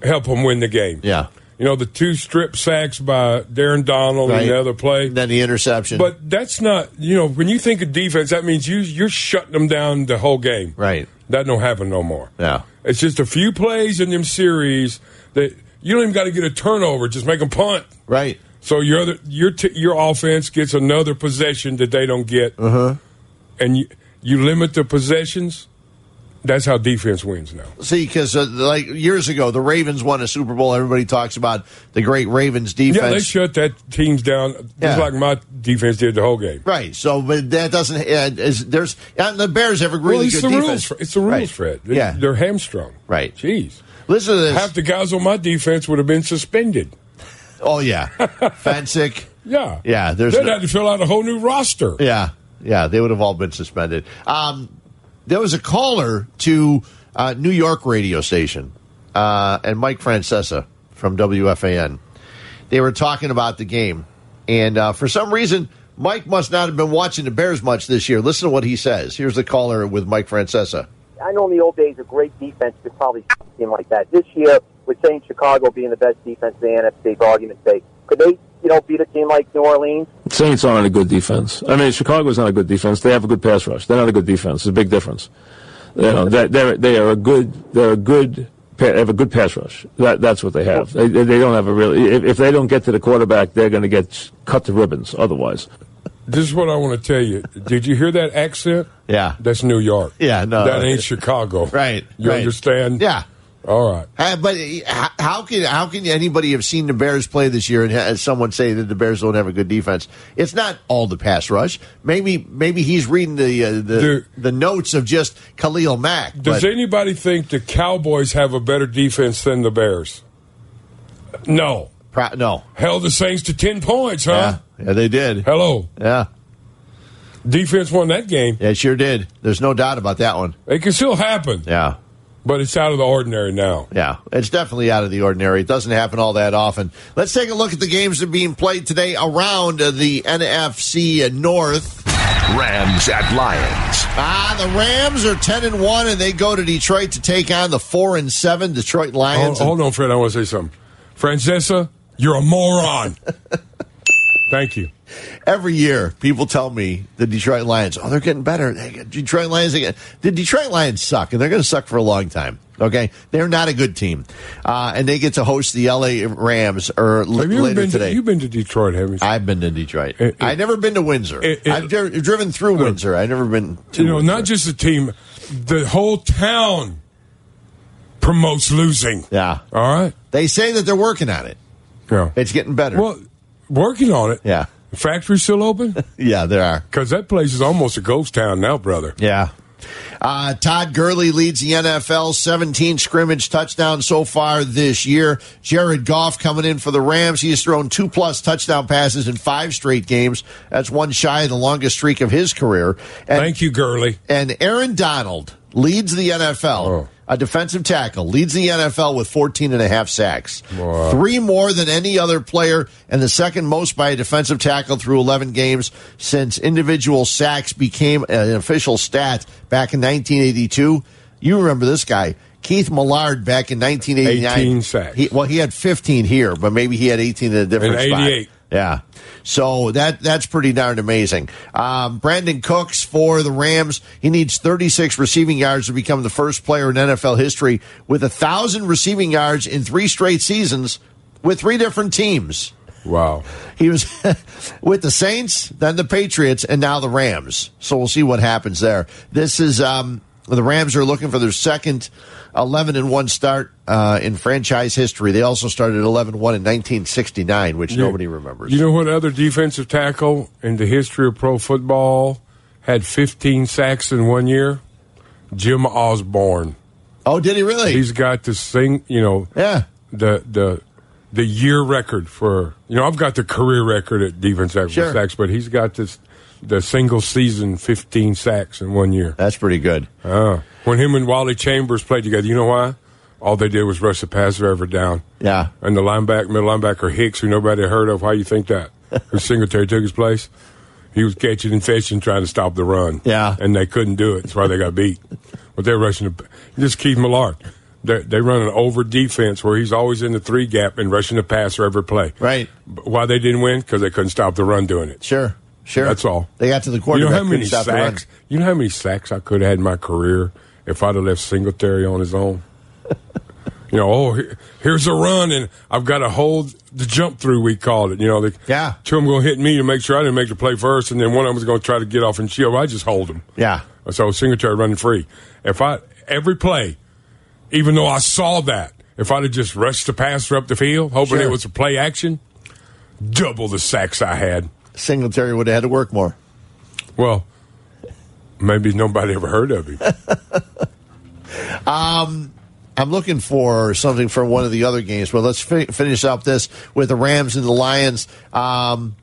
help them win the game. Yeah. You know the two strip sacks by Darren Donald Right. and the other play, then the interception. But that's not you know when you think of defense, that means you you're shutting them down the whole game. Right. That don't happen no more. Yeah. It's just a few plays in them series that you don't even got to get a turnover. Just make them punt. Right. So your other, your t- your offense gets another possession that they don't get, uh-huh. and you you limit the possessions. That's how defense wins now. See, because uh, like years ago, the Ravens won a Super Bowl. Everybody talks about the great Ravens defense. Yeah, they shut that teams down just Yeah. like my defense did the whole game. Right. So, but that doesn't. Uh, is, there's and the Bears have a really well, it's good the defense. rules. Fred. It's the rules, Right. Fred. They- Yeah. they're hamstrung. Right. Jeez. Listen to this. Half the guys on my defense would have been suspended. [LAUGHS] Oh yeah. Fancic. Yeah. Yeah. There's. They'd no- have to fill out a whole new roster. yeah. Yeah. They would have all been suspended. Um, there was a caller to uh, New York radio station, uh, and Mike Francesa from WFAN. They were talking about the game, and uh, for some reason, Mike must not have been watching the Bears much this year. Listen to what he says. Here's the caller with Mike Francesa. I know in the old days a great defense could probably stop a team like that. This year, we're saying Chicago being the best defense in the NFC for argument's sake. Could they, you know, beat a team like New Orleans? Saints aren't a good defense. I mean, Chicago's not a good defense. They have a good pass rush. They're not a good defense. It's a big difference. You know, they they're, they are a good. They're a good. pa- They have a good pass rush. That, that's what they have. They, they they don't have a really. If, if they don't get to the quarterback, they're going to get cut to ribbons. Otherwise, This is what I want to tell you. Did you hear that accent? Yeah. That's New York. Yeah, no. That ain't Chicago. Right. You right. understand? Yeah. All right. Uh, but uh, h- how can how can anybody have seen the Bears play this year and has someone say that the Bears don't have a good defense? It's not all the pass rush. Maybe maybe he's reading the uh, the, the notes of just Khalil Mack. Does but- anybody think the Cowboys have a better defense than the Bears? No. no. Held the Saints to 10 points, huh? Yeah, they did. Hello. Yeah. Defense won that game. Yeah, it sure did. There's no doubt about that one. It can still happen. Yeah. But it's out of the ordinary now. Yeah, it's definitely out of the ordinary. It doesn't happen all that often. Let's take a look at the games that are being played today around uh, the NFC North. Rams at Lions. Ah, the Rams are ten and one, and they go to Detroit to take on the four and seven Detroit Hold, Lions. hold on, Fred. I want to say something. Francesa, uh, you're a moron. Thank you. Every year, people tell me the Detroit Lions, oh, they're getting better. They get Detroit Lions, they get, the Detroit Lions suck, and they're going to suck for a long time. Okay, they're not a good team, uh, and they get to host the LA Rams or l- Have you ever later been today. To, you've been to Detroit, haven't you? Eh, I've been to Detroit. I've never been to Windsor. I've dri- driven through Windsor. I've never been to. you know, not just the team, the whole town promotes losing. Yeah. All right. They say that they're working on it. Yeah. It's getting better. Well, working on it. Yeah. The factory's still open? [LAUGHS] yeah, there are. Because that place is almost a ghost town now, brother. Yeah. Uh, Todd Gurley leads the NFL 17 scrimmage touchdowns so far this year. Jared Goff coming in for the Rams. He has thrown two plus touchdown passes in five straight games. That's one shy of the longest streak of his career. And, Thank you, Gurley. And Aaron Donald leads the NFL a defensive tackle, leads the NFL with 14 and a half sacks. Uh, Three more than any other player, and the second most by a defensive tackle through 11 games since individual sacks became an official stat back in 1982. You remember this guy. Keith Millard back in 1989. 18 sacks. He, well, he had 15 here, but maybe he had 18 in a different And spot. 88. Yeah. So that that's pretty darn amazing. Um, Brandon Cooks for the Rams. He needs 36 receiving yards to become the first player in NFL history with a thousand receiving yards in three straight seasons with three different teams. Wow. He was [LAUGHS] with the Saints, then the Patriots, and now the Rams. So we'll see what happens there. This is um, the Rams are looking for their second 11 and 1 start uh, in franchise history. They also started 11 1 in 1969, which You- nobody remembers. You know what other defensive tackle in the history of pro football had 15 sacks in one year? Jim Osborne. Oh, did he really? He's got the sing, you know, yeah, the the the year record for you know I've got the career record at defense tackle Sure. sacks, but he's got this the single season 15 sacks in one year. That's pretty good. Uh, when him and Wally Chambers played together, you know why? All they did was rush the passer ever down. Yeah. And the linebacker, middle linebacker Hicks, who nobody heard of, why you think that? Who Singletary took his place? He was catching and fishing, trying to stop the run. Yeah. And they couldn't do it. That's why they got beat. But they're rushing the, just Keith Millard. They, they run an over defense where he's always in the three gap and rushing the passer every play. Right. Why they didn't win? Because they couldn't stop the run doing it. Sure. Sure. That's all. They got to the You quarterback. know how couldn't many stop the run. sacks? You know how many sacks I could have had in my career if I'd have left Singletary on his [LAUGHS] own. you know, oh, here- here's a run, and I've got to hold the jump through. We called it. You know, the, yeah. Two of them going to hit me to make sure I didn't make the play first, and then one of them was going to try to get off and shield. I just hold him. Yeah. So Singletary running free. If I every play, even though I saw that, if I'd have just rushed the passer up the field, hoping Sure. it was a play action, double the sacks I had. Singletary would have had to work more. Well, maybe nobody ever heard of him. Um, I'm looking for something from one of the other games, but let's fi- finish up this with the Rams and the Lions. Um,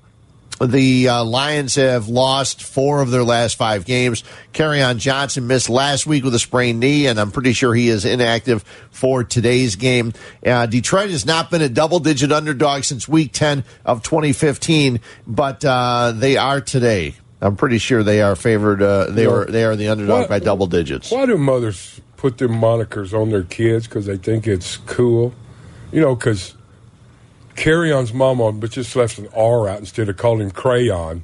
the uh, Lions have lost four of their last five games. on Johnson missed last week with a sprained knee, and I'm pretty sure he is inactive for today's game. Uh, Detroit has not been a double digit underdog since week 10 of 2015, but uh, they are today. I'm pretty sure they are favored. Uh, they were they are the underdog What- by double digits. Why do mothers put their monikers on their kids because they think it's cool? You know, because Carry On's mom on, but just left an R out instead of calling him [LAUGHS] Crayon.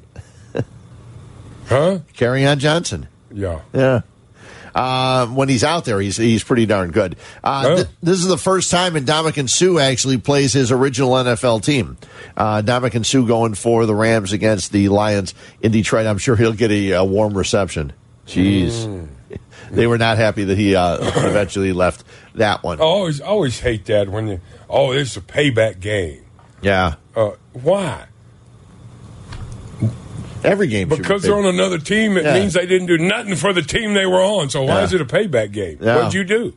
huh? Carry on Johnson. Yeah. Yeah. Uh, when he's out there, he's he's pretty darn good. Uh, Oh. th- this is the first time Indomitian Sue actually plays his original NFL team. Uh, Indomitian Sue going for the Rams against the Lions in Detroit. I'm sure he'll get a, uh warm reception. Jeez, Mm. they were not happy that he uh, [COUGHS] eventually left that one. I always, I always hate that when you, oh, it's a payback game. Yeah, Uh, why? every game should be Because big. they're on another team, it Yeah. means they didn't do nothing for the team they were on. So why Yeah. is it a payback game? Yeah. What'd you do?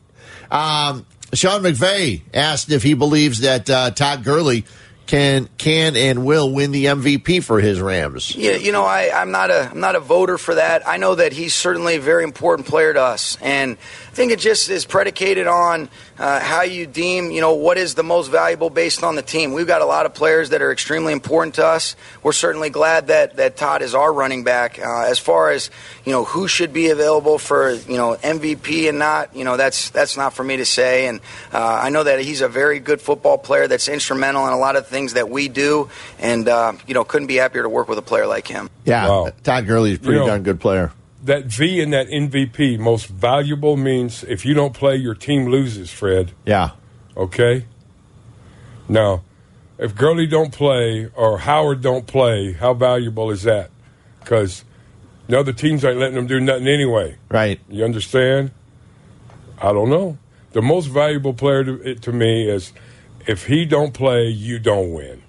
Um, Sean McVay asked if he believes that uh, Todd Gurley can can and will win the MVP for his Rams. You, you know, I, I'm not a I'm not a voter for that. I know that he's certainly a very important player to us, and I think it just is predicated on uh, how you deem, you know, what is the most valuable based on the team. We've got a lot of players that are extremely important to us. We're certainly glad that that Todd is our running back. Uh, as far as you know, who should be available for you know MVP and not, you know, that's that's not for me to say. And uh, I know that he's a very good football player that's instrumental in a lot of things that we do, and uh, you know, couldn't be happier to work with a player like him. Yeah, Todd Gurley is a pretty You know- darn good player. that V in that MVP, most valuable, means if you don't play, your team loses, Fred. Yeah. Okay? Now, if Gurley don't play or Howard don't play, how valuable is that? Because the other teams ain't letting them do nothing anyway. Right. You understand? I don't know. The most valuable player to, to me is if he don't play, you don't win.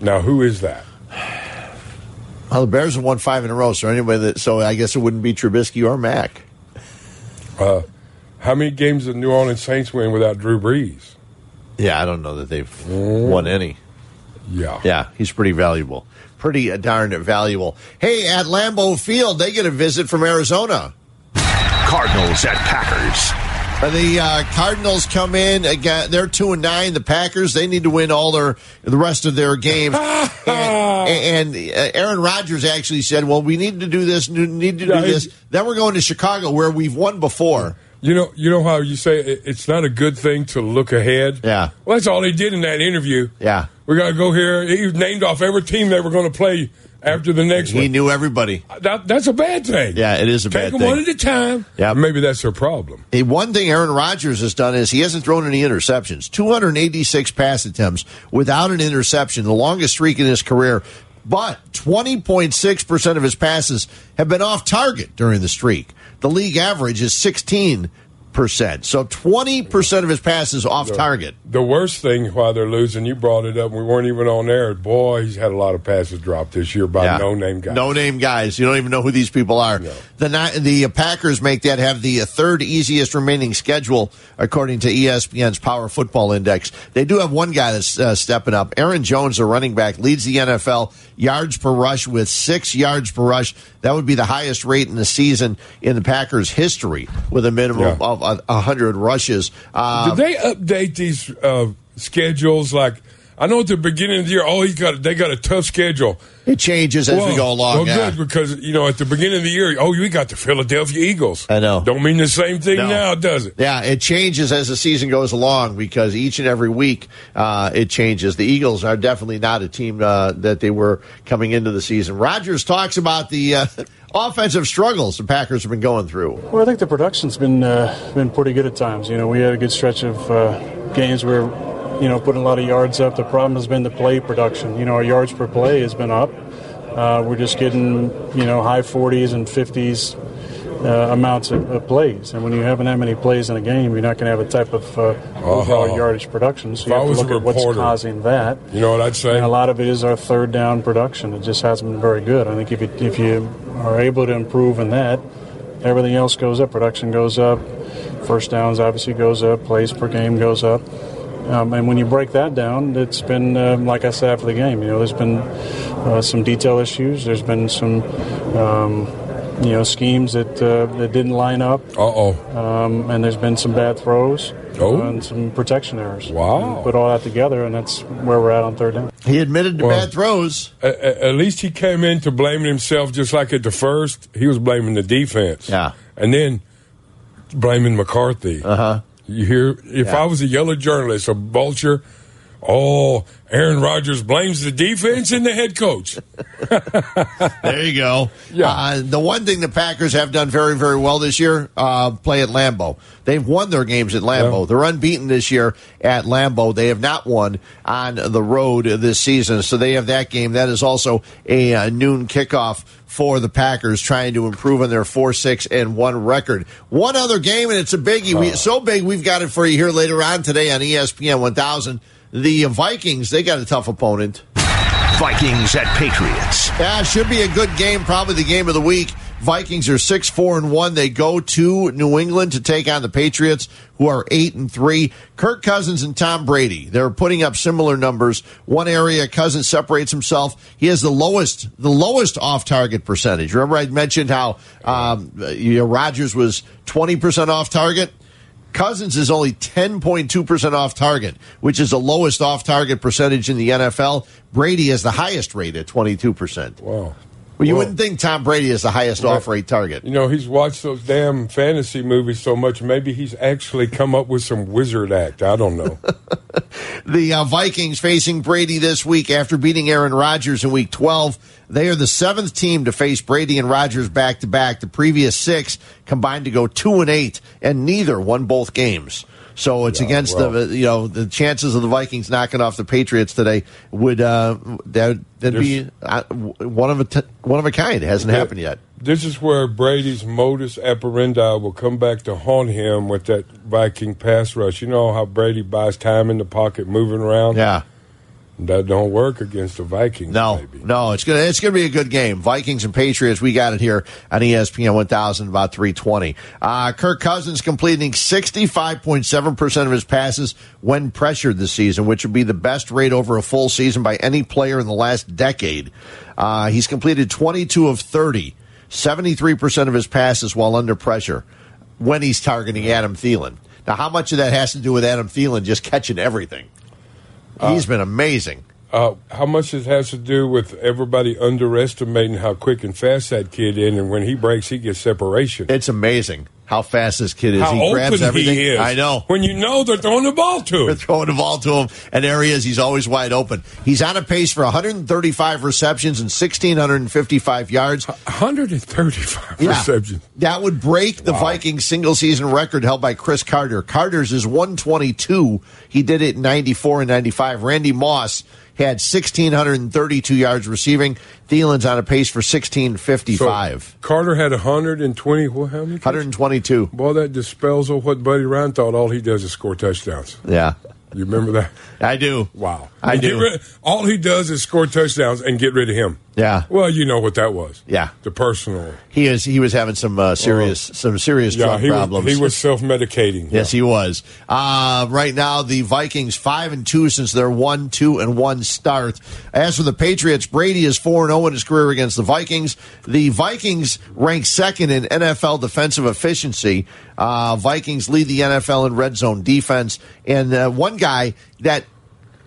Now, who is that? Well, the Bears have won five in a row, so anybody that so I guess it wouldn't be Trubisky or Mack. Uh, how many games did New Orleans Saints win without Drew Brees? Yeah, I don't know that they've won any. Yeah, yeah, he's pretty valuable, pretty uh, darn valuable. Hey, at Lambeau Field, they get a visit from Arizona. Cardinals at Packers. The uh, Cardinals come in again. They're two and nine. The Packers they need to win all their the rest of [LAUGHS] their games. and, and uh, Aaron Rodgers actually said, "Well, we need to do this. we Need to do Yeah, it- this." Then we're going to Chicago where we've won before. You know, you know how you say it- it's not a good thing to look ahead. Yeah. Well, that's all he did in that interview. Yeah. We got to go here. He named off every team they were going to play after the next one. Uh, He knew everybody. That, that's a bad thing. Yeah, it is a Take bad them thing. one at a time. Yeah, maybe that's her problem. Hey, one thing Aaron Rodgers has done is he hasn't thrown any interceptions. 286 pass attempts without an interception, the longest streak in his career. But 20.6% of his passes have been off target during the streak. The league average is 16%. So 20% of his passes off target. The worst thing why they're losing, you brought it up. We weren't even on air. Boy, he's had a lot of passes dropped this year by Yeah. no-name guys. No name guys. You don't even know who these people are. The ni- the uh, Packers make that have the uh, third easiest remaining schedule according to E ESPN's Power Football Index. They do have one guy that's uh, stepping up. Aaron Jones, a running back, leads the NFL yards per rush with six yards per rush. That would be the highest rate in the season in the Packers' history, with a minimum of of uh, hundred rushes. Uh, Did they update these uh, schedules? Like, I know at the beginning of the year, oh, he's got they got a tough schedule. It changes as we go Well, along, yeah. good because you know at the beginning of the year, oh, we got the Philadelphia Eagles. I know. Don't mean the same thing No. now, does it? Yeah, it changes as the season goes along because each and every week uh, it changes. The Eagles are definitely not a team uh, that they were coming into the season. Rodgers talks about the uh, [LAUGHS] offensive struggles the Packers have been going through. Well, I think the production's been uh, been pretty good at times. You know, we had a good stretch of uh, games where, you know, putting a lot of yards up. The problem has been the play production. You know, our yards per play has been up. Uh, we're just getting you know high 40s and 50s uh, amounts of, of plays, and when you're having that many plays in a game, you're not going to have a type of uh, overall Uh-huh. yardage production. So If you I have to was a look at what's reporter, causing that. You know what I'd say? And a lot of it is our third down production. It just hasn't been very good. I think if you, if you are able to improve in that, everything else goes up. Production goes up. First downs obviously goes up. Plays per game goes up. Um, and when you break that down, it's been um, like I said after the game. You know, there's been uh, some detail issues. There's been some, um, you know, schemes that uh, that didn't line up. Uh oh. Um, and there's been some bad throws. Oh. And some protection errors. Wow. And put all that together, and that's where we're at on third down. He admitted to bad throws. At, least he came into blaming himself, just like at the first, he was blaming the defense. Yeah, and then blaming McCarthy. Uh Uh-huh. huh. You hear? If Yeah. I was a yellow journalist, a vulture. Oh, Aaron Rodgers blames the defense and the head [LAUGHS] coach. There you go. Yeah. Uh, the one thing the Packers have done very, very well this year, uh, play at Lambeau. They've won their games at Lambeau. They're unbeaten this year at Lambeau. They have not won on the road this season, so they have that game. That is also a uh, noon kickoff for the Packers, trying to improve on their four six and one record. One other game, and it's a biggie. We, so big, we've got it for you here later on today on E ESPN one thousand. The Vikings, they got a tough opponent. Vikings at Patriots. Yeah, it should be a good game, probably the game of the week. Vikings are six, four, and one. They go to New England to take on the Patriots, who are eight and three. Kirk Cousins and Tom Brady, they're putting up similar numbers. One area, Cousins separates himself. He has the lowest, the lowest off-target percentage. Remember, I mentioned how um, you know, Rodgers was twenty percent off target. Cousins is only 10.2% off target, which is the lowest off target percentage in the NFL. Brady has the highest rate at 22%. Wow. Well, you wouldn't think Tom Brady is the highest off rate target. You know, he's watched those damn fantasy movies so much. Maybe he's actually come up with some wizard act. I don't know. The uh, Vikings facing Brady this week after beating Aaron Rodgers in week 12. They are the seventh team to face Brady and Rodgers back to back. The previous six combined to go two and eight, and neither won both games. So it's against well. the you know the chances of the Vikings knocking off the Patriots today would uh, that that'd be uh, one of a t- one of a kind. It hasn't happened yet. This is where Brady's modus operandi will come back to haunt him with that Viking pass rush. You know how Brady buys time in the pocket, moving around. Yeah, that don't work against the Vikings. No, no, it's gonna it's gonna be a good game. Vikings and Patriots. We got it here on E ESPN 1000 about 320. Uh, Kirk Cousins completing 65.7 percent of his passes when pressured this season, which would be the best rate over a full season by any player in the last decade. Uh, he's completed 22 of 30, 73 percent of his passes while under pressure when he's targeting Adam Thielen. Now, how much of that has to do with Adam Thielen just catching everything? He's been amazing. Uh, how much it has to do with everybody underestimating how quick and fast that kid is, and when he breaks, he gets separation. It's amazing how fast this kid is. How he open grabs everything. he is. I know. When you know they're throwing the ball to him, they're throwing the ball to him, and there he is. He's always wide open. He's on a pace for 135 receptions and 1655 yards. 135 receptions. That would break the Vikings single season record held by Chris Carter. Carter's is 122. He did it in 94 and 95. Randy Moss had 1632 yards receiving. Thielen's on a pace for 1655. Carter had 120. What, how many? 122. Well, that dispels of what Buddy Ryan thought. All he does is score touchdowns. yeah. You remember that? I do. Wow. I And get do. rid- all he does is score touchdowns and get rid of him. Yeah. Well, you know what that was. Yeah. The personal. He is. He was having some uh, serious, some serious Oh. Yeah, drug he problems. was, he was self medicating. Yes, he was. Uh, right now, the Vikings five and two since their one, two, and one start. As for the Patriots, Brady is four and zero in his career against the Vikings. The Vikings rank second in NFL defensive efficiency. Uh, Vikings lead the NFL in red zone defense. And uh, one guy that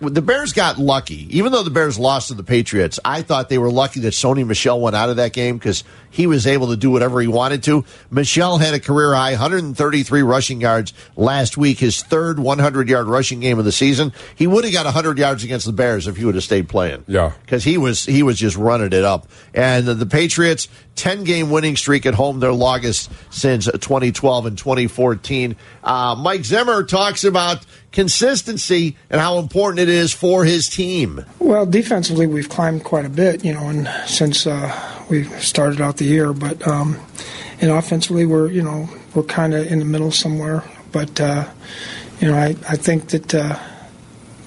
the Bears got lucky. Even though the Bears lost to the Patriots, I thought they were lucky that Sony Michelle went out of that game because he was able to do whatever he wanted to. Michelle had a career high 133 rushing yards last week, his third 100 yard rushing game of the season. He would have got 100 yards against the Bears if he would have stayed playing. Yeah. because he was he was just running it up. And the Patriots 10 game winning streak at home, their longest since 2012 and 2014. Uh, Mike Zimmer talks about consistency and how important it is for his team. Well, defensively, we've climbed quite a bit, you know, and since uh, we started out the year. But um, and offensively, we're you know we're kind of in the middle somewhere. But uh, you know, I I think that. Uh,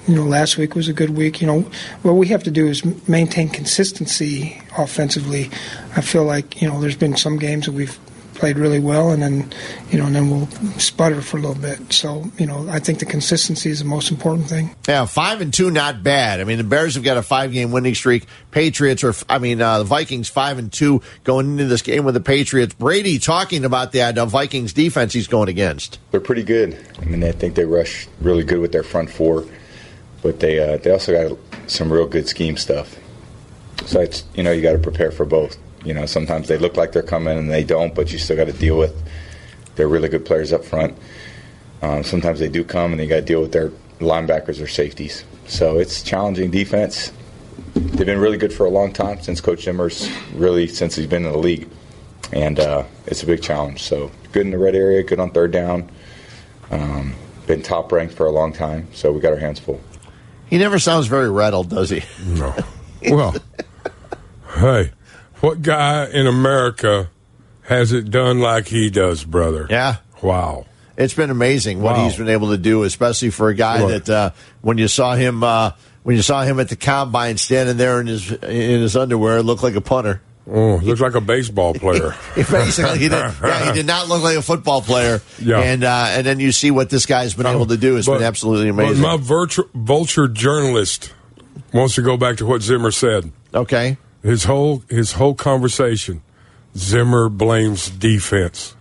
you know, last week was a good week. You know, what we have to do is m- maintain consistency offensively. I feel like you know, there's been some games that we've played really well, and then you know, and then we'll sputter for a little bit. So you know, I think the consistency is the most important thing. Yeah, five and two, not bad. I mean, the Bears have got a five-game winning streak. Patriots are, I mean, uh, the Vikings five and two going into this game with the Patriots. Brady talking about that uh, Vikings defense he's going against. They're pretty good. I mean, I think they rush really good with their front four, but they uh, they also got some real good scheme stuff. So it's you know you got to prepare for both. You know, sometimes they look like they're coming and they don't, but you still got to deal with their really good players up front. Um, sometimes they do come and you got to deal with their linebackers or safeties. So it's challenging defense. They've been really good for a long time since Coach Zimmer's really since he's been in the league, and uh, it's a big challenge. So good in the red area, good on third down. Um, been top ranked for a long time, so we got our hands full. He never sounds very rattled, does he? [LAUGHS] No. Well, [LAUGHS] hey, what guy in America has it done like he does, brother? Yeah. Wow. It's been amazing what Wow. he's been able to do, especially for a guy Right. that uh, when you saw him uh, when you saw him at the combine standing there in his in his underwear, it looked like a punter. Oh, looks like a baseball player. [LAUGHS] He basically, he did, yeah, he did not look like a football player. Yeah. And uh, and then you see what this guy's been able to do. It's been absolutely But amazing. my vulture, vulture journalist wants to go back to what Zimmer said. Okay. His whole his whole conversation, Zimmer blames defense.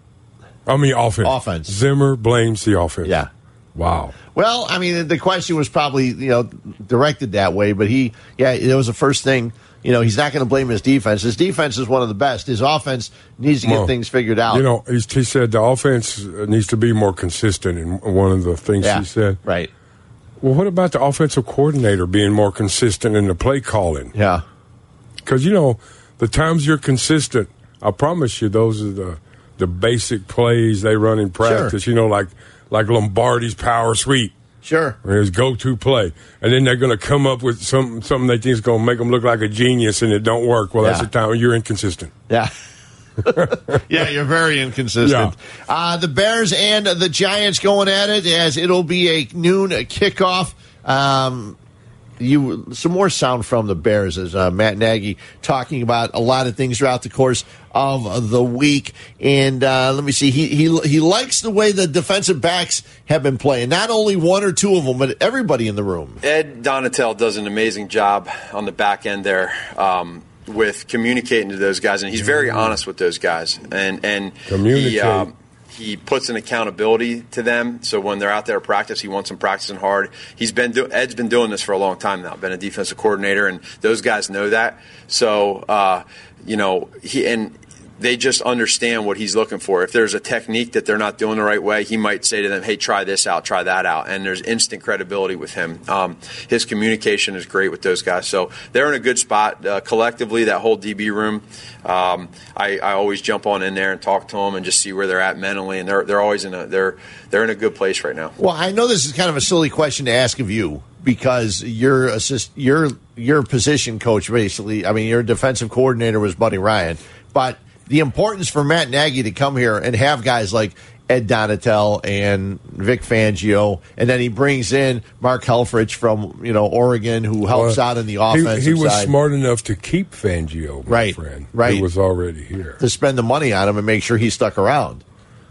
I mean offense. Offense. Zimmer blames the offense. Yeah. Wow. Well, I mean, the question was probably you know directed that way, but he, yeah, it was the first thing. You know, he's not going to blame his defense. His defense is one of the best. His offense needs to get Well, things figured out. You know, he's, he said the offense needs to be more consistent, and one of the things Yeah, he said. Right. Well, what about the offensive coordinator being more consistent in the play calling? Yeah. Because, you know, the times you're consistent, I promise you, those are the, the basic plays they run in practice, you know, like, like Lombardi's power sweep. Sure. Or his go-to play, and then they're going to come up with some something they think is going to make them look like a genius, and it don't work. Well, that's Yeah. the time you're inconsistent. Yeah. [LAUGHS] yeah, you're very inconsistent. Uh, the Bears and the Giants going at it as it'll be a noon kickoff. Um, you some more sound from the Bears as uh, Matt Nagy talking about a lot of things throughout the course of the week. And uh, let me see, he he he likes the way the defensive backs have been playing. Not only one or two of them, but everybody in the room. Ed Donatel does an amazing job on the back end there um, with communicating to those guys, and he's very honest with those guys. And and he, Communicate. um, he puts an accountability to them. So when they're out there at practice, he wants them practicing hard. He's been do- Ed's been doing this for a long time now. Been a defensive coordinator, and those guys know that. So uh, you know he and they just understand what he's looking for. If there's a technique that they're not doing the right way, he might say to them, "Hey, try this out, try that out," and there's instant credibility with him. Um, his communication is great with those guys, so they're in a good spot uh, collectively. That whole DB room, um, I, I always jump on in there and talk to them and just see where they're at mentally, and they're they're always in a they're they're in a good place right now. Well, I know this is kind of a silly question to ask of you because your assist, your your position coach, basically, I mean, your defensive coordinator was Buddy Ryan, but the importance for Matt Nagy to come here and have guys like Ed Donatel and Vic Fangio, and then he brings in Mark Helfrich from you know Oregon, who helps Well, out in the he- offense. He, was smart enough to keep Fangio, my Right, friend. right. He was already here. to spend the money on him and make sure he stuck around.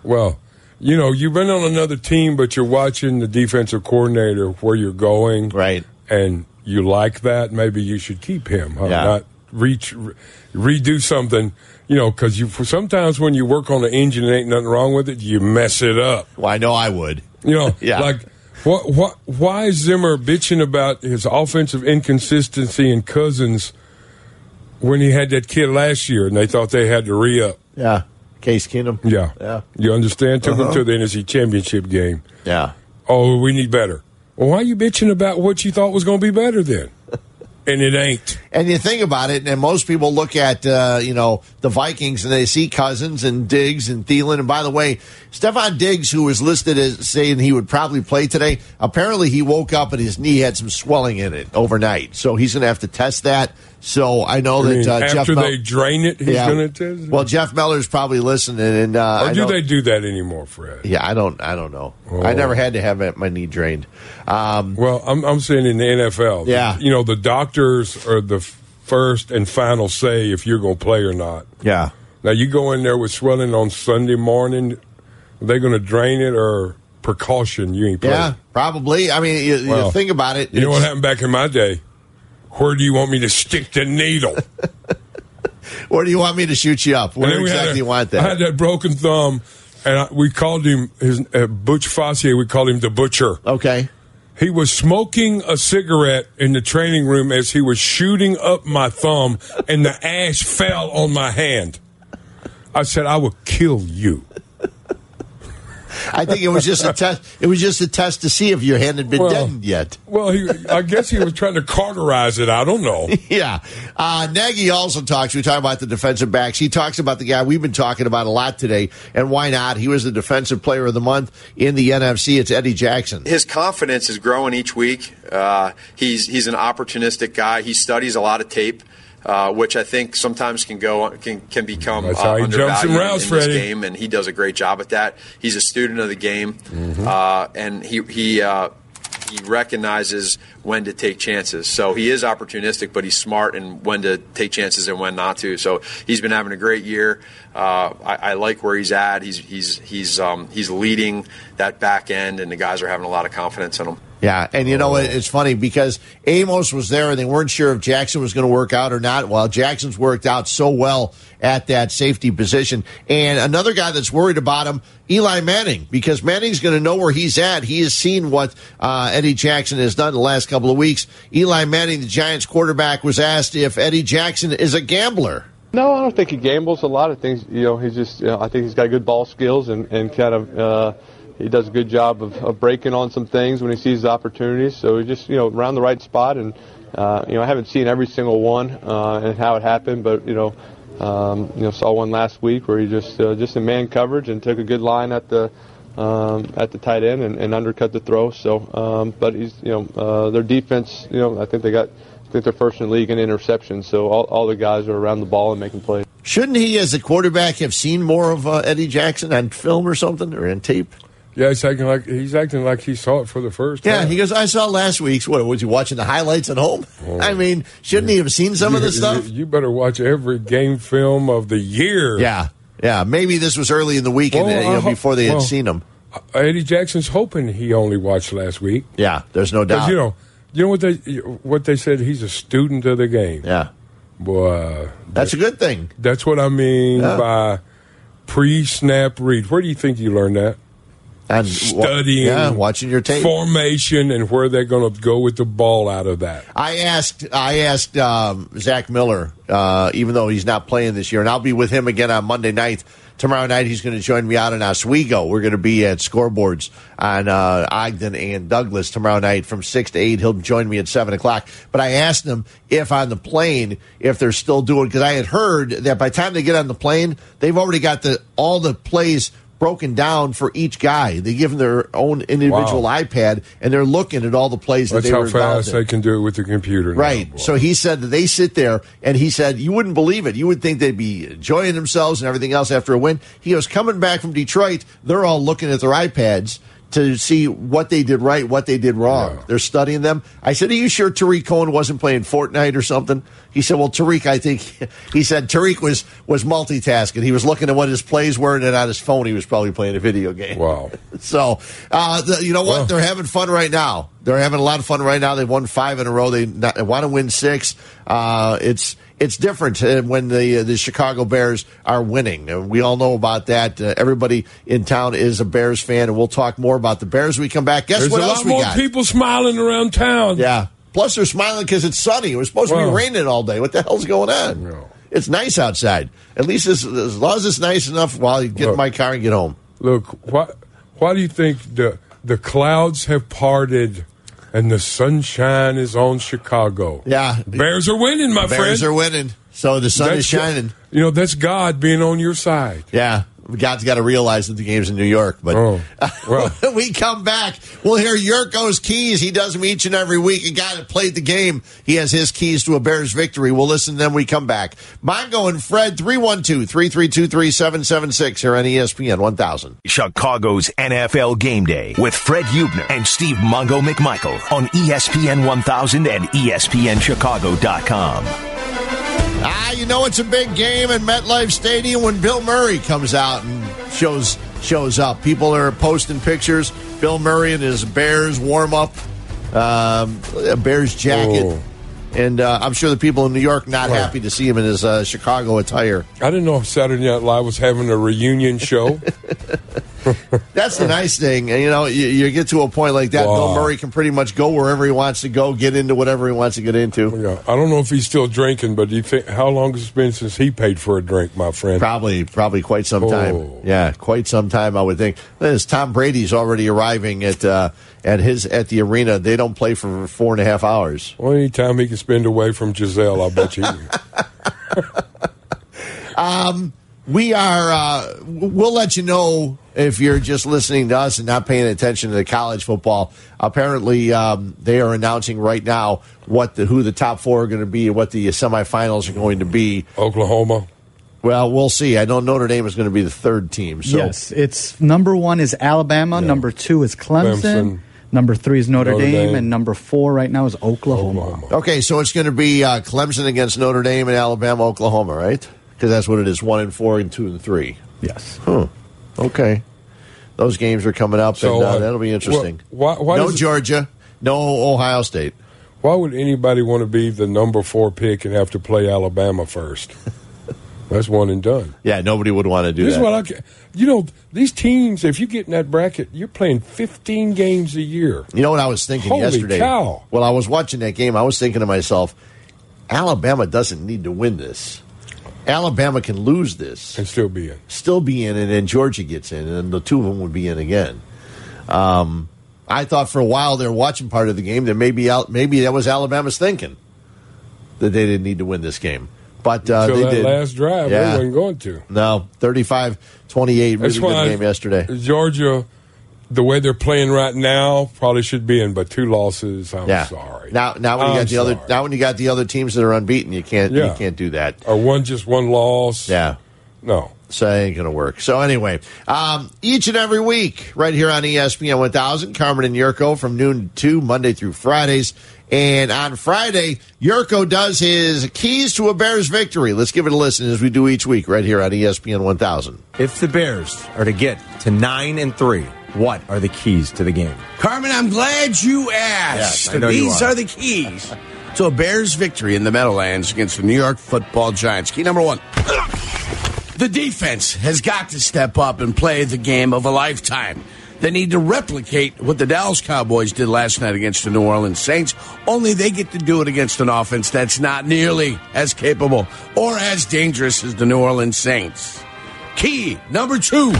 Well, you know, you've been on another team, but you're watching the defensive coordinator where you're going, right? And you like that. Maybe you should keep him, huh? Yeah. not reach re- redo something. You know, because you sometimes when you work on the engine, and ain't nothing wrong with it. You mess it up. Well, I know I would. You know, [LAUGHS] Yeah. like. What, what, why is Zimmer bitching about his offensive inconsistency and Cousins when he had that kid last year and they thought they had to re up? Yeah, Case Keenum. Yeah. Yeah. You understand? Took Uh-huh. them to the NFC Championship game. Yeah. Oh, we need better. Well, why are you bitching about what you thought was going to be better then? and it ain't. And you think about it, and most people look at uh, you know the Vikings and they see Cousins and Diggs and Thielen. And by the way, Stefan Diggs, who was listed as saying he would probably play today, apparently he woke up and his knee had some swelling in it overnight, so he's going to have to test that. So I know I mean, that uh, after Jeff they drain it, he's going to test. it? Well, Jeff Miller's probably listening, and uh, or I do know- they do that anymore, Fred? Yeah, I don't. I don't know. Oh. I never had to have it- my knee drained. Um, well, I'm, I'm saying in the NFL. Yeah. You know, the doctors are the f- first and final say if you're going to play or not. Yeah. Now, you go in there with swelling on Sunday morning, are they going to drain it or precaution? You ain't playing. Yeah, probably. I mean, you, Well, you think about it. You know what it's- happened back in my day? Where do you want me to stick the needle? [LAUGHS] Where do you want me to shoot you up? And Where then we had exactly a- you want I had that? that broken thumb, and I, we called him his uh, Butch Fossier. We called him the butcher. Okay. He was smoking a cigarette in the training room as he was shooting up my thumb, and the ash fell on my hand. I said, "I will kill you." I think it was just [LAUGHS] a test. It was just a test to see if your hand had been deadened yet. Well, he, I guess he was trying to cauterize it. I don't [LAUGHS] know. yeah. Uh, Nagy also talks. We talk about the defensive backs. He talks about the guy we've been talking about a lot today, and why not? He was the defensive player of the month in the NFC. It's Eddie Jackson. His confidence is growing each week. Uh, he's he's an opportunistic guy. He studies a lot of tape, uh, which I think sometimes can go can can become That's uh, how he undervalued jumps some routes, in this Freddie. game, and he does a great job at that. He's a student of the game, Mm-hmm. uh, and he he. Uh, he recognizes when to take chances. So he is opportunistic, but he's smart and when to take chances and when not to. So he's been having a great year. Uh, I, I like where he's at. He's he's he's um, he's leading that back end, and the guys are having a lot of confidence in him. Yeah, and you Oh. know it, it's funny because Amos was there and they weren't sure if Jackson was going to work out or not. Well, Jackson's worked out so well at that safety position, and another guy that's worried about him, Eli Manning, because Manning's going to know where he's at. He has seen what uh, Eddie Jackson has done the last couple of weeks. Eli Manning, the Giants' quarterback, was asked if Eddie Jackson is a gambler. No, I don't think he gambles a lot of things. You know, he's just, you know, I think he's got good ball skills and, and kind of, uh, he does a good job of, of breaking on some things when he sees the opportunities. So he's just, you know, around the right spot. And, uh, you know, I haven't seen every single one, uh, and how it happened, but, you know, um, you know, saw one last week where he just, uh, just in man coverage and took a good line at the, um, at the tight end and, and undercut the throw. So, um, but he's, you know, uh, their defense, you know, I think they got, I think they're first in the league in interceptions. So all, all the guys are around the ball and making plays. Shouldn't he, as a quarterback, have seen more of uh, Eddie Jackson on film or something or in tape? Yeah, he's acting like he's acting like he saw it for the first Yeah, time. he goes, I saw last week's. What, was he watching the highlights at home? I mean, shouldn't he have seen some of You- [LAUGHS] this stuff? You, you better watch every game film of the year. Yeah, [LAUGHS] yeah. Maybe this was early in the weekend, Well, you I know, ho- before they well, had seen him. Eddie Jackson's hoping he only watched last week. Yeah, there's no 'Cause, doubt. You know, you know what they what they said. He's a student of the game. Yeah, boy, that's a good thing. That's what I mean Yeah. by pre-snap read. Where do you think you learned that? And Studying, yeah, watching your tape. formation, and where they're going to go with the ball out of that. I asked I asked um, Zach Miller, uh, even though he's not playing this year, and I'll be with him again on Monday night. Tomorrow night he's going to join me out in Oswego. We're going to be at scoreboards on uh, Ogden and Douglas tomorrow night from six to eight. He'll join me at seven o'clock. But I asked him if on the plane if they're still doing because I had heard that by the time they get on the plane, they've already got the all the plays broken down for each guy. They give them their own individual Wow. iPad and they're looking at all the plays that That's they how were involved fast in. they can do it with the computer. now. Right. so he said that they sit there, and he said, you wouldn't believe it. You would think they'd be enjoying themselves and everything else after a win. He goes, coming back from Detroit, they're all looking at their iPads to see what they did right, what they did wrong. They're studying them. I said, are you sure Tariq Cohen wasn't playing Fortnite or something? He said, well, Tariq, I think, [LAUGHS] he said Tariq was, was multitasking. He was looking at what his plays were, and then on his phone, he was probably playing a video game. Wow. [LAUGHS] So, uh, the, you know what? They're having fun right now. They're having a lot of fun right now. They've won five in a row. They, not, they want to win six. Uh, it's it's different uh, when the the Chicago Bears are winning. Uh, We all know about that. Uh, everybody in town is a Bears fan, and we'll talk more about the Bears when we come back. Guess There's what a else lot we more got? people smiling around town. Yeah. Plus, they're smiling because it's sunny. It was supposed to Wow. be raining all day. What the hell's going on? It's nice outside. At least it's, as long as it's nice enough while you get in my car and get home. Look, why why do you think the the clouds have parted and the sunshine is on Chicago? Yeah. Bears are winning, my friend. Bears are winning. So the sun is shining. You know, that's God being on your side. Yeah. God's got to realize that the game's in New York, but when [LAUGHS] we come back, we'll hear Yurko's keys. He does them each and every week. A guy that played the game, he has his keys to a Bears victory. We'll listen then we come back. Mongo and Fred, 312-332-3776 here on E ESPN 1000. Chicago's NFL Game Day with Fred Hubner and Steve Mongo McMichael on E ESPN 1000 and E ESPNChicago.com. Ah, you know it's a big game in MetLife Stadium when Bill Murray comes out and shows shows up. People are posting pictures. Bill Murray in his Bears warm up, um, a Bears jacket, and uh, I'm sure the people in New York not happy to see him in his uh, Chicago attire. I didn't know if Saturday Night Live was having a reunion [LAUGHS] show. That's the nice thing, you know. You, you get to a point like that, Wow. Bill Murray can pretty much go wherever he wants to go, get into whatever he wants to get into. I don't know if he's still drinking, but do you think how long has it been since he paid for a drink, my friend? Probably, probably quite some time. Yeah, quite some time, I would think. As Tom Brady's already arriving at uh, at his at the arena, they don't play for four and a half hours. Well, any time he can spend away from Giselle, I bet you. Um, we are. Uh, w- we'll let you know if you're just listening to us and not paying attention to the college football. Apparently, um, they are announcing right now what the who the top four are going to be and what the semifinals are going to be. Oklahoma. Well, we'll see. I know Notre Dame is going to be the third team. So yes, it's number one is Alabama, number two is Clemson, Clemson. number three is Notre, Notre Dame, Dame. and number four right now is Oklahoma. Okay, so it's going to be uh, Clemson against Notre Dame and Alabama, Oklahoma, right? Because that's what it is: one and four, and two and three. Yes. Huh. Okay. Those games are coming up, So, and uh, uh, that'll be interesting. why- why no does it- Georgia, no Ohio State. Why would anybody want to be the number four pick and have to play Alabama [LAUGHS] first? That's one and done. Yeah, nobody would want to do this that. is what I. ca- You know, these teams. If you get in that bracket, you're playing 15 games a year. You know what I was thinking Holy yesterday? cow. While I was watching that game, I was thinking to myself, Alabama doesn't need to win this. Alabama can lose this and still be in. Still be in, and then Georgia gets in, and the two of them would be in again. Um, I thought for a while they were watching part of the game that maybe Al- maybe that was Alabama's thinking that they didn't need to win this game, but uh, Until they that did. last drive, Yeah. they wasn't going to. No, 35-28, really That's good why game yesterday. Georgia, the way they're playing right now, probably should be in, but two losses. I'm yeah. sorry. Now, now when you I'm got the other, now when you got the other teams that are unbeaten, you can't, you Yeah. can't do that. Or one just one loss. Yeah. No. So that ain't gonna work. So anyway, um, each and every week, right here on E ESPN 1000, Carmen and Yurko from noon to two, Monday through Fridays. And on Friday, Yurko does his keys to a Bears victory. Let's give it a listen as we do each week, right here on E ESPN 1000. If the Bears are to get to nine and three, what are the keys to the game? Carmen, I'm glad you asked. Yes, I know you These are. are the keys [LAUGHS] to a Bears victory in the Meadowlands against the New York football Giants. Key number one The defense has got to step up and play the game of a lifetime. They need to replicate what the Dallas Cowboys did last night against the New Orleans Saints, only they get to do it against an offense that's not nearly as capable or as dangerous as the New Orleans Saints. Key number two.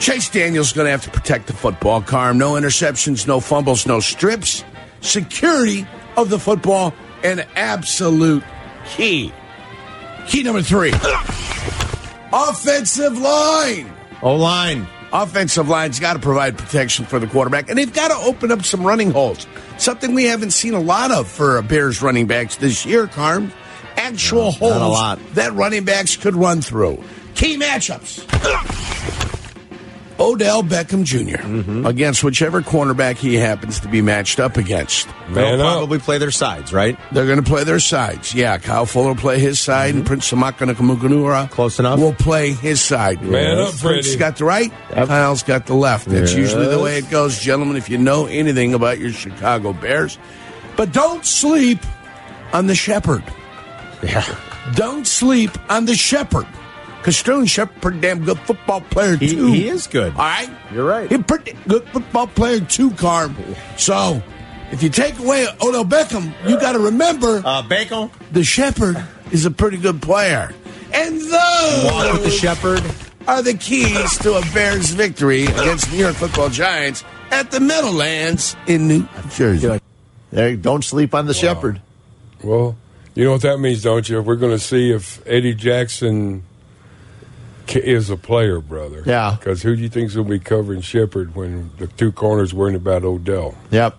Chase Daniels going to have to protect the football, Carm. No interceptions, no fumbles, no strips. Security of the football, an absolute key. Key number three offensive line. O line. Offensive line's got to provide protection for the quarterback, and they've got to open up some running holes. Something we haven't seen a lot of for Bears running backs this year, Carm. Actual holes not a lot. that running backs could run through. Key matchups. Odell Beckham junior Mm-hmm. against whichever cornerback he happens to be matched up against. They'll probably play their sides, right? They're going to play their sides. Yeah, Kyle Fuller will play his side, and Prince Samaka Nakamakunura Mm-hmm. close enough will play his side. Man up, Prince's Freddie. got the right. Kyle's got the left. That's Yes. usually the way it goes, gentlemen. If you know anything about your Chicago Bears, but don't sleep on the Shepherd. Yeah. Don't sleep on the Shepherd. Because Sterling Shepard, damn good football player, too. he is good. All right? You're right. He's a pretty good football player, too, Carm. So, if you take away Odell Beckham, you got to remember uh, Bacon. the Shepherd is a pretty good player. And those Walk with the Shepherd. are the keys to a Bears victory against New York football Giants at the Meadowlands in New Jersey. There, don't sleep on the shepherd. Well, you know what that means, don't you? We're going to see if Eddie Jackson ca- is a player, brother. Yeah. Because who do you think's going to be covering Shepard when the two corners worrying about Odell? Yep.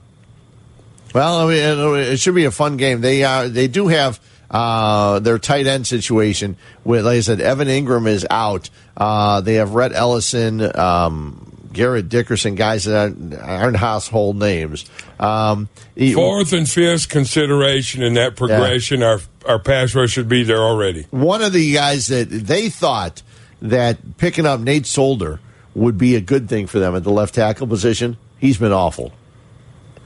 Well, I mean, it'll- it should be a fun game. They uh, they do have uh, their tight end situation. With like I said, Evan Ingram is out. Uh, they have Rhett Ellison, um, Garrett Dickerson, guys that aren't, aren't household names. Um, he- Fourth and fifth consideration in that progression, our our pass rush should be there already. one of the guys that they thought that picking up Nate Solder would be a good thing for them at the left tackle position. He's been awful.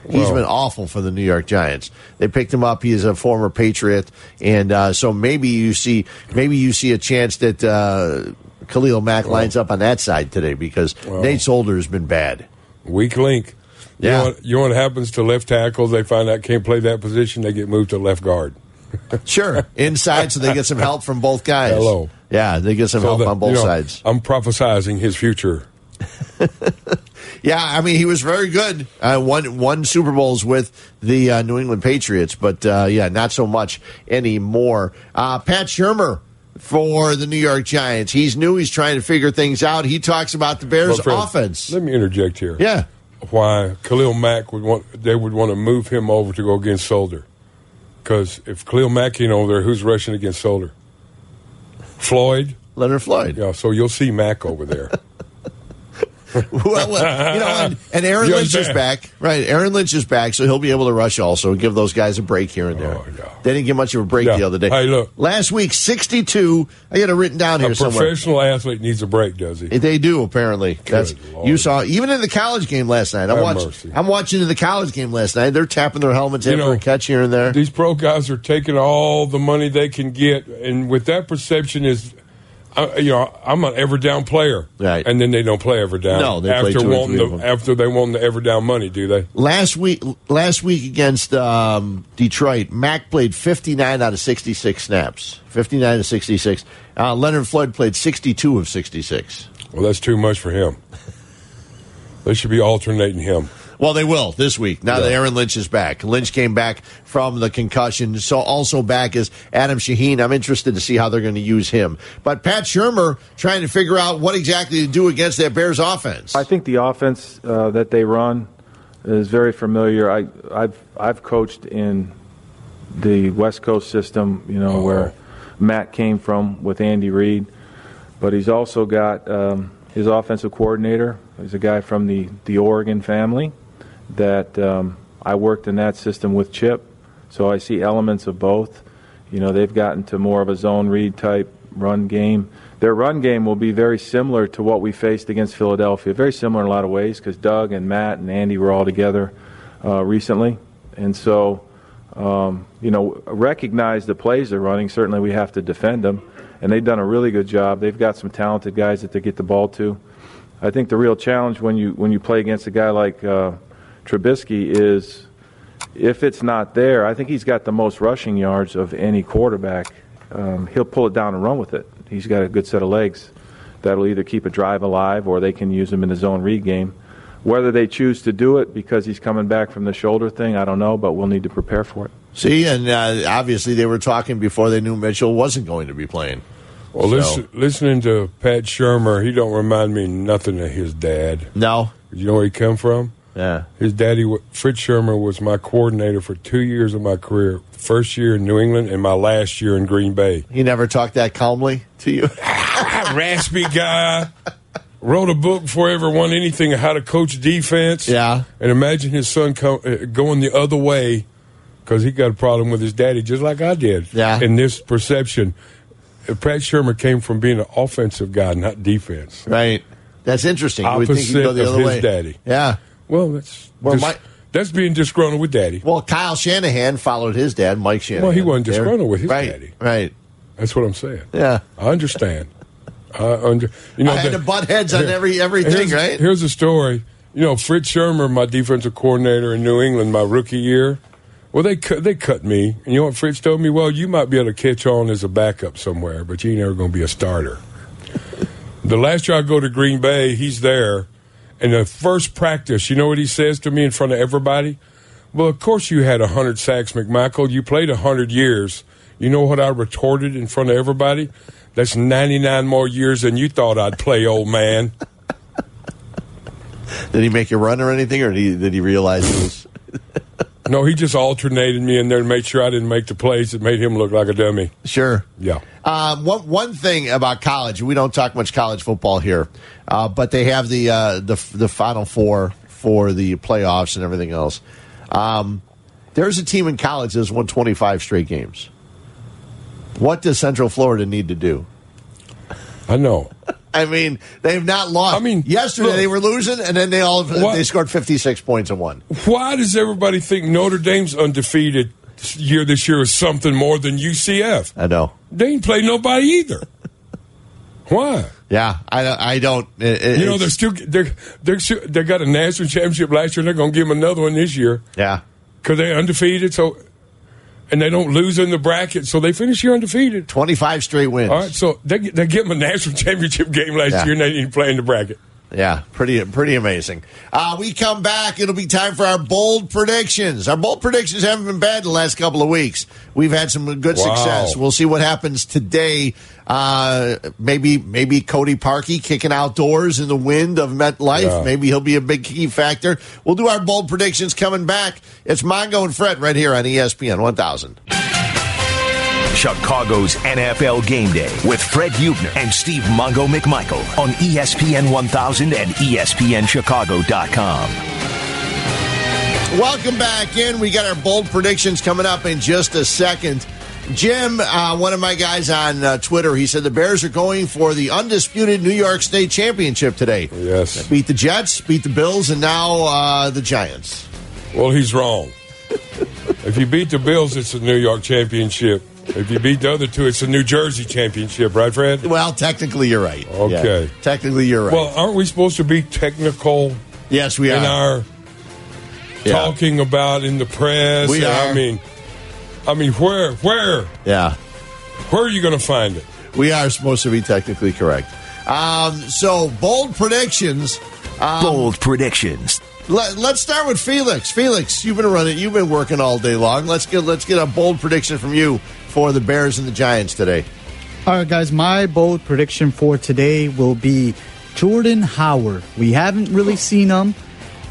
He's Wow. been awful for the New York Giants. They picked him up. He is a former Patriot, and uh, so maybe you see maybe you see a chance that uh, Khalil Mack lines up on that side today because Nate Solder has been bad. Weak link. You Yeah. know, what, you know what happens to left tackles? They find out can't play that position. They get moved to left guard. [LAUGHS] Sure, inside, so they get some help from both guys. Hello. yeah, they get some So help that- on both you know, sides. I'm prophesizing his future. Yeah, I mean he was very good. Uh, won won Super Bowls with the uh, New England Patriots, but uh, yeah, not so much anymore. Uh, Pat Shermer for the New York Giants. He's new. He's trying to figure things out. He talks about the Bears' Well, Fred, offense. Let me interject here. Yeah. Why Khalil Mack would want they would want to move him over to go against Solder? Because if Khalil Mack ain't over there, who's rushing against Solder? Floyd. Leonard Floyd. Yeah. So you'll see Mack over [LAUGHS] there. [LAUGHS] well, well, you know, and, and Aaron You Lynch is understand? back. Right, Aaron Lynch is back, so he'll be able to rush also and give those guys a break here and there. They didn't get much of a break Oh, Yeah. the other day. Hey, look. last week sixty-two. I got it written down here a somewhere. professional athlete needs a break, does he? They do apparently. That's you saw even in the college game last night. I'm Have watching. mercy. I'm watching in the college game last night. They're tapping their helmets in You for know, a catch here and there. These pro guys are taking all the money they can get, and with that perception is, I, you know, I'm an ever down player, Right. And then they don't play ever down. No, they play after two or wanting three the, of them. after they want the ever down money, do they? Last week, last week against um, Detroit, Mack played 59 out of 66 snaps. 59 to 66. Uh, Leonard Floyd played 62 of 66. Well, that's too much for him. they should be alternating him. Well, they will this week. Now that Aaron Lynch is back, Lynch came back from the concussion. So also back is Adam Shaheen. I'm interested to see how they're going to use him. But Pat Shermer trying to figure out what exactly to do against that Bears offense. I think the offense uh, that they run is very familiar. I, I've I've coached in the West Coast system, you know, where Matt came from with Andy Reid, but he's also got um, his offensive coordinator. He's a guy from the the Oregon family that um, I worked in that system with Chip, so I see elements of both. You know, they've gotten to more of a zone read type run game. Their run game will be very similar to what we faced against Philadelphia. Very similar in a lot of ways because Doug and Matt and Andy were all together uh, recently. And so, um, you know, recognize the plays they're running. Certainly we have to defend them. and they've done a really good job. They've got some talented guys that they get the ball to. I think the real challenge when you when you play against a guy like uh, Trubisky is if it's not there. I think he's got the most rushing yards of any quarterback. Um, he'll pull it down and run with it. He's got a good set of legs that'll either keep a drive alive or they can use him in the zone read game. Whether they choose to do it because he's coming back from the shoulder thing, I don't know, but we'll need to prepare for it. See, and uh, obviously they were talking before they knew Mitchell wasn't going to be playing. Well, So- listen, listening to Pat Shermer, he don't remind me nothing of his dad. No, you know where he come from. Yeah, his daddy wa- Fritz Shermer was my coordinator for two years of my career. First year in New England and my last year in Green Bay. Ah, He never talked that calmly [LAUGHS] to you. Raspy guy. Wrote a book before I ever won anything on how to coach defense. Yeah. And imagine his son co- uh, going the other way because he got a problem with his daddy, just like I did. Yeah. In this perception, Uh, Pat Shermer came from being an offensive guy, not defense. Right. That's interesting. You would Opposite think he'd go the of other his way. daddy. Yeah. Well, that's Well, Dis- my- that's being disgruntled with daddy. Well, Kyle Shanahan followed his dad, Mike Shanahan. Well, he wasn't They're- disgruntled with his right, daddy. Right. That's what I'm saying. Yeah. I understand. I under, you know, I had the- to butt heads on Here- every everything, here's, right? Here's a story. You know, Fritz Shermer, my defensive coordinator in New England, my rookie year. Well, they cut they cut me, and you know what Fritz told me? Well, you might be able to catch on as a backup somewhere, but you ain't ever going to be a starter. the last year I go to Green Bay, he's there, and the first practice, you know what he says to me in front of everybody? Well, of course you had hundred sacks, McMichael. You played hundred years. You know what I retorted in front of everybody? That's ninety nine more years than you thought I'd play, old man. [LAUGHS] Did he make you run or anything, or did he, did he realize it was? [LAUGHS] No, he just alternated me in there to make sure I didn't make the plays that made him look like a dummy. Sure. Yeah. Um, one one thing about college, we don't talk much college football here, uh, but they have the uh, the the Final Four for the playoffs and everything else. Um, there's a team in college that's won 25 straight games. What does Central Florida need to do? I know. [LAUGHS] I mean, they've not lost. I mean, yesterday look- they were losing, and then they all they scored 56 points and won. Why does everybody think Notre Dame's undefeated year this year is something more than UCF? I know. They ain't played nobody either. Why? Yeah, I don't. I don't it- it- you know it's- they're still they're they're still- they got a national championship last year. and They're going to give them another one this year. Yeah, because they're undefeated. So and they don't lose in the bracket, so they finish year undefeated. Twenty five straight wins. All right, so they they give them a national [LAUGHS] championship game last Yeah. year, and they didn't play in the bracket. Yeah, pretty pretty amazing. Uh, we come back. It'll be time for our bold predictions. Our bold predictions haven't been bad the last couple of weeks. We've had some good Wow. success. We'll see what happens today. Uh, maybe maybe Cody Parkey kicking outdoors in the wind of MetLife. Yeah. Maybe he'll be a big key factor. We'll do our bold predictions coming back. It's Mongo and Fred right here on E ESPN 1000. Chicago's NFL Game Day with Fred Hubner and Steve Mongo McMichael on E ESPN 1000 and E ESPNChicago.com. Welcome back in. We got our bold predictions coming up in just a second. Jim, uh, one of my guys on uh, Twitter, he said the Bears are going for the undisputed New York State championship today. Yes, beat the Jets, beat the Bills, and now uh, the Giants. Well, he's wrong. if you beat the Bills, it's a New York championship. If you beat the other two, it's a New Jersey championship, right, Fred? Well, technically, you're right. Okay. Yeah. technically, you're right. Well, aren't we supposed to be technical? Yes, we In are. our Yeah. talking about in the press. We And are. I mean, I mean, where, where, yeah, where are you going to find it? we are supposed to be technically correct. Um, so bold predictions. Um, Bold predictions. Let, let's start with Felix. Felix, you've been running. You've been working all day long. Let's get let's get a bold prediction from you for the Bears and the Giants today. All right, guys, my bold prediction for today will be Jordan Howard. We haven't really seen him,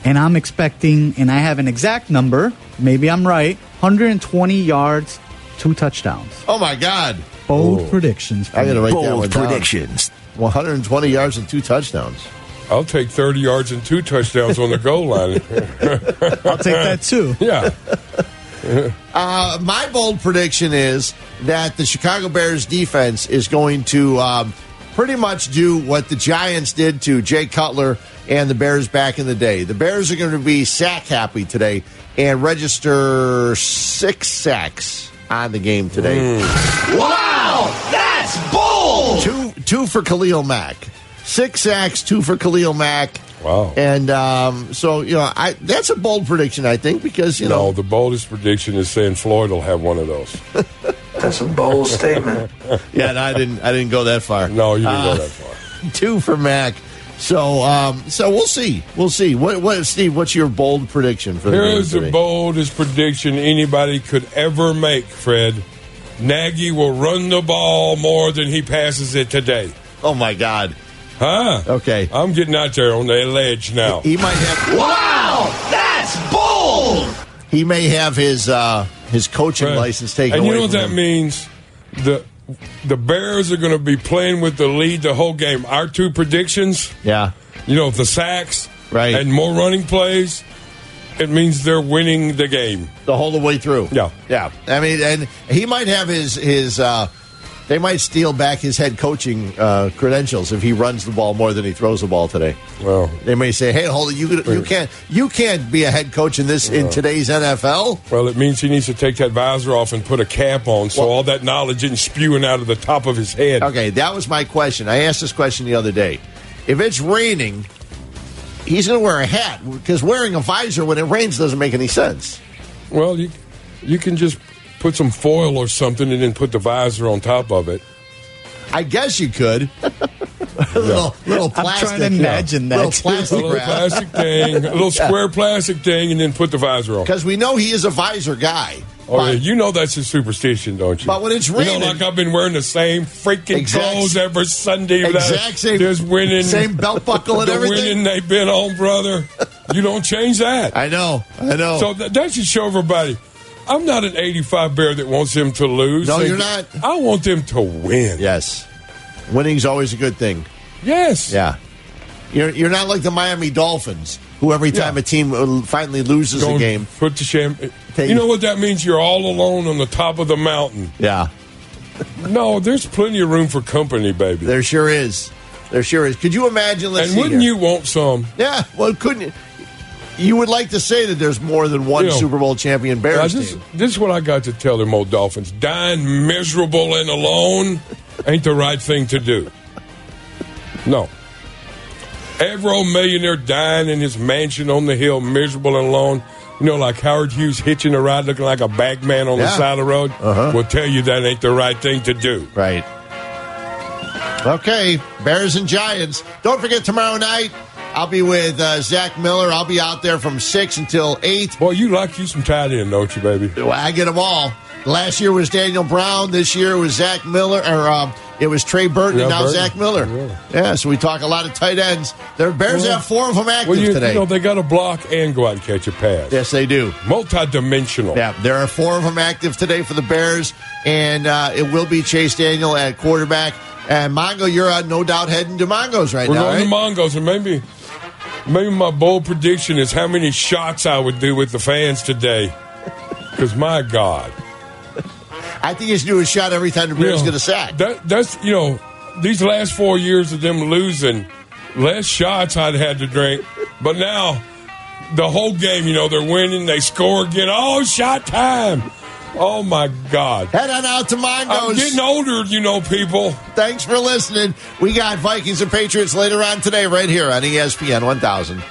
and I'm expecting, and I have an exact number, maybe I'm right 120 yards, two touchdowns. Oh my God! Bold predictions. I got to write that Bold one down. predictions. 120 yards and two touchdowns. I'll take 30 yards and two touchdowns on the goal [LAUGHS] line. I'll take that too. Yeah. Uh, my bold prediction is that the Chicago Bears defense is going to um, pretty much do what the Giants did to Jay Cutler and the Bears back in the day. The Bears are going to be sack happy today and register six sacks on the game today. Wow, that's bold. Two two for Khalil Mack. Six sacks, two for Khalil Mack. Wow. And um, so you know, I that's a bold prediction, I think, because you know no, the boldest prediction is saying Floyd will have one of those. that's a bold statement. [LAUGHS] yeah, and I didn't I didn't go that far. No, you didn't Uh, go that far. two for Mack. So um, so we'll see. We'll see. What what Steve, what's your bold prediction for the Here game is the today? boldest prediction anybody could ever make, Fred. Nagy will run the ball more than he passes it today. Oh my God. Huh? Okay. I'm getting out there on the ledge now. He might have Wow, that's bold. he may have his uh, his coaching Right. license taken And away you know what from that him. means? The the Bears are going to be playing with the lead the whole game. Our two predictions, Yeah. you know, the sacks, Right. and more running plays. It means they're winning the game the whole way through. Yeah, Yeah, I mean, and he might have his his. Uh, they might steal back his head coaching uh, credentials if he runs the ball more than he throws the ball today. Well, they may say, "Hey, hold it, you you can't you can't be a head coach in this in today's NFL." Well, it means he needs to take that visor off and put a cap on, so all that knowledge isn't spewing out of the top of his head. Okay, that was my question. I asked this question the other day. If it's raining, he's going to wear a hat because wearing a visor when it rains doesn't make any sense. Well, you you can just put some foil or something and then put the visor on top of it. I guess you could. [LAUGHS] little, little plastic. Little plastic, a little wrap. [LAUGHS] plastic thing, a little Yeah. square plastic thing, and then put the visor on. Because we know he is a visor guy. Oh, yeah, you know that's a superstition, don't you? But when it's you raining- know, like I've been wearing the same freaking Exact- clothes every Sunday. exact same- just winning, same belt buckle and the everything. Winning they've been on, brother. You don't change that. I know, I know. So that, that should show everybody. I'm not an 85 bear that wants them to lose. No, They- you're not. I want them to win. Yes. Winning's always a good thing. Yes. Yeah. You're, you're not like the Miami Dolphins, who every time a team uh, finally loses Go a and game. Put the champagne. Take- You know what that means? You're all alone on the top of the mountain. Yeah. No, there's plenty of room for company, baby. There sure is. There sure is. Could you imagine? Let's And see wouldn't here. you want some? Yeah. Well, couldn't you? You would like to say that there's more than one You know, Super Bowl champion Bears Now, this, team. this is what I got to tell them old Dolphins. Dying miserable and alone ain't the right thing to do. No. Every old millionaire dying in his mansion on the hill, miserable and alone, you know, like Howard Hughes hitching a ride looking like a bag man on the Yeah. Uh-huh. side of the road, will tell you that ain't the right thing to do. Right. Okay, Bears and Giants. Don't forget tomorrow night. I'll be with uh, Zach Miller. I'll be out there from six until eight. Boy, you like you some tight end, don't you, baby? Well, I get them all. Last year was Daniel Brown. This year was Zach Miller, or um, it was Trey Burton. Yeah, and now Burton. Zach Miller. Yeah. so we talk a lot of tight ends. Their Bears Well, have four of them active well, you, you today. know, they got to block and go out and catch a pass. Yes, they do. Multidimensional. Yeah, there are four of them active today for the Bears, and uh, it will be Chase Daniel at quarterback. And Mongo, you're uh, no doubt heading to Mongo's right We're now. going right? to Mongos, and maybe, maybe my bold prediction is how many shots I would do with the fans today. Because my God, I think he's doing a shot every time the you Bears know, get a sack. That, that's you know, these last four years of them losing, less shots I'd had to drink, but now the whole game, you know, they're winning, they score again. Oh, shot time! Oh my God! Head on out to I'm Mongo's. getting older, you know, people. E Thanks for listening. We got Vikings and Patriots later on today, right here on ESPN 1000.